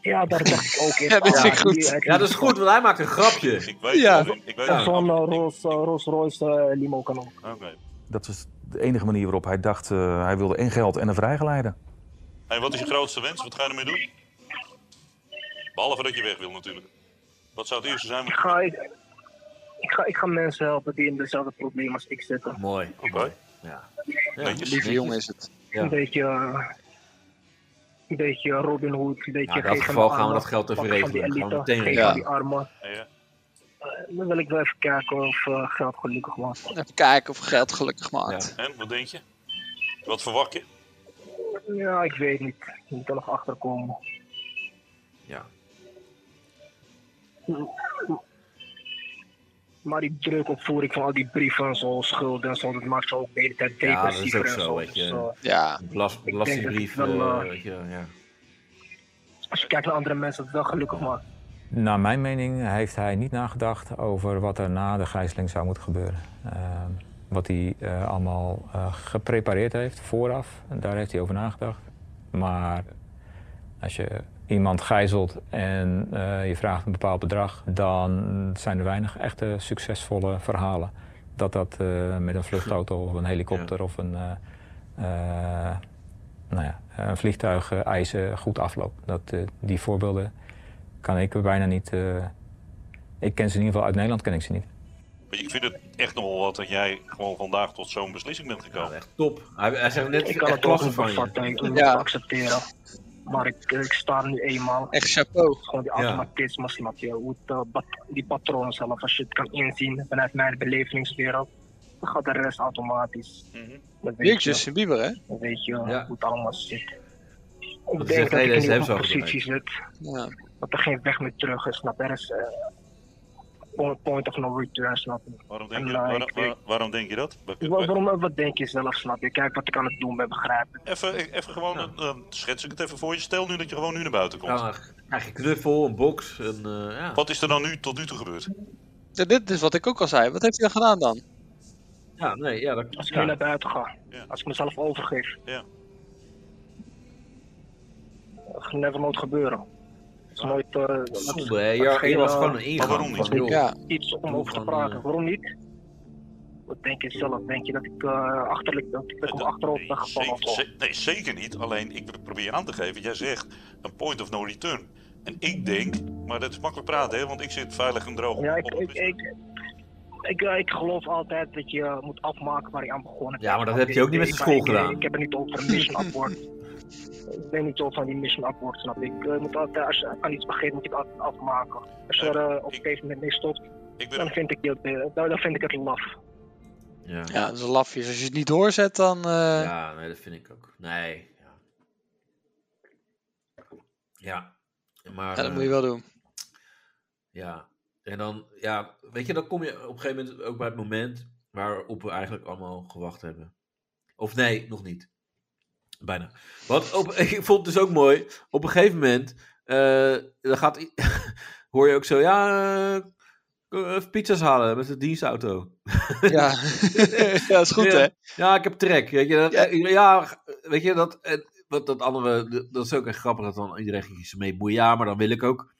[SPEAKER 8] Ja, daar dacht ik ook in.
[SPEAKER 9] Ja, dat is
[SPEAKER 8] Ah,
[SPEAKER 9] goed.
[SPEAKER 8] die heb ik
[SPEAKER 2] Ja, dat is
[SPEAKER 8] niet.
[SPEAKER 2] goed, want hij maakt een grapje.
[SPEAKER 9] Ik weet
[SPEAKER 8] Ja.
[SPEAKER 9] het, Robin. Ik weet
[SPEAKER 8] En
[SPEAKER 9] het.
[SPEAKER 8] zo'n eh, Rolls, eh, Rolls Royce eh, limo kan ook.
[SPEAKER 9] Oké.
[SPEAKER 16] Dat is de enige manier waarop hij dacht, eh, hij wilde en geld en een vrijgeleide.
[SPEAKER 9] Hey, wat is je grootste wens? Wat ga je ermee doen? Behalve dat je weg wil natuurlijk. Wat zou het eerste zijn?
[SPEAKER 8] Ik ga, ik, ik ga, ik ga mensen helpen die in dezelfde probleem als ik zitten.
[SPEAKER 2] Mooi.
[SPEAKER 9] Oké.
[SPEAKER 2] Ja.
[SPEAKER 9] Netjes.
[SPEAKER 3] Lieve jongen is het.
[SPEAKER 8] Een beetje... eh, een beetje Robin Hood, een beetje
[SPEAKER 2] Nou, in dat
[SPEAKER 8] geven
[SPEAKER 2] geval
[SPEAKER 8] aan
[SPEAKER 2] gaan we
[SPEAKER 8] de-
[SPEAKER 2] dat geld even
[SPEAKER 8] van die
[SPEAKER 2] regelen. Gaan we
[SPEAKER 8] elite,
[SPEAKER 2] meteen
[SPEAKER 8] geven
[SPEAKER 2] regelen.
[SPEAKER 8] aan die armen.
[SPEAKER 9] Ja.
[SPEAKER 8] Eh, Dan wil ik wel even kijken of eh, geld gelukkig was.
[SPEAKER 3] Even kijken of geld gelukkig maakt.
[SPEAKER 9] En, wat denk je? Wat verwacht je?
[SPEAKER 8] Ja, ik weet niet. Ik moet er nog achter komen.
[SPEAKER 2] Ja.
[SPEAKER 8] Maar die drukopvoering van al die brieven en zo, schulden en zo, dat maakt ze ook de hele tijd
[SPEAKER 2] Ja, dat
[SPEAKER 8] depressief
[SPEAKER 2] is ook
[SPEAKER 8] en
[SPEAKER 2] zo,
[SPEAKER 8] zo. Dus,
[SPEAKER 2] weet je.
[SPEAKER 8] eh,
[SPEAKER 3] Ja.
[SPEAKER 2] Belast,
[SPEAKER 8] denk
[SPEAKER 2] belastingbrief,
[SPEAKER 8] dat het wel,
[SPEAKER 2] eh,
[SPEAKER 8] eh,
[SPEAKER 2] weet je, ja.
[SPEAKER 8] als je kijkt naar andere mensen, dat het wel gelukkig maakt.
[SPEAKER 10] Naar mijn mening heeft hij niet nagedacht over wat er na de gijzeling zou moeten gebeuren. Eh, wat hij eh, allemaal eh, geprepareerd heeft vooraf, daar heeft hij over nagedacht. Maar als je iemand gijzelt en eh, je vraagt een bepaald bedrag, dan zijn er weinig echte succesvolle verhalen. Dat dat eh, met een vluchtauto of een helikopter of een, eh, eh, nou ja, een vliegtuig eh, eisen goed afloopt. Dat, eh, die voorbeelden kan ik bijna niet. eh, ik ken ze in ieder geval uit Nederland ken ik ze niet.
[SPEAKER 9] Maar ik vind het echt nogal wat dat jij gewoon vandaag tot zo'n beslissing bent gekomen.
[SPEAKER 2] echt top. Hij, hij zegt net
[SPEAKER 8] Ik kan
[SPEAKER 2] echt
[SPEAKER 8] het ook
[SPEAKER 2] klasse
[SPEAKER 8] niet
[SPEAKER 2] van je.
[SPEAKER 8] bevatten, ik moet
[SPEAKER 2] Ja.
[SPEAKER 8] het accepteren. Maar ik, eh, ik sta er nu eenmaal.
[SPEAKER 3] Echt chapeau.
[SPEAKER 8] Gewoon die
[SPEAKER 2] Ja.
[SPEAKER 8] automatisme, snap je? Hoe het, eh, pat- die patroon zelf, als je het kan inzien vanuit mijn belevingswereld, dan gaat de rest automatisch.
[SPEAKER 3] Mhm.
[SPEAKER 8] Dat weet
[SPEAKER 3] Jeuk
[SPEAKER 8] je.
[SPEAKER 3] Justin Bieber, hè?
[SPEAKER 8] Dan weet je hoe het allemaal zit. Ik
[SPEAKER 3] Dat
[SPEAKER 8] denk
[SPEAKER 3] zegt
[SPEAKER 8] dat
[SPEAKER 3] hij,
[SPEAKER 8] ik
[SPEAKER 3] deze
[SPEAKER 8] in
[SPEAKER 3] hebben
[SPEAKER 8] op een
[SPEAKER 3] ze al
[SPEAKER 8] positie zit. Dat er geen weg meer terug is. Snap je? Er is eh, point- point of no return, snap je?
[SPEAKER 9] Waarom
[SPEAKER 8] En,
[SPEAKER 9] denk je,
[SPEAKER 8] eh,
[SPEAKER 9] waarom,
[SPEAKER 8] ik denk-
[SPEAKER 9] waar- waarom denk je dat? Wa-
[SPEAKER 8] Wa- Waarom, wat denk je zelf, snap je? Kijk wat ik aan het doen ben, begrijp je?
[SPEAKER 9] Even, e-, even gewoon, dan schets ik het even voor je. Stel nu dat je gewoon nu naar buiten komt.
[SPEAKER 2] Ja, krijg je knuffel, een box, een... eh, ja.
[SPEAKER 9] Wat is er dan nu tot nu toe gebeurd?
[SPEAKER 3] Ja, dit is wat ik ook al zei. Wat heeft hij dan gedaan dan?
[SPEAKER 2] Ja, nee, ja, dat
[SPEAKER 8] Als ik
[SPEAKER 3] ja.
[SPEAKER 8] nu naar buiten ga. Als ik mezelf overgeef.
[SPEAKER 9] Ja.
[SPEAKER 8] Dat gaat never nooit gebeuren. Dat is nooit... eh, dat is-
[SPEAKER 2] Zonde, hè?
[SPEAKER 8] dat is
[SPEAKER 2] Hier-
[SPEAKER 8] geen,
[SPEAKER 2] hier was
[SPEAKER 8] eh,
[SPEAKER 2] gewoon een ingang
[SPEAKER 8] waarom niet?
[SPEAKER 2] van, joh.
[SPEAKER 8] Ja. Iets om over te
[SPEAKER 2] van,
[SPEAKER 8] praten.
[SPEAKER 2] eh,
[SPEAKER 8] Waarom niet? Wat denk je zelf? Denk je dat ik eh achterlijk... Dat ik om achterop ben gevallen of
[SPEAKER 9] Zeker,
[SPEAKER 8] zo?
[SPEAKER 9] ze- nee, zeker niet. Alleen ik probeer aan te geven, jij zegt een point of no return. En ik denk, maar dat is makkelijk praten, hè, want ik zit veilig en droog.
[SPEAKER 8] Ja, ik... ik, ik ik, eh, ik geloof altijd dat je eh, moet afmaken waar je aan begonnen bent.
[SPEAKER 2] Ja, maar dat
[SPEAKER 8] snap
[SPEAKER 2] heb je ook niet met
[SPEAKER 8] Ik-
[SPEAKER 2] de school
[SPEAKER 8] ik- eh,
[SPEAKER 2] gedaan.
[SPEAKER 8] Ik heb het niet over een mission upward. ik ben niet zo van die mission upward, snap je. ik. eh, moet altijd, als je aan iets begint, moet je het altijd afmaken. Als je er eh, op een gegeven moment mee stopt, dan, vind ik het, eh, dan, dan vind ik het laf.
[SPEAKER 2] Ja.
[SPEAKER 3] Ja, dat is lafjes. Als je het niet doorzet, dan... eh,
[SPEAKER 2] Ja, nee, dat vind ik ook. Nee. Ja. Ja, maar.
[SPEAKER 3] Ja, dat
[SPEAKER 2] eh,
[SPEAKER 3] moet je wel doen.
[SPEAKER 2] Ja, en dan, ja, weet je, dan kom je op een gegeven moment ook bij het moment waarop we eigenlijk allemaal gewacht hebben. Of nee, nog niet. Bijna. Want op, ik vond het dus ook mooi. Op een gegeven moment eh, dan gaat, i- hoor je ook zo, ja, eh, kom even pizza's halen met de dienstauto.
[SPEAKER 3] Ja, ja is goed,
[SPEAKER 2] ja,
[SPEAKER 3] hè?
[SPEAKER 2] Ja, ik heb trek. Weet je, dat, eh, ja. weet je, dat, en wat dat andere, dat- dat is ook echt grappig dat dan iedereen ging ze mee boeien. Ja, maar dan wil ik ook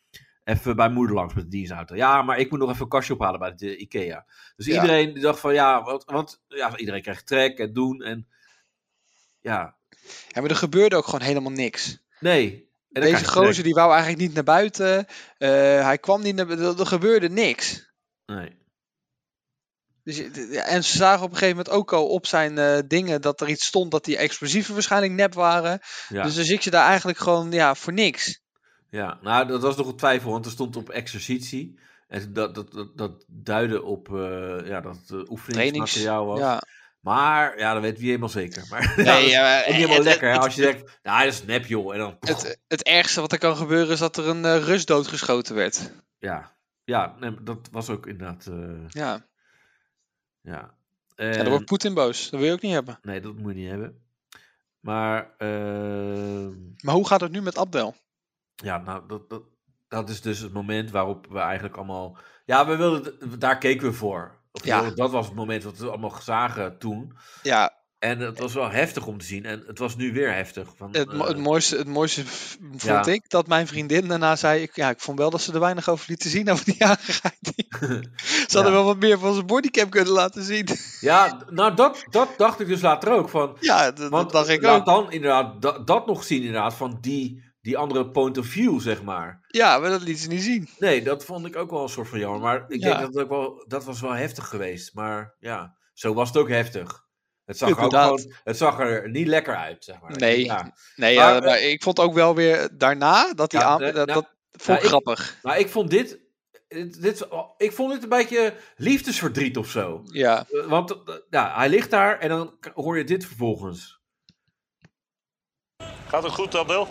[SPEAKER 2] even bij moeder langs met de dienstauto. Ja, maar ik moet nog even een kastje ophalen bij de Ikea. Dus
[SPEAKER 4] Ja.
[SPEAKER 2] iedereen die dacht van, ja, wat, wat, ja, iedereen krijgt trek en doen en, ja.
[SPEAKER 3] Ja, maar er gebeurde ook gewoon helemaal niks.
[SPEAKER 2] Nee. En dan krijg
[SPEAKER 3] Deze
[SPEAKER 2] je
[SPEAKER 3] gozer
[SPEAKER 2] trek.
[SPEAKER 3] die wou eigenlijk niet naar buiten. Eh, hij kwam niet naar buiten. Er gebeurde niks.
[SPEAKER 2] Nee.
[SPEAKER 3] Dus, je- d- ja, en ze zagen op een gegeven moment ook al op zijn eh, dingen dat er iets stond dat die explosieven waarschijnlijk nep waren.
[SPEAKER 2] Ja.
[SPEAKER 3] Dus dan zit je daar eigenlijk gewoon ja, voor niks.
[SPEAKER 2] Ja, nou, dat was nog een twijfel, want er stond op exercitie. En dat, dat, dat, dat duidde op eh, ja, dat het eh, oefeningsmateriaal was.
[SPEAKER 3] ja.
[SPEAKER 2] Maar, ja, dat weet wie helemaal zeker. Maar,
[SPEAKER 3] Nee,
[SPEAKER 2] ja, dat is
[SPEAKER 3] ja,
[SPEAKER 2] ook
[SPEAKER 3] eh,
[SPEAKER 2] niet helemaal
[SPEAKER 3] het-
[SPEAKER 2] lekker. hè,
[SPEAKER 3] het-
[SPEAKER 2] als je zegt, nou, dat is nep, joh. En dan,
[SPEAKER 3] Het, het ergste wat er kan gebeuren is dat er een eh, Rus doodgeschoten werd.
[SPEAKER 2] ja, ja nee, maar dat was ook inderdaad... eh,
[SPEAKER 3] Ja.
[SPEAKER 2] ja.
[SPEAKER 3] ja, dan
[SPEAKER 2] En-
[SPEAKER 3] wordt Poetin boos. Dat wil je ook niet hebben.
[SPEAKER 2] Nee, dat moet je niet hebben. Maar, ehm,
[SPEAKER 3] Maar hoe gaat het nu met Abdel?
[SPEAKER 2] Ja, nou, dat, dat, dat is dus het moment waarop we eigenlijk allemaal. Ja, we wilden, daar keken we voor. Of
[SPEAKER 3] Ja.
[SPEAKER 2] wilden- Dat was het moment wat we allemaal zagen toen.
[SPEAKER 3] Ja.
[SPEAKER 2] En het was wel heftig om te zien. En het was nu weer heftig. Van,
[SPEAKER 3] Het, mo-
[SPEAKER 2] eh,
[SPEAKER 3] het mooiste, het mooiste v- vond
[SPEAKER 2] Ja.
[SPEAKER 3] ik dat mijn vriendin daarna zei: ik, ja, ik vond wel dat ze er weinig over lieten zien over die aangrijping. Ze hadden wel wat meer van zijn bodycam kunnen laten zien.
[SPEAKER 2] Ja, nou dat, dat dacht ik dus later ook. Van,
[SPEAKER 3] ja, dat,
[SPEAKER 2] want
[SPEAKER 3] dacht ik
[SPEAKER 2] laat
[SPEAKER 3] ook.
[SPEAKER 2] dan inderdaad da- dat nog zien inderdaad van die, die andere point of view, zeg maar.
[SPEAKER 3] Ja, maar dat liet ze niet zien.
[SPEAKER 2] Nee, dat vond ik ook wel een soort van jammer. Maar ik
[SPEAKER 3] Ja.
[SPEAKER 2] denk dat het ook wel, dat was wel heftig geweest. Maar ja, zo was het ook heftig. Het zag, er ook
[SPEAKER 3] Inderdaad.
[SPEAKER 2] gewoon, het zag er niet lekker uit, zeg maar.
[SPEAKER 3] Nee,
[SPEAKER 2] Ja.
[SPEAKER 3] nee
[SPEAKER 2] Maar,
[SPEAKER 3] ja,
[SPEAKER 2] eh,
[SPEAKER 3] maar ik vond ook wel weer daarna dat hij
[SPEAKER 2] Ja,
[SPEAKER 3] aan.
[SPEAKER 2] eh,
[SPEAKER 3] Dat,
[SPEAKER 2] nou,
[SPEAKER 3] dat vond ik
[SPEAKER 2] nou,
[SPEAKER 3] grappig.
[SPEAKER 2] Maar ik vond dit, dit, dit- Ik vond dit een beetje liefdesverdriet of zo.
[SPEAKER 3] Ja.
[SPEAKER 2] Eh, Want eh, ja, hij ligt daar en dan k- hoor je dit vervolgens.
[SPEAKER 9] Gaat het goed, Abdel?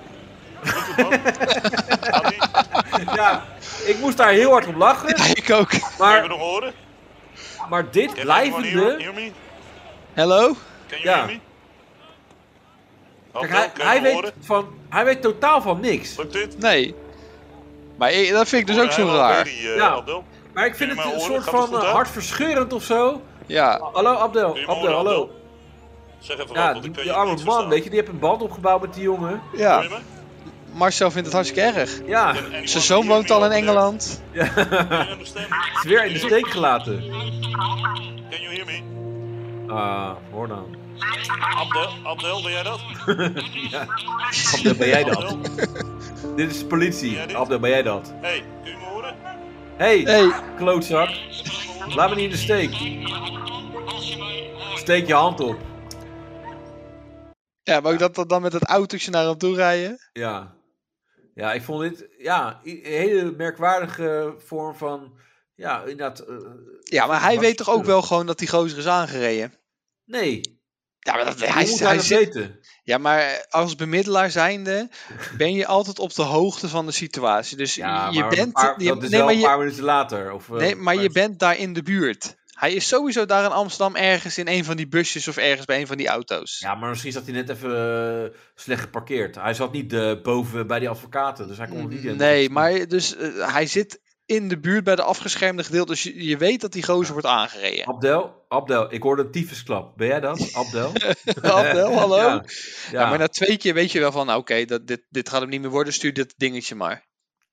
[SPEAKER 2] ja, ik moest daar heel hard om lachen.
[SPEAKER 3] ik ook.
[SPEAKER 2] Maar,
[SPEAKER 9] nog horen?
[SPEAKER 2] maar dit
[SPEAKER 9] Hear,
[SPEAKER 2] blijvende...
[SPEAKER 9] hear me?
[SPEAKER 3] Hallo?
[SPEAKER 9] Can you
[SPEAKER 2] Ja.
[SPEAKER 9] hear me?
[SPEAKER 2] Kijk,
[SPEAKER 9] Abdel,
[SPEAKER 2] hij,
[SPEAKER 9] kan je
[SPEAKER 2] hij,
[SPEAKER 9] me
[SPEAKER 2] weet
[SPEAKER 9] horen?
[SPEAKER 2] van, hij weet totaal van niks.
[SPEAKER 9] Lukt dit? Oh,
[SPEAKER 3] Nee. Maar ik- dat vind ik dus ook zo
[SPEAKER 9] Helemaal
[SPEAKER 3] raar.
[SPEAKER 9] Berry, eh,
[SPEAKER 2] Ja.
[SPEAKER 9] Abdel.
[SPEAKER 2] Maar ik vind
[SPEAKER 9] Kun
[SPEAKER 2] het
[SPEAKER 9] je mij
[SPEAKER 2] een
[SPEAKER 9] horen?
[SPEAKER 2] soort
[SPEAKER 9] Gaat het
[SPEAKER 2] van
[SPEAKER 9] goed
[SPEAKER 2] eh,
[SPEAKER 9] uit?
[SPEAKER 2] hartverscheurend of zo.
[SPEAKER 3] Ja.
[SPEAKER 2] Hallo Abdel,
[SPEAKER 9] je me
[SPEAKER 2] Abdel,
[SPEAKER 9] horen,
[SPEAKER 2] hallo.
[SPEAKER 9] Zeg even
[SPEAKER 2] Ja,
[SPEAKER 9] wat, want
[SPEAKER 2] die,
[SPEAKER 9] ik kan
[SPEAKER 2] die
[SPEAKER 9] je
[SPEAKER 2] arme
[SPEAKER 9] niet
[SPEAKER 2] man, weet je, die heeft een band opgebouwd met die jongen.
[SPEAKER 3] Ja.
[SPEAKER 9] Hoor je
[SPEAKER 3] Marcel vindt het hartstikke erg.
[SPEAKER 2] Ja.
[SPEAKER 3] Zijn zoon woont al in Engeland.
[SPEAKER 2] Het is weer in de steek gelaten.
[SPEAKER 9] Can you hear me?
[SPEAKER 2] Ah, hoor dan.
[SPEAKER 9] Abdel, Abdel, ben jij dat?
[SPEAKER 2] ja. Abdel, ben jij dat? dit is de politie. Abdel, ben jij dat?
[SPEAKER 9] Hey, kun je me horen?
[SPEAKER 2] Hey, klootzak. Laat me niet in de steek. Steek je hand op.
[SPEAKER 3] Ja, maar ook dat dat dan met het autootje naar hem toe rijden.
[SPEAKER 2] Ja. Ja, ik vond dit ja, i- een hele merkwaardige vorm van. Ja, inderdaad. eh,
[SPEAKER 3] Ja, maar hij
[SPEAKER 2] wat-
[SPEAKER 3] weet toch ook wel gewoon dat die gozer is aangereden.
[SPEAKER 2] Nee.
[SPEAKER 3] Ja, maar dat,
[SPEAKER 2] Hoe
[SPEAKER 3] hij,
[SPEAKER 2] moet
[SPEAKER 3] hij
[SPEAKER 2] dat
[SPEAKER 3] zit-
[SPEAKER 2] weten?
[SPEAKER 3] Ja, maar als bemiddelaar zijnde ben je altijd op de hoogte van de situatie. Dus
[SPEAKER 2] Ja,
[SPEAKER 3] je
[SPEAKER 2] Ah, maar
[SPEAKER 3] bent.
[SPEAKER 2] een paar,
[SPEAKER 3] nee,
[SPEAKER 2] dat
[SPEAKER 3] nee,
[SPEAKER 2] is wel
[SPEAKER 3] maar
[SPEAKER 2] een
[SPEAKER 3] je-
[SPEAKER 2] paar minuten later. Of, eh,
[SPEAKER 3] Nee, maar je bent daar in de buurt. Hij is sowieso daar in Amsterdam ergens in een van die busjes of ergens bij een van die auto's.
[SPEAKER 2] Ja, maar misschien zat hij net even eh, slecht geparkeerd. Hij zat niet eh, boven bij die advocaten, dus hij kon het niet in.
[SPEAKER 3] Nee, maar dus, eh, hij zit in de buurt bij de afgeschermde gedeelte. Dus je, je weet dat die gozer wordt aangereden.
[SPEAKER 2] Abdel, Abdel, ik hoorde een tyfusklap. Ben jij dat, Abdel?
[SPEAKER 3] Abdel, hallo?
[SPEAKER 2] Ja,
[SPEAKER 3] Ja. maar na twee keer weet je wel van, nou, oké, dat dit, dit gaat hem niet meer worden. Stuur dit dingetje maar.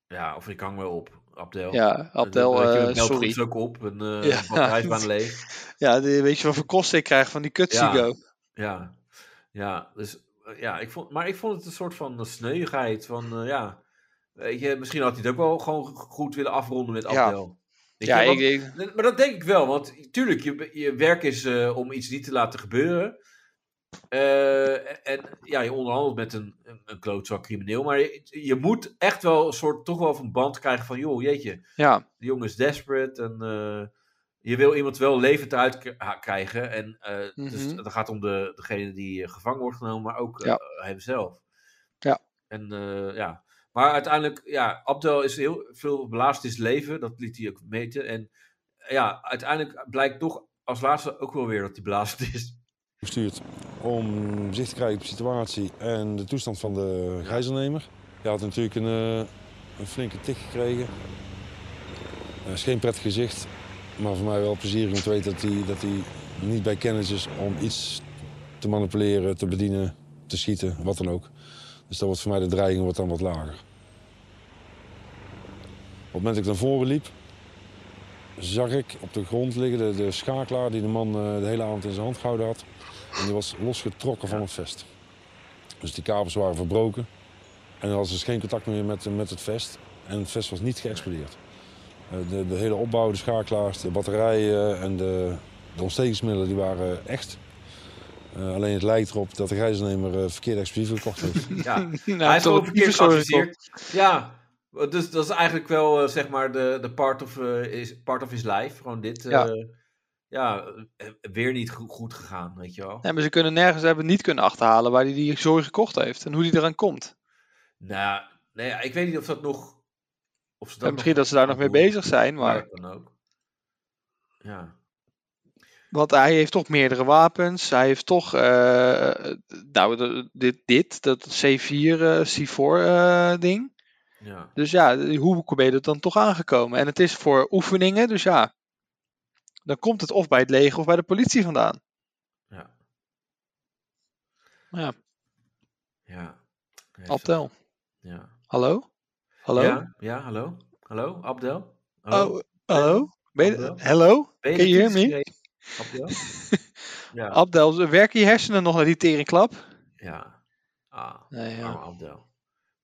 [SPEAKER 2] Ja, of ik hang wel op, Abdel.
[SPEAKER 3] Ja, Abdel,
[SPEAKER 2] Dat- dat je
[SPEAKER 3] eh,
[SPEAKER 2] met melk
[SPEAKER 3] sorry.
[SPEAKER 2] goed ook op en eh
[SPEAKER 3] Ja.
[SPEAKER 2] de batterijbaan leeg.
[SPEAKER 3] Ja, die, weet je wat voor kosten ik krijg van die kutsigo?
[SPEAKER 2] Ja. Ja, ja, dus, eh, ja ik vond, maar ik vond het een soort van eh, sneuigheid. Van, eh, ja, weet je, misschien had hij het ook wel gewoon g- goed willen afronden met
[SPEAKER 3] Ja.
[SPEAKER 2] Abdel. Weet
[SPEAKER 3] Ja,
[SPEAKER 2] je, want-
[SPEAKER 3] ik
[SPEAKER 2] Maar dat denk ik wel, want tuurlijk, je, je werk is eh, om iets niet te laten gebeuren. Eh, en, en ja, je onderhandelt met een, een, een klootzak crimineel. Maar je, je moet echt wel een soort, toch wel van band krijgen van, joh, jeetje,
[SPEAKER 3] Ja.
[SPEAKER 2] de jongen is desperate en eh, je wil iemand wel levend eruit k- ha- krijgen. En eh, dus
[SPEAKER 3] Mhm.
[SPEAKER 2] het gaat om de, degene die eh, gevangen wordt genomen, maar ook eh,
[SPEAKER 3] Ja.
[SPEAKER 2] hemzelf.
[SPEAKER 3] Ja.
[SPEAKER 2] En eh, ja. Maar uiteindelijk, ja, Abdel is heel veel belaast in zijn leven. Dat liet hij ook meten. En ja, uiteindelijk blijkt toch als laatste ook wel weer dat hij belast is.
[SPEAKER 20] gestuurd om zicht te krijgen op de situatie en de toestand van de gijzelnemer. Hij had natuurlijk een, eh, een flinke tik gekregen. Dat is eh, geen prettig gezicht, maar voor mij wel plezierig om te weten dat hij, dat hij niet bij kennis is om iets te manipuleren, te bedienen, te schieten, wat dan ook. Dus dat wordt voor mij de dreiging wordt dan wat lager. Op het moment dat ik naar voren liep, zag ik op de grond liggen de, de schakelaar die de man eh, de hele avond in zijn hand gehouden had. En die was losgetrokken van het vest. Dus die kabels waren verbroken. En er was dus geen contact meer met, met het vest. En het vest was niet geëxplodeerd. Eh, de, de hele opbouw, de schakelaars, de batterijen en de, de ontstekingsmiddelen die waren echt. Eh, alleen het lijkt erop dat de gijzelnemer eh, verkeerde explosieven gekocht heeft.
[SPEAKER 2] Ja,
[SPEAKER 20] Nou,
[SPEAKER 2] hij
[SPEAKER 20] toch
[SPEAKER 2] is gewoon
[SPEAKER 20] een
[SPEAKER 2] verkeerd
[SPEAKER 20] verzorging,
[SPEAKER 2] geadviseerd. Ja, dus dat is eigenlijk wel eh, zeg maar de, de part, of, eh, is, part of his life. Gewoon dit, eh,
[SPEAKER 3] Ja.
[SPEAKER 2] ja, eh, weer niet go- goed gegaan, weet je wel.
[SPEAKER 3] Nee, maar ze kunnen nergens hebben niet kunnen achterhalen waar hij die zooi gekocht heeft en hoe die eraan komt.
[SPEAKER 2] Nou, nee, ja, ik weet niet of dat nog... Of ze dat
[SPEAKER 3] en misschien
[SPEAKER 2] nog-
[SPEAKER 3] dat ze daar nog mee bezig zijn, maar...
[SPEAKER 2] Ja, kan ook. Ja.
[SPEAKER 3] Want hij heeft toch meerdere wapens. Hij heeft toch. eh, eh, nou, de- dit, dit, dat C4, eh, C4 eh, ding.
[SPEAKER 2] Ja.
[SPEAKER 3] Dus ja, hoe ben je er dan toch aangekomen? En het is voor oefeningen, dus ja. Dan komt het of bij het leger of bij de politie vandaan.
[SPEAKER 2] Ja.
[SPEAKER 3] Ja,
[SPEAKER 2] Ja. Nee,
[SPEAKER 3] Abdel.
[SPEAKER 2] Ja.
[SPEAKER 3] Hallo? Hallo?
[SPEAKER 2] Ja, ja, hallo. Hallo, Abdel.
[SPEAKER 3] Oh, hallo? Ben je- hello?
[SPEAKER 2] Ben je
[SPEAKER 3] Can
[SPEAKER 2] de
[SPEAKER 3] you hear
[SPEAKER 2] kies
[SPEAKER 3] me?
[SPEAKER 2] Abdel? Ja.
[SPEAKER 3] Abdel, werken je hersenen nog naar die teringklap?
[SPEAKER 2] Ja. Ah, arme Abdel.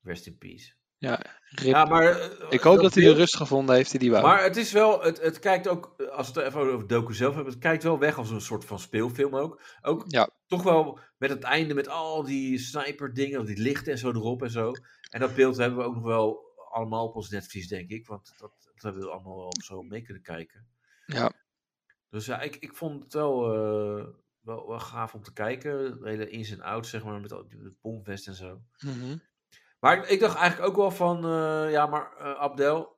[SPEAKER 2] Rest in peace.
[SPEAKER 3] Ja, rip.
[SPEAKER 2] Ja, maar, eh,
[SPEAKER 3] ik hoop
[SPEAKER 2] dat
[SPEAKER 3] dat hij de
[SPEAKER 2] beeld-
[SPEAKER 3] rust gevonden heeft die hij wou.
[SPEAKER 2] Maar het is wel, het, het kijkt ook, eh, als we het even over docu zelf hebben, het kijkt wel weg als een soort van speelfilm ook. Ook toch wel met het einde met al die sniper dingen, die lichten en zo erop en zo. En dat beeld hebben we ook nog wel allemaal op ons netvlies, denk ik. Want dat, dat hebben we allemaal wel zo mee kunnen kijken.
[SPEAKER 3] Ja.
[SPEAKER 2] Dus ja, ik, ik vond het wel, eh, wel, wel gaaf om te kijken. Het hele ins en outs, zeg maar, met al die- het bomvest en zo.
[SPEAKER 3] Mhm.
[SPEAKER 2] Maar ik dacht eigenlijk ook wel van, eh, ja, maar eh, Abdel,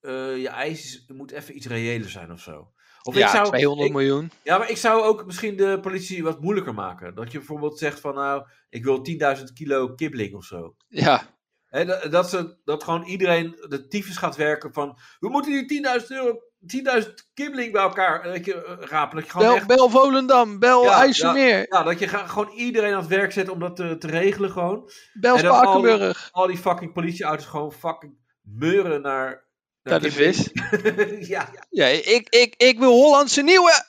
[SPEAKER 2] eh, je eis is- moet even iets reëler zijn of zo. Of
[SPEAKER 3] Ja, 200
[SPEAKER 2] ik-
[SPEAKER 3] miljoen.
[SPEAKER 2] Ja, maar ik zou ook misschien de politie wat moeilijker maken. Dat je bijvoorbeeld zegt van, nou, ik wil 10.000 kilo kibbeling of zo.
[SPEAKER 3] Ja.
[SPEAKER 2] Hè, dat, dat, ze, dat gewoon iedereen de tyfus gaat werken van, we moeten die 10.000 euro, 10.000 kibbeling bij elkaar eh, ke- eh, rapen. Dat je gewoon
[SPEAKER 3] Bel,
[SPEAKER 2] echt...
[SPEAKER 3] bel Volendam, bel IJsselmeer.
[SPEAKER 2] Ja, ja, dat je ga- gewoon iedereen aan het werk zet om dat te, te regelen gewoon.
[SPEAKER 3] Bel
[SPEAKER 2] En dan al die-
[SPEAKER 3] Spakenburg.
[SPEAKER 2] Al, die fucking politieauto's gewoon fucking meuren naar... naar
[SPEAKER 3] Naar de
[SPEAKER 2] Kimberley.
[SPEAKER 3] vis.
[SPEAKER 2] ja.
[SPEAKER 3] Ja, ik, ik, ik wil Hollandse Nieuwe.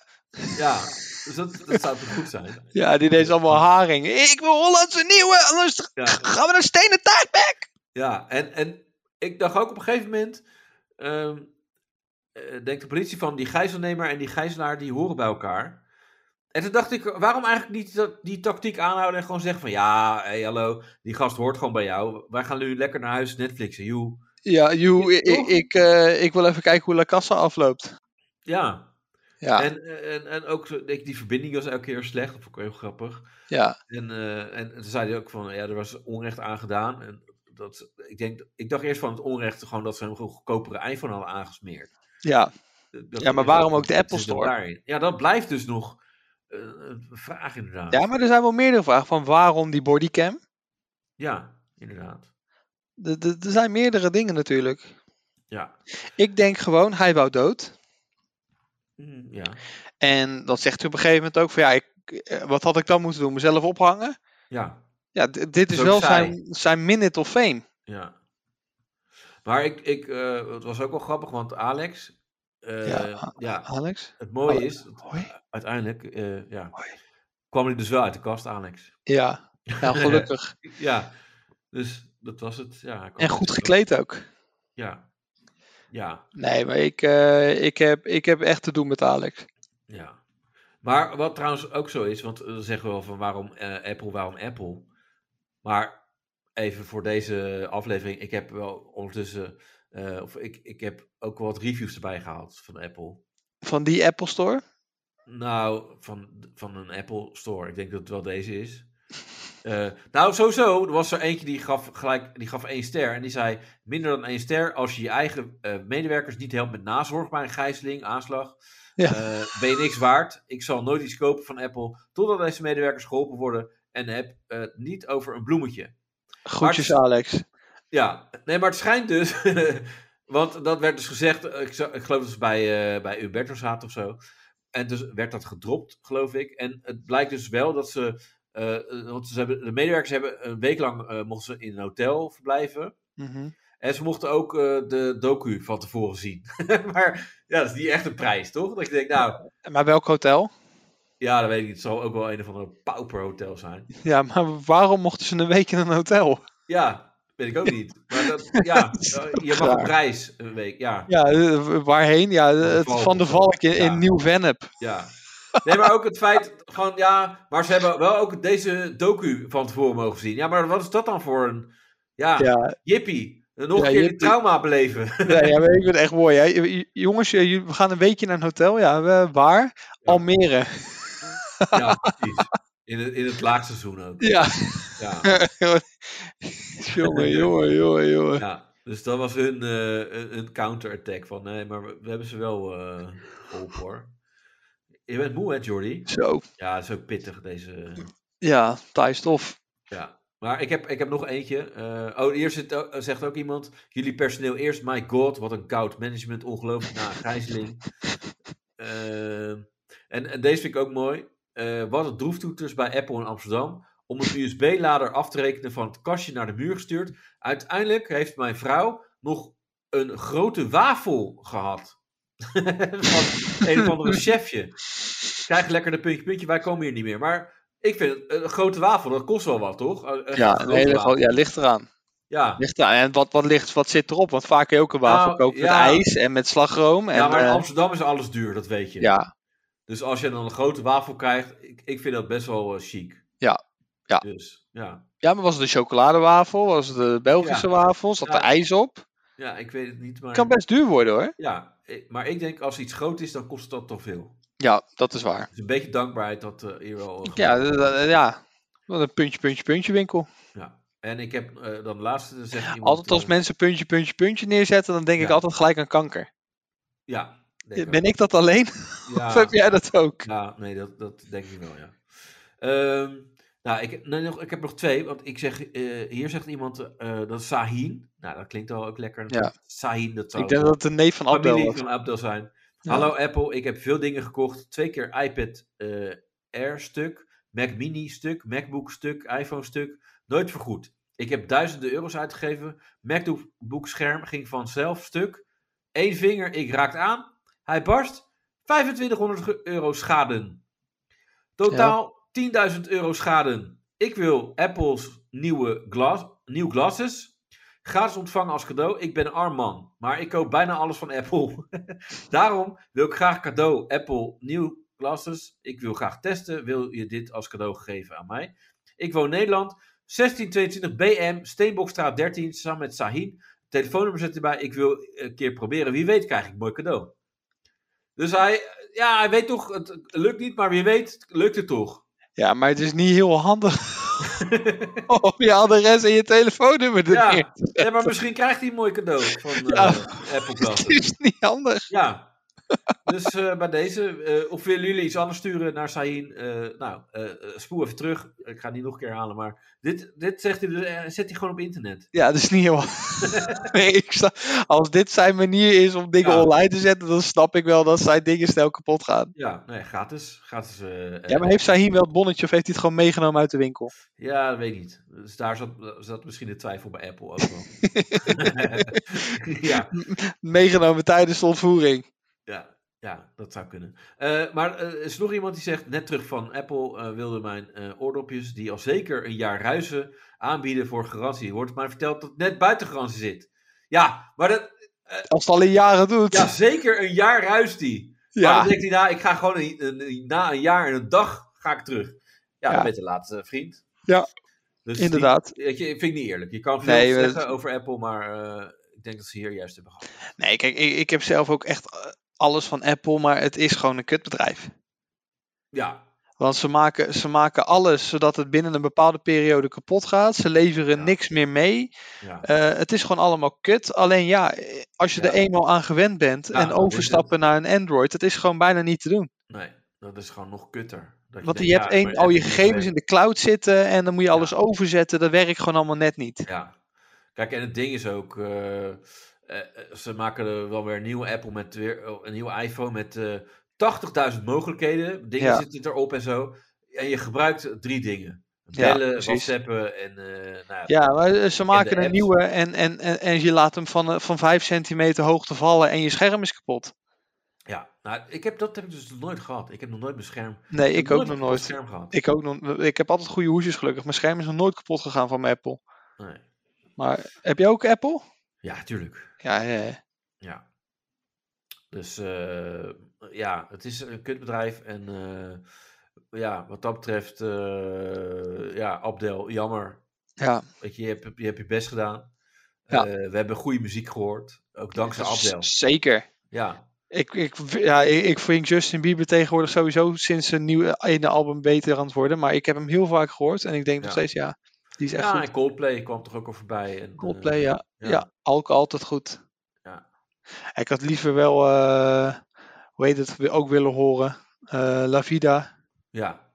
[SPEAKER 2] Ja, dus dat, dat zou toch goed zijn?
[SPEAKER 3] Ja, die deed allemaal haring. Ik wil Hollandse Nieuwe, anders
[SPEAKER 2] Ja.
[SPEAKER 3] gaan we naar Stenen Taartbek.
[SPEAKER 2] Ja, en, en ik dacht ook op een gegeven moment... ehm, eh, denkt de politie van die gijzelnemer en die gijzelaar, die horen bij elkaar. En toen dacht ik, waarom eigenlijk niet dat, die tactiek aanhouden en gewoon zeggen van... Ja, hey, hallo, die gast hoort gewoon bij jou. Wij gaan nu lekker naar huis Netflixen, joe.
[SPEAKER 3] Ja, joe, ik, ik, ik, eh, ik wil even kijken hoe La Casa afloopt.
[SPEAKER 2] Ja.
[SPEAKER 3] Ja.
[SPEAKER 2] En, en, en ook zo- ik- die verbinding was elke keer slecht. Dat vond ik heel grappig.
[SPEAKER 3] Ja.
[SPEAKER 2] En, eh, en, en toen zei hij ook van, ja, er was onrecht aangedaan. En dat, ik, denk, ik dacht eerst van het onrecht gewoon dat ze hem een goedkopere iPhone hadden aangesmeerd.
[SPEAKER 3] Ja.
[SPEAKER 2] Dat- eh, dat
[SPEAKER 3] ja, maar
[SPEAKER 2] is
[SPEAKER 3] waarom
[SPEAKER 2] ook-
[SPEAKER 3] ook de
[SPEAKER 2] dat
[SPEAKER 3] Apple
[SPEAKER 2] is er
[SPEAKER 3] Store?
[SPEAKER 2] daarin. Ja, dat blijft dus nog eh, een vraag inderdaad.
[SPEAKER 3] Ja, maar er zijn wel meerdere vragen van waarom die bodycam.
[SPEAKER 2] Ja, inderdaad.
[SPEAKER 3] Er- er- Er zijn meerdere dingen natuurlijk.
[SPEAKER 2] Ja.
[SPEAKER 3] Ik denk gewoon, hij wou dood.
[SPEAKER 2] Mm, Ja.
[SPEAKER 3] En dat zegt hij op een gegeven moment ook van ja, ik, eh, wat had ik dan moeten doen? Mezelf ophangen?
[SPEAKER 2] Ja.
[SPEAKER 3] Ja, d- dit is
[SPEAKER 2] Zo
[SPEAKER 3] wel
[SPEAKER 2] saai.
[SPEAKER 3] zijn, zijn minute of fame.
[SPEAKER 2] Ja. Maar ik, ik, eh, het was ook wel grappig, want Alex. eh, ja,
[SPEAKER 3] Alex.
[SPEAKER 2] Het mooie
[SPEAKER 3] Alex,
[SPEAKER 2] is, dat uiteindelijk eh, ja, kwam hij dus wel uit de kast, Alex.
[SPEAKER 3] Ja, nou gelukkig.
[SPEAKER 2] ja, dus dat was het. Ja, hij kwam
[SPEAKER 3] En
[SPEAKER 2] uit
[SPEAKER 3] goed
[SPEAKER 2] de kast.
[SPEAKER 3] gekleed ook.
[SPEAKER 2] Ja. Ja,
[SPEAKER 3] Nee, maar ik, eh, ik, heb, ik heb echt te doen met Alex.
[SPEAKER 2] ja. Maar wat trouwens ook zo is, want eh, dan zeggen we wel van waarom eh, Apple, waarom Apple. Maar even voor deze aflevering, ik heb wel ondertussen, eh, of ik, ik heb ook wat reviews erbij gehaald van Apple.
[SPEAKER 3] Van die Apple Store?
[SPEAKER 2] Nou, van, van een Apple Store. Ik denk dat het wel deze is. Eh, nou, sowieso. Er was er eentje die gaf gelijk die gaf één ster. En die zei: minder dan één ster. Als je je eigen eh, medewerkers niet helpt met nazorg bij een gijzeling, aanslag.
[SPEAKER 3] Ja.
[SPEAKER 2] eh, ben je niks waard. Ik zal nooit iets kopen van Apple. Totdat deze medewerkers geholpen worden. En heb eh, het niet over een bloemetje.
[SPEAKER 3] Groetjes, Alex.
[SPEAKER 2] Ja, nee, maar het schijnt dus. want dat werd dus gezegd. eh, Ik, zou- ik geloof dat het bij, eh, bij Umberto zaten of zo. En dus werd dat gedropt, geloof ik. En het blijkt dus wel dat ze. eh, eh, want ze hebben, de medewerkers hebben een week lang eh, mochten ze in een hotel verblijven.
[SPEAKER 3] Mhm.
[SPEAKER 2] En ze mochten ook eh, de docu van tevoren zien. maar ja, dat is niet echt een prijs, toch? Dat je denkt, nou,
[SPEAKER 3] Maar welk hotel?
[SPEAKER 2] ja, dat weet ik niet. Het zal ook wel een of andere pauperhotel zijn.
[SPEAKER 3] Ja, maar waarom mochten ze een week in een hotel?
[SPEAKER 2] Ja, weet ik ook niet. Maar dat, ja,
[SPEAKER 3] Dat is
[SPEAKER 2] eh,
[SPEAKER 3] toch
[SPEAKER 2] je mag een
[SPEAKER 3] raar.
[SPEAKER 2] prijs een week, ja.
[SPEAKER 3] Ja, eh, waarheen? Ja, het
[SPEAKER 2] Valk
[SPEAKER 3] Van de
[SPEAKER 2] of zo.
[SPEAKER 3] Valk in, in
[SPEAKER 2] Ja.
[SPEAKER 3] Nieuw-Vennep.
[SPEAKER 2] Ja. Nee, maar ook het feit van, ja, maar ze hebben wel ook deze docu van tevoren mogen zien. Ja, maar wat is dat dan voor een, ja,
[SPEAKER 3] Ja.
[SPEAKER 2] jippie. Nog
[SPEAKER 3] Ja,
[SPEAKER 2] een keer die
[SPEAKER 3] jippie.
[SPEAKER 2] trauma beleven.
[SPEAKER 3] Ja, ja, maar ik vind het echt mooi. Hè? J- j- Jongens, j- j- we gaan een weekje naar een hotel. Ja, we- waar? Almere.
[SPEAKER 2] Ja, precies. In het, in het laagseizoen ook.
[SPEAKER 3] Ja.
[SPEAKER 2] Ja.
[SPEAKER 3] jongen, jongen, jongen, jongen.
[SPEAKER 2] Ja, dus dat was hun, eh, een- een counterattack van, nee, maar we we hebben ze wel eh geholpen hoor. Je bent moe hè, Jordi?
[SPEAKER 3] Zo.
[SPEAKER 2] Ja, dat is ook pittig deze...
[SPEAKER 3] Ja, Thijs Stof.
[SPEAKER 2] Ja, maar ik heb, ik heb nog eentje. Eh, oh, hier zit, ook- zegt ook iemand. Jullie personeel eerst. My god, wat een koud management. Ongelooflijk na een gijzeling. Ehm, en, en deze vind ik ook mooi. Eh, wat een droeftoeters bij Apple in Amsterdam. Om een USB-lader af te rekenen van het kastje naar de muur gestuurd. Uiteindelijk heeft mijn vrouw nog een grote wafel gehad. van een of andere chefje. Krijg lekker de puntje, puntje, wij komen hier niet meer. Maar ik vind het- een grote wafel, dat kost wel wat, toch? Een- een
[SPEAKER 3] Ja,
[SPEAKER 2] Eh, grote
[SPEAKER 3] een hele
[SPEAKER 2] wafel.
[SPEAKER 3] grote- ja, ligt eraan.
[SPEAKER 2] Ja.
[SPEAKER 3] Ligt eraan. En wat, wat, ligt, wat zit erop? Want vaak kun je ook een wafel
[SPEAKER 2] Nou,
[SPEAKER 3] kopen
[SPEAKER 2] ja.
[SPEAKER 3] met ijs en met slagroom. En,
[SPEAKER 2] ja, maar in
[SPEAKER 3] eh,
[SPEAKER 2] Amsterdam is alles duur, dat weet je.
[SPEAKER 3] Ja.
[SPEAKER 2] Dus als je dan een grote wafel krijgt, ik, ik vind dat best wel eh, chic.
[SPEAKER 3] ja, ja.
[SPEAKER 2] Dus, ja.
[SPEAKER 3] ja, maar was het een chocoladewafel? Was het de Belgische
[SPEAKER 2] Ja.
[SPEAKER 3] wafel? Zat
[SPEAKER 2] Ja.
[SPEAKER 3] er ijs op?
[SPEAKER 2] Ja, ik weet het niet, maar...
[SPEAKER 3] Kan best duur worden hoor.
[SPEAKER 2] Ja, ik- maar ik denk als iets groot is, dan kost dat toch veel.
[SPEAKER 3] Ja, dat is waar.
[SPEAKER 2] Dus een beetje dankbaarheid dat eh hier wel... eh,
[SPEAKER 3] Ja,
[SPEAKER 2] gemaakt
[SPEAKER 3] d- d- ja. Wat een puntje, puntje, puntje winkel.
[SPEAKER 2] Ja. En ik heb eh, dan de laatste, dan zegt iemand...
[SPEAKER 3] Altijd als
[SPEAKER 2] eh,
[SPEAKER 3] mensen puntje, puntje, puntje neerzetten, dan denk ik altijd gelijk aan kanker.
[SPEAKER 2] Ja. denk
[SPEAKER 3] Ben ik dat alleen? Of heb jij dat ook?
[SPEAKER 2] Ja, nee, dat, dat denk ik wel, ja. Ehm, nou, ik, heb- nee, nog, ik heb nog twee, want ik zeg, eh, hier zegt iemand eh, dat is Sahin. Nou, dat klinkt wel ook lekker.
[SPEAKER 3] Ja.
[SPEAKER 2] Sahin, dat zou
[SPEAKER 3] Ik denk dat het een neef van Abdel
[SPEAKER 2] familie
[SPEAKER 3] was.
[SPEAKER 2] van Abdel zijn.
[SPEAKER 3] Ja.
[SPEAKER 2] Hallo Apple, ik heb veel dingen gekocht. Twee keer iPad eh, Air stuk, Mac Mini stuk, MacBook stuk, iPhone stuk. Nooit vergoed. Ik heb duizenden euro's uitgegeven. MacBook scherm ging vanzelf stuk. Eén vinger, ik raakt aan. Hij barst. 2500 ge- euro schade. Totaal 10.000 euro schade. Ik wil Apple's nieuwe glas, nieuw glasses. Gratis ontvangen als cadeau. Ik ben een arm man, maar ik koop bijna alles van Apple. Daarom wil ik graag cadeau Apple nieuw glasses. Ik wil graag testen. Wil je dit als cadeau geven aan mij? Ik woon in Nederland. 1622 BM, Steenbokstraat 13, samen met Sahin. Telefoonnummer zet erbij. Ik wil een keer proberen. Wie weet krijg ik een mooi cadeau. Dus hij, ja, hij weet toch, het lukt niet, maar wie weet, lukt het toch.
[SPEAKER 3] Ja, maar het is niet heel handig om je adres en je telefoonnummer erin
[SPEAKER 2] Ja,
[SPEAKER 3] te
[SPEAKER 2] ja, maar misschien krijgt hij een mooi cadeau van eh
[SPEAKER 3] Ja.
[SPEAKER 2] Apple Glasses.
[SPEAKER 3] Het is niet handig.
[SPEAKER 2] Ja. Dus eh, bij deze, eh, of willen jullie iets anders sturen naar Sahin? Eh, nou, eh, eh, spoel even terug. Ik ga het niet nog een keer halen, maar dit, dit zegt hij, dus, eh, zet hij gewoon op internet.
[SPEAKER 3] Ja, dat is niet heel nee, ik sta- Als dit zijn manier is om dingen online te zetten, dan snap ik wel dat zijn dingen snel kapot gaan.
[SPEAKER 2] Ja, nee, gratis. gratis eh, eh,
[SPEAKER 3] Ja, maar heeft Sahim wel het bonnetje of heeft hij het gewoon meegenomen uit de winkel?
[SPEAKER 2] Ja, dat weet ik niet. Dus daar zat, zat misschien de twijfel bij Apple ook wel. ja.
[SPEAKER 3] Meegenomen tijdens de ontvoering.
[SPEAKER 2] Ja, ja, dat zou kunnen. Eh, maar eh, is er nog iemand die zegt, net terug van Apple, eh, wilde mijn eh, oordopjes, die al zeker een jaar ruisen, aanbieden voor garantie. Wordt mij verteld dat het net buiten garantie zit. Ja, maar dat,
[SPEAKER 3] Als het al in jaren doet.
[SPEAKER 2] ja, zeker een jaar ruist die.
[SPEAKER 3] Ja.
[SPEAKER 2] Maar dan denkt hij, nou, ik ga gewoon een, een- een- na een jaar en een dag ga ik terug. Ja,
[SPEAKER 3] Ja.
[SPEAKER 2] dan ben je de laatste vriend.
[SPEAKER 3] Ja,
[SPEAKER 2] Dus
[SPEAKER 3] inderdaad.
[SPEAKER 2] Die, weet je, vind ik niet eerlijk. Je kan veel
[SPEAKER 3] Nee, we-
[SPEAKER 2] zeggen over Apple, maar eh, ik denk dat ze hier juist hebben gehad.
[SPEAKER 3] Nee, kijk, ik, ik heb zelf ook echt eh, alles van Apple, maar het is gewoon een kutbedrijf.
[SPEAKER 2] Ja,
[SPEAKER 3] Want ze maken, ze maken alles zodat het binnen een bepaalde periode kapot gaat. Ze leveren niks meer mee.
[SPEAKER 2] ja.
[SPEAKER 3] Eh, het is gewoon allemaal kut. Alleen ja, eh, als je er eenmaal aan gewend bent
[SPEAKER 2] Ja,
[SPEAKER 3] en
[SPEAKER 2] dat is
[SPEAKER 3] overstappen naar een Android, dat is gewoon bijna niet te doen.
[SPEAKER 2] Nee, dat is gewoon nog kutter. Dat
[SPEAKER 3] Want
[SPEAKER 2] denkt,
[SPEAKER 3] je hebt
[SPEAKER 2] ja,
[SPEAKER 3] één,
[SPEAKER 2] maar
[SPEAKER 3] al je
[SPEAKER 2] Apple is
[SPEAKER 3] gegevens
[SPEAKER 2] weg.
[SPEAKER 3] in de cloud zitten en dan moet je alles overzetten. Dat werkt gewoon allemaal net niet.
[SPEAKER 2] Ja. Kijk, en het ding is ook, eh, eh, ze maken er wel weer een nieuwe Apple met weer oh, een nieuwe iPhone met eh 80.000 mogelijkheden. Dingen
[SPEAKER 3] Ja.
[SPEAKER 2] zitten erop en zo. En je gebruikt drie dingen.
[SPEAKER 3] Ja,
[SPEAKER 2] Bellen,
[SPEAKER 3] precies.
[SPEAKER 2] whatsappen en eh, nou,
[SPEAKER 3] Ja, maar eh, ze
[SPEAKER 2] en
[SPEAKER 3] maken
[SPEAKER 2] de
[SPEAKER 3] een
[SPEAKER 2] apps.
[SPEAKER 3] nieuwe en, en, en, en je laat hem van, eh, van 5 centimeter hoogte vallen en je scherm is kapot.
[SPEAKER 2] Ja, nou, ik heb, dat heb ik dus nog nooit gehad. Ik heb nog nooit mijn scherm.
[SPEAKER 3] Nee,
[SPEAKER 2] heb
[SPEAKER 3] ik ook
[SPEAKER 2] nooit
[SPEAKER 3] nog
[SPEAKER 2] een kapot
[SPEAKER 3] nooit.
[SPEAKER 2] scherm gehad.
[SPEAKER 3] Ik, ook nog, eh, ik heb altijd goede hoesjes gelukkig. Mijn scherm is nog nooit kapot gegaan van mijn Apple.
[SPEAKER 2] Nee.
[SPEAKER 3] Maar heb jij ook Apple?
[SPEAKER 2] Ja, tuurlijk.
[SPEAKER 3] Ja, ja, ja.
[SPEAKER 2] Ja. Dus eh, ja, het is een kutbedrijf. En eh, ja, wat dat betreft, eh, ja, Abdel, jammer.
[SPEAKER 3] Ja.
[SPEAKER 2] Weet je, je hebt je, hebt je best gedaan.
[SPEAKER 3] Ja.
[SPEAKER 2] Eh, we hebben goede muziek gehoord. Ook dankzij
[SPEAKER 3] Z-
[SPEAKER 2] Abdel.
[SPEAKER 3] Zeker.
[SPEAKER 2] Ja,
[SPEAKER 3] Ik, ik, ja, ik, ik vind Justin Bieber tegenwoordig sowieso sinds zijn nieuwe eh, ene album beter aan het worden. Maar ik heb hem heel vaak gehoord en ik denk nog
[SPEAKER 2] Ja.
[SPEAKER 3] steeds ja, die is echt
[SPEAKER 2] ja
[SPEAKER 3] goed.
[SPEAKER 2] en Coldplay kwam toch ook al voorbij. En, eh,
[SPEAKER 3] Coldplay, ja.
[SPEAKER 2] ja.
[SPEAKER 3] Ja, Alk altijd goed.
[SPEAKER 2] Ja.
[SPEAKER 3] Ik had liever wel, eh hoe heet het, ook willen horen. Eh, La Vida.
[SPEAKER 2] ja.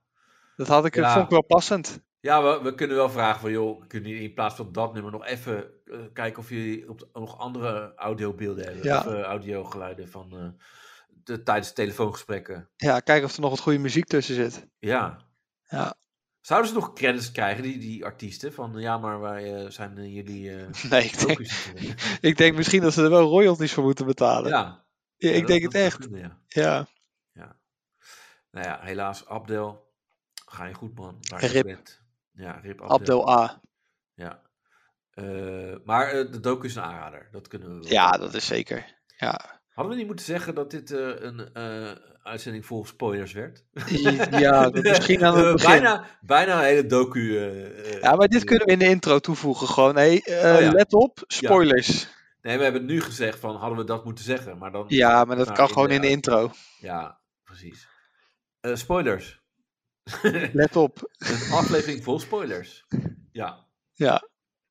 [SPEAKER 3] Dat had ik,
[SPEAKER 2] Ja.
[SPEAKER 3] vond ik wel passend.
[SPEAKER 2] Ja, we, we kunnen wel vragen van, joh, kunnen jullie in plaats van dat nummer nog even eh, kijken of jullie op de- nog andere audiobeelden hebben?
[SPEAKER 3] Ja.
[SPEAKER 2] Of eh, audiogeluiden van eh, de, tijdens telefoongesprekken.
[SPEAKER 3] Ja, kijken of er nog wat goede muziek tussen zit.
[SPEAKER 2] Ja.
[SPEAKER 3] Ja.
[SPEAKER 2] Zouden ze nog credits krijgen, die, die artiesten? Van ja, maar wij eh, zijn eh, jullie. eh,
[SPEAKER 3] Nee, ik denk,
[SPEAKER 2] focus-
[SPEAKER 3] ik denk misschien dat ze er wel royalties voor moeten betalen.
[SPEAKER 2] Ja.
[SPEAKER 3] Ja, ik
[SPEAKER 2] dat-
[SPEAKER 3] denk het
[SPEAKER 2] dat zou
[SPEAKER 3] echt.
[SPEAKER 2] kunnen, ja.
[SPEAKER 3] Ja.
[SPEAKER 2] Nou ja, helaas, Abdel. Ga je goed, man. Waar
[SPEAKER 3] Rip.
[SPEAKER 2] Je bent. Ja, Rip Abdel.
[SPEAKER 3] Abdel A.
[SPEAKER 2] Ja. Eh, maar eh, de docu is een aanrader. Dat kunnen we wel.
[SPEAKER 3] Ja, dat is zeker. Ja.
[SPEAKER 2] Hadden we niet moeten zeggen dat dit eh, een eh, uitzending vol spoilers werd?
[SPEAKER 3] Ja, dat misschien aan het
[SPEAKER 2] Eh,
[SPEAKER 3] begin.
[SPEAKER 2] Bijna, bijna een hele docu. eh, eh,
[SPEAKER 3] Ja, maar dit kunnen we in de intro toevoegen gewoon. Hé, eh,
[SPEAKER 2] Oh ja.
[SPEAKER 3] let op,
[SPEAKER 2] Ja.
[SPEAKER 3] spoilers.
[SPEAKER 2] Nee, we hebben nu gezegd van hadden we dat moeten zeggen, maar dan.
[SPEAKER 3] Ja, maar dat
[SPEAKER 2] Nou,
[SPEAKER 3] kan gewoon in de
[SPEAKER 2] inderdaad.
[SPEAKER 3] intro.
[SPEAKER 2] Ja, precies. Eh, spoilers.
[SPEAKER 3] Let op.
[SPEAKER 2] Een aflevering vol spoilers. Ja.
[SPEAKER 3] Ja,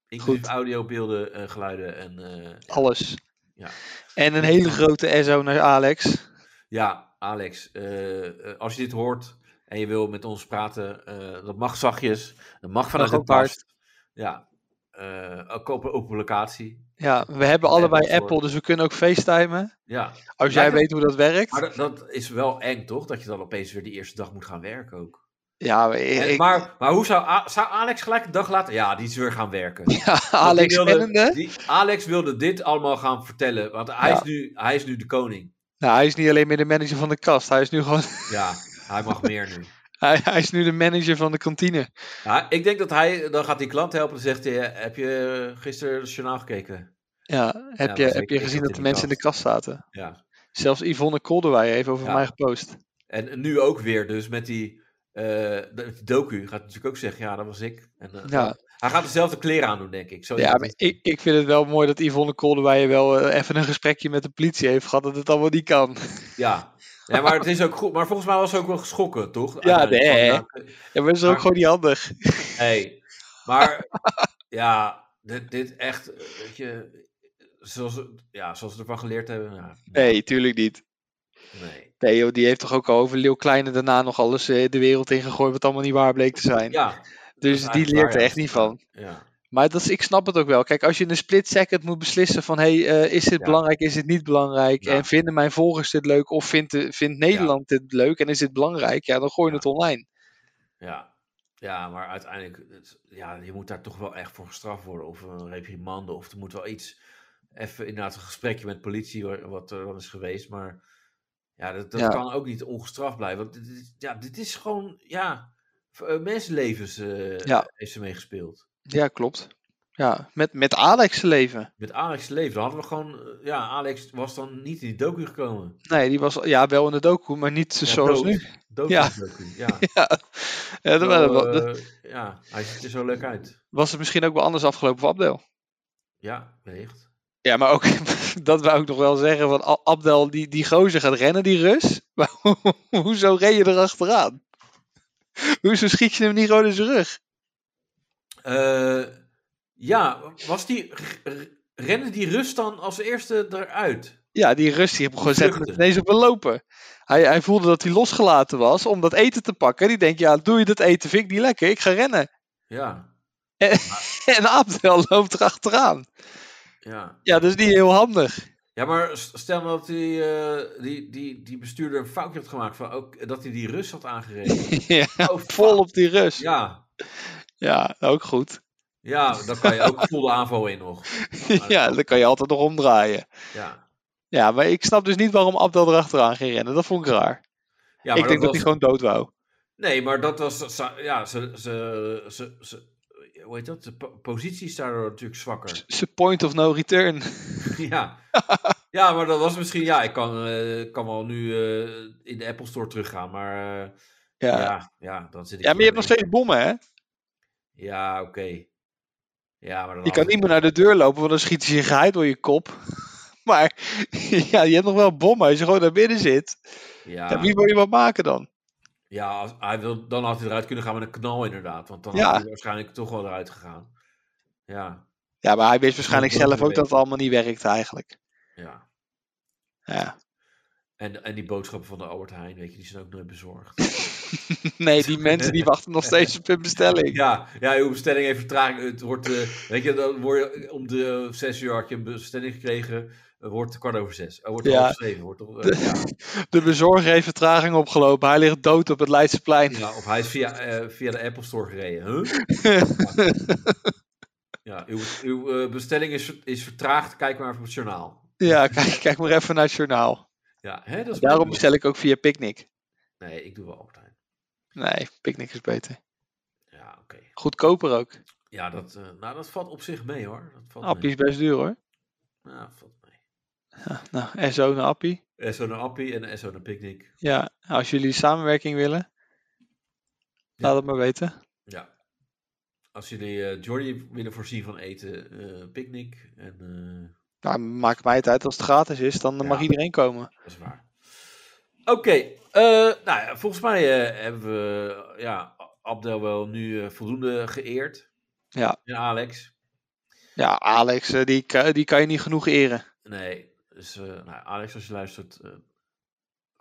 [SPEAKER 2] Inclusief audio, beelden, eh, geluiden en. eh,
[SPEAKER 3] alles.
[SPEAKER 2] Ja.
[SPEAKER 3] En een hele grote SO naar Alex.
[SPEAKER 2] Ja, Alex, eh, eh, als je dit hoort en je wil met ons praten, eh, dat mag zachtjes. Dat mag vanuit
[SPEAKER 3] Mag
[SPEAKER 2] het
[SPEAKER 3] ook hard.
[SPEAKER 2] paard. Ja, eh, ook op, op een locatie.
[SPEAKER 3] Ja, we hebben
[SPEAKER 2] Nee,
[SPEAKER 3] allebei
[SPEAKER 2] dat is
[SPEAKER 3] Apple,
[SPEAKER 2] voor-
[SPEAKER 3] dus we kunnen ook facetimen.
[SPEAKER 2] Ja.
[SPEAKER 3] Als jij
[SPEAKER 2] Lijkt het-
[SPEAKER 3] weet hoe dat werkt.
[SPEAKER 2] Maar dat, dat is wel eng, toch? Dat je dan opeens weer die eerste dag moet gaan werken ook.
[SPEAKER 3] Ja, maar,
[SPEAKER 2] En-
[SPEAKER 3] ik- ik-
[SPEAKER 2] maar, maar hoe zou, A- zou Alex gelijk een dag later... Ja, die is weer gaan werken. Want die
[SPEAKER 3] Alex
[SPEAKER 2] wilde-
[SPEAKER 3] kennende.
[SPEAKER 2] die- Alex wilde dit allemaal gaan vertellen, want hij,
[SPEAKER 3] Ja.
[SPEAKER 2] is, nu, hij is nu de koning.
[SPEAKER 3] nou, hij is niet alleen meer de manager van de kast. Hij is nu gewoon.
[SPEAKER 2] Ja, hij mag meer nu.
[SPEAKER 3] hij, hij is nu de manager van de kantine.
[SPEAKER 2] Ja, ik denk dat hij, dan gaat die klant helpen en zegt hij, heb je gisteren het journaal gekeken?
[SPEAKER 3] Ja,
[SPEAKER 2] Ja,
[SPEAKER 3] heb,
[SPEAKER 2] maar
[SPEAKER 3] je, heb
[SPEAKER 2] ik-
[SPEAKER 3] je gezien
[SPEAKER 2] ik zat
[SPEAKER 3] dat
[SPEAKER 2] in
[SPEAKER 3] de
[SPEAKER 2] de
[SPEAKER 3] mensen in de kast zaten?
[SPEAKER 2] Ja.
[SPEAKER 3] Zelfs Yvonne Kolderwij heeft over
[SPEAKER 2] Ja.
[SPEAKER 3] mij gepost.
[SPEAKER 2] En nu ook weer dus met die eh, de- die docu gaat hij natuurlijk ook zeggen, ja, dat was ik. En, eh,
[SPEAKER 3] Ja.
[SPEAKER 2] Hij gaat dezelfde kleren aandoen, denk ik. Zo is
[SPEAKER 3] Ja,
[SPEAKER 2] het.
[SPEAKER 3] maar ik, ik vind het wel mooi dat Yvonne Kolderwij wel eh, even een gesprekje met de politie heeft gehad dat het allemaal niet kan.
[SPEAKER 2] ja. ja, maar het is ook goed. Maar volgens mij was ze ook wel geschokken, toch?
[SPEAKER 3] Ja,
[SPEAKER 2] Uiteindelijk.
[SPEAKER 3] nee.
[SPEAKER 2] Want, ja,
[SPEAKER 3] Ja, maar dat is ook
[SPEAKER 2] Maar-
[SPEAKER 3] gewoon niet handig.
[SPEAKER 2] Hey, maar ja, dit, dit echt, eh, weet je, zoals, we- ja, zoals we ervan geleerd hebben. ja.
[SPEAKER 3] Nee, tuurlijk niet.
[SPEAKER 2] Nee.
[SPEAKER 3] joh, die heeft toch ook al over Leeuw Kleine daarna nog alles eh, de wereld ingegooid wat allemaal niet waar bleek te zijn.
[SPEAKER 2] Ja,
[SPEAKER 3] dus
[SPEAKER 2] is
[SPEAKER 3] die
[SPEAKER 2] eigenlijk
[SPEAKER 3] leert
[SPEAKER 2] waar,
[SPEAKER 3] er
[SPEAKER 2] ja.
[SPEAKER 3] echt niet van.
[SPEAKER 2] Ja.
[SPEAKER 3] Maar dat is, ik snap het ook wel. Kijk, als je in een split second moet beslissen van hey, eh, is dit belangrijk, is dit niet belangrijk? En vinden mijn volgers dit leuk of vindt, de- vindt Nederland dit leuk en is dit belangrijk? Ja, dan gooi je het online.
[SPEAKER 2] Ja. ja, maar uiteindelijk, het- ja, je moet daar toch wel echt voor gestraft worden. Of een reprimande, of er moet wel iets. Even inderdaad een gesprekje met politie, wa- wat er dan is geweest. Maar ja, dat, dat
[SPEAKER 3] Ja.
[SPEAKER 2] kan ook niet ongestraft blijven. Want dit, dit- ja, dit is gewoon, ja, v- eh, mensenlevens eh,
[SPEAKER 3] Ja.
[SPEAKER 2] heeft ze meegespeeld.
[SPEAKER 3] Ja, klopt. Ja, met, met Alex' leven.
[SPEAKER 2] Met Alex leven, dan hadden we gewoon, eh, ja, Alex was dan niet in die docu gekomen.
[SPEAKER 3] Nee, die was ja, wel in de docu, maar niet
[SPEAKER 2] Ja,
[SPEAKER 3] zoals
[SPEAKER 2] dood.
[SPEAKER 3] nu.
[SPEAKER 2] Dood
[SPEAKER 3] ja.
[SPEAKER 2] in de docu, ja.
[SPEAKER 3] ja. Ja, dat,
[SPEAKER 2] Terwijl,
[SPEAKER 3] wel- dat-
[SPEAKER 2] eh, ja, hij ziet er zo leuk uit.
[SPEAKER 3] was het misschien ook wel anders afgelopen voor Abdel.
[SPEAKER 2] Ja, wellicht.
[SPEAKER 3] Ja, maar ook, dat wou ik nog wel zeggen, van A- Abdel, die, die gozer gaat rennen, die Rus. Maar ho- hoezo ren je er achteraan? Hoezo schiet je hem niet gewoon in zijn rug?
[SPEAKER 2] Eh, ja, was die. r- r- Rende die rust dan als eerste eruit?
[SPEAKER 3] Ja, die Rus die heeft hem gewoon zet met
[SPEAKER 2] Vluchten.
[SPEAKER 3] ineens op een lopen. Hij, hij voelde dat hij losgelaten was om dat eten te pakken. Die denkt, ja, doe je dat eten, vind ik niet lekker, ik ga rennen.
[SPEAKER 2] Ja,
[SPEAKER 3] En, en Abdel loopt er achteraan.
[SPEAKER 2] ja.
[SPEAKER 3] Ja, dat is niet heel handig.
[SPEAKER 2] Ja, maar s- stel nou dat die, eh, die, die, die bestuurder een foutje had gemaakt. Van ook, eh, dat hij die rust had aangereden.
[SPEAKER 3] Ja, vol op die rust.
[SPEAKER 2] Oh, Ja,
[SPEAKER 3] Ja, ook goed.
[SPEAKER 2] ja dan kan je ook volle aanval in nog.
[SPEAKER 3] ja, dan kan je altijd nog omdraaien.
[SPEAKER 2] Ja,
[SPEAKER 3] Ja, maar ik snap dus niet waarom Abdel erachteraan ging rennen. Dat vond ik raar.
[SPEAKER 2] ja
[SPEAKER 3] ik denk dat
[SPEAKER 2] was-
[SPEAKER 3] hij gewoon dood wou.
[SPEAKER 2] Nee, maar dat was. za- Ja, ze. ze, ze, ze hoe heet dat? De po- positie is daardoor natuurlijk zwakker.
[SPEAKER 3] Zijn point of no return.
[SPEAKER 2] Ja. ja, maar dat was misschien. Ja, ik kan, eh, kan wel nu eh, in de Apple Store teruggaan, maar. eh,
[SPEAKER 3] Ja.
[SPEAKER 2] ja. ja, dan zit ik.
[SPEAKER 3] Ja, maar je
[SPEAKER 2] hier
[SPEAKER 3] hebt nog
[SPEAKER 2] weer.
[SPEAKER 3] steeds bommen, hè?
[SPEAKER 2] Ja, oké. Ja, maar dan
[SPEAKER 3] Je kan
[SPEAKER 2] had-
[SPEAKER 3] niet meer naar de deur lopen, want dan schiet ze je geheid door je kop. Maar ja, je hebt nog wel bommen als je gewoon naar binnen zit.
[SPEAKER 2] Ja,
[SPEAKER 3] Ja, wie wil je wat maken dan?
[SPEAKER 2] ja als, hij wil, dan had hij eruit kunnen gaan met een knal, inderdaad. Want dan
[SPEAKER 3] Ja.
[SPEAKER 2] had hij waarschijnlijk toch wel eruit gegaan. Ja,
[SPEAKER 3] Ja, maar hij wist waarschijnlijk
[SPEAKER 2] Dat wil
[SPEAKER 3] zelf
[SPEAKER 2] je
[SPEAKER 3] ook dat het
[SPEAKER 2] weten.
[SPEAKER 3] allemaal niet werkt eigenlijk.
[SPEAKER 2] ja.
[SPEAKER 3] Ja.
[SPEAKER 2] En, en die boodschappen van de Albert Heijn, weet je, die zijn ook nooit bezorgd.
[SPEAKER 3] Nee, die mensen die wachten nog steeds op hun bestelling.
[SPEAKER 2] Ja, ja, uw bestelling heeft vertraging. Het wordt, eh, weet je, dan word je om de eh, zes uur had je een bestelling gekregen. Het wordt kwart over zes. Het wordt
[SPEAKER 3] Ja.
[SPEAKER 2] half zeven. Wordt, om, eh, ja.
[SPEAKER 3] De bezorger heeft vertraging opgelopen. Hij ligt dood op het Leidseplein.
[SPEAKER 2] Ja, of hij is via, eh, via de Apple Store gereden. Huh? Ja, uw, uw eh, bestelling is, ver- is vertraagd. Kijk maar even op het journaal.
[SPEAKER 3] Ja, kijk, kijk maar even naar het journaal.
[SPEAKER 2] Ja, hè, dat
[SPEAKER 3] Daarom
[SPEAKER 2] is moeilijk.
[SPEAKER 3] bestel ik ook via Picnic.
[SPEAKER 2] Nee, ik doe wel Albert Heijn.
[SPEAKER 3] Nee, Picnic is beter.
[SPEAKER 2] Ja, oké.
[SPEAKER 3] Goedkoper ook.
[SPEAKER 2] Ja, dat, eh, nou, dat valt op zich mee hoor. Dat valt
[SPEAKER 3] Appie
[SPEAKER 2] mee.
[SPEAKER 3] is best duur hoor.
[SPEAKER 2] Ja, valt mee.
[SPEAKER 3] Ja, nou, SO naar Appie.
[SPEAKER 2] SO naar Appie en SO naar Picnic.
[SPEAKER 3] Ja, als jullie samenwerking willen, laat het maar weten.
[SPEAKER 2] Ja. Als jullie eh Jordi willen voorzien van eten, eh, Picnic. En, eh,
[SPEAKER 3] Nou, maakt mij het uit als het gratis is, dan eh, mag iedereen komen.
[SPEAKER 2] Dat is waar. Oké, eh, nou ja, volgens mij eh, hebben we eh, ja, Abdel wel nu eh, voldoende geëerd.
[SPEAKER 3] Ja,
[SPEAKER 2] En Alex.
[SPEAKER 3] ja Alex, eh, die, ka- die kan je niet genoeg eren.
[SPEAKER 2] Nee, dus eh, nou, Alex, als je luistert, eh,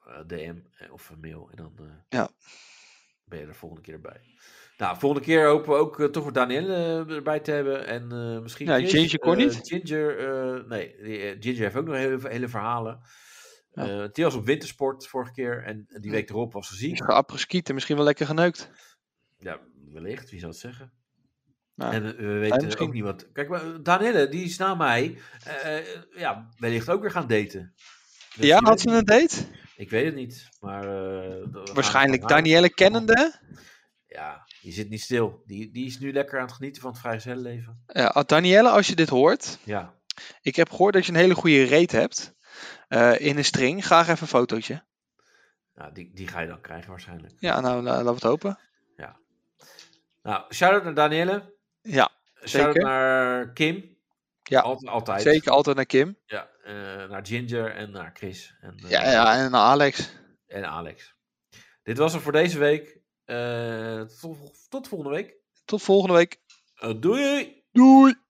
[SPEAKER 2] eh, DM eh, of een mail en dan eh,
[SPEAKER 3] Ja.
[SPEAKER 2] ben je er volgende keer bij. Nou, volgende keer hopen we ook eh, toch weer Daniel eh, erbij te hebben. En eh, misschien.
[SPEAKER 3] Ja,
[SPEAKER 2] Chris,
[SPEAKER 3] Ginger kon
[SPEAKER 2] eh,
[SPEAKER 3] niet.
[SPEAKER 2] Ginger, eh, nee, die, eh, Ginger heeft ook nog hele, hele verhalen. Eh, die was op wintersport vorige keer en die week erop was ze ziek.
[SPEAKER 3] Geappreskiet en misschien wel lekker geneukt.
[SPEAKER 2] Ja, wellicht, wie zou het zeggen?
[SPEAKER 3] Nou,
[SPEAKER 2] en eh, we, we
[SPEAKER 3] hij
[SPEAKER 2] weten
[SPEAKER 3] misschien.
[SPEAKER 2] ook niet wat. Kijk, maar eh, Danielle, die is na mij eh, eh, ja, wellicht ook weer gaan daten. Dus
[SPEAKER 3] ja, had
[SPEAKER 2] wie weet.
[SPEAKER 3] ze een date?
[SPEAKER 2] Ik weet het niet, maar... eh, we gaan
[SPEAKER 3] Waarschijnlijk
[SPEAKER 2] het gaan
[SPEAKER 3] Danielle kennende.
[SPEAKER 2] Ja, die zit niet stil. Die, die is nu lekker aan het genieten van het vrijgezellenleven.
[SPEAKER 3] Ja, ah, Danielle, als je dit hoort.
[SPEAKER 2] Ja.
[SPEAKER 3] Ik heb gehoord dat je een hele goede reet hebt. eh, in een string. Graag even een fotootje.
[SPEAKER 2] Nou, die, die ga je dan krijgen waarschijnlijk.
[SPEAKER 3] Ja, nou, la- laten we het hopen.
[SPEAKER 2] Nou, shout-out naar Danielle.
[SPEAKER 3] Ja,
[SPEAKER 2] Shout-out
[SPEAKER 3] zeker.
[SPEAKER 2] naar Kim.
[SPEAKER 3] Ja,
[SPEAKER 2] altijd. altijd.
[SPEAKER 3] Zeker altijd naar Kim.
[SPEAKER 2] Ja, eh, naar Ginger en naar Chris. En, eh,
[SPEAKER 3] Ja, ja, en naar Alex.
[SPEAKER 2] en Alex. Dit was het voor deze week. Eh, tot, tot volgende week.
[SPEAKER 3] Tot volgende week.
[SPEAKER 2] Eh, doei!
[SPEAKER 3] Doei!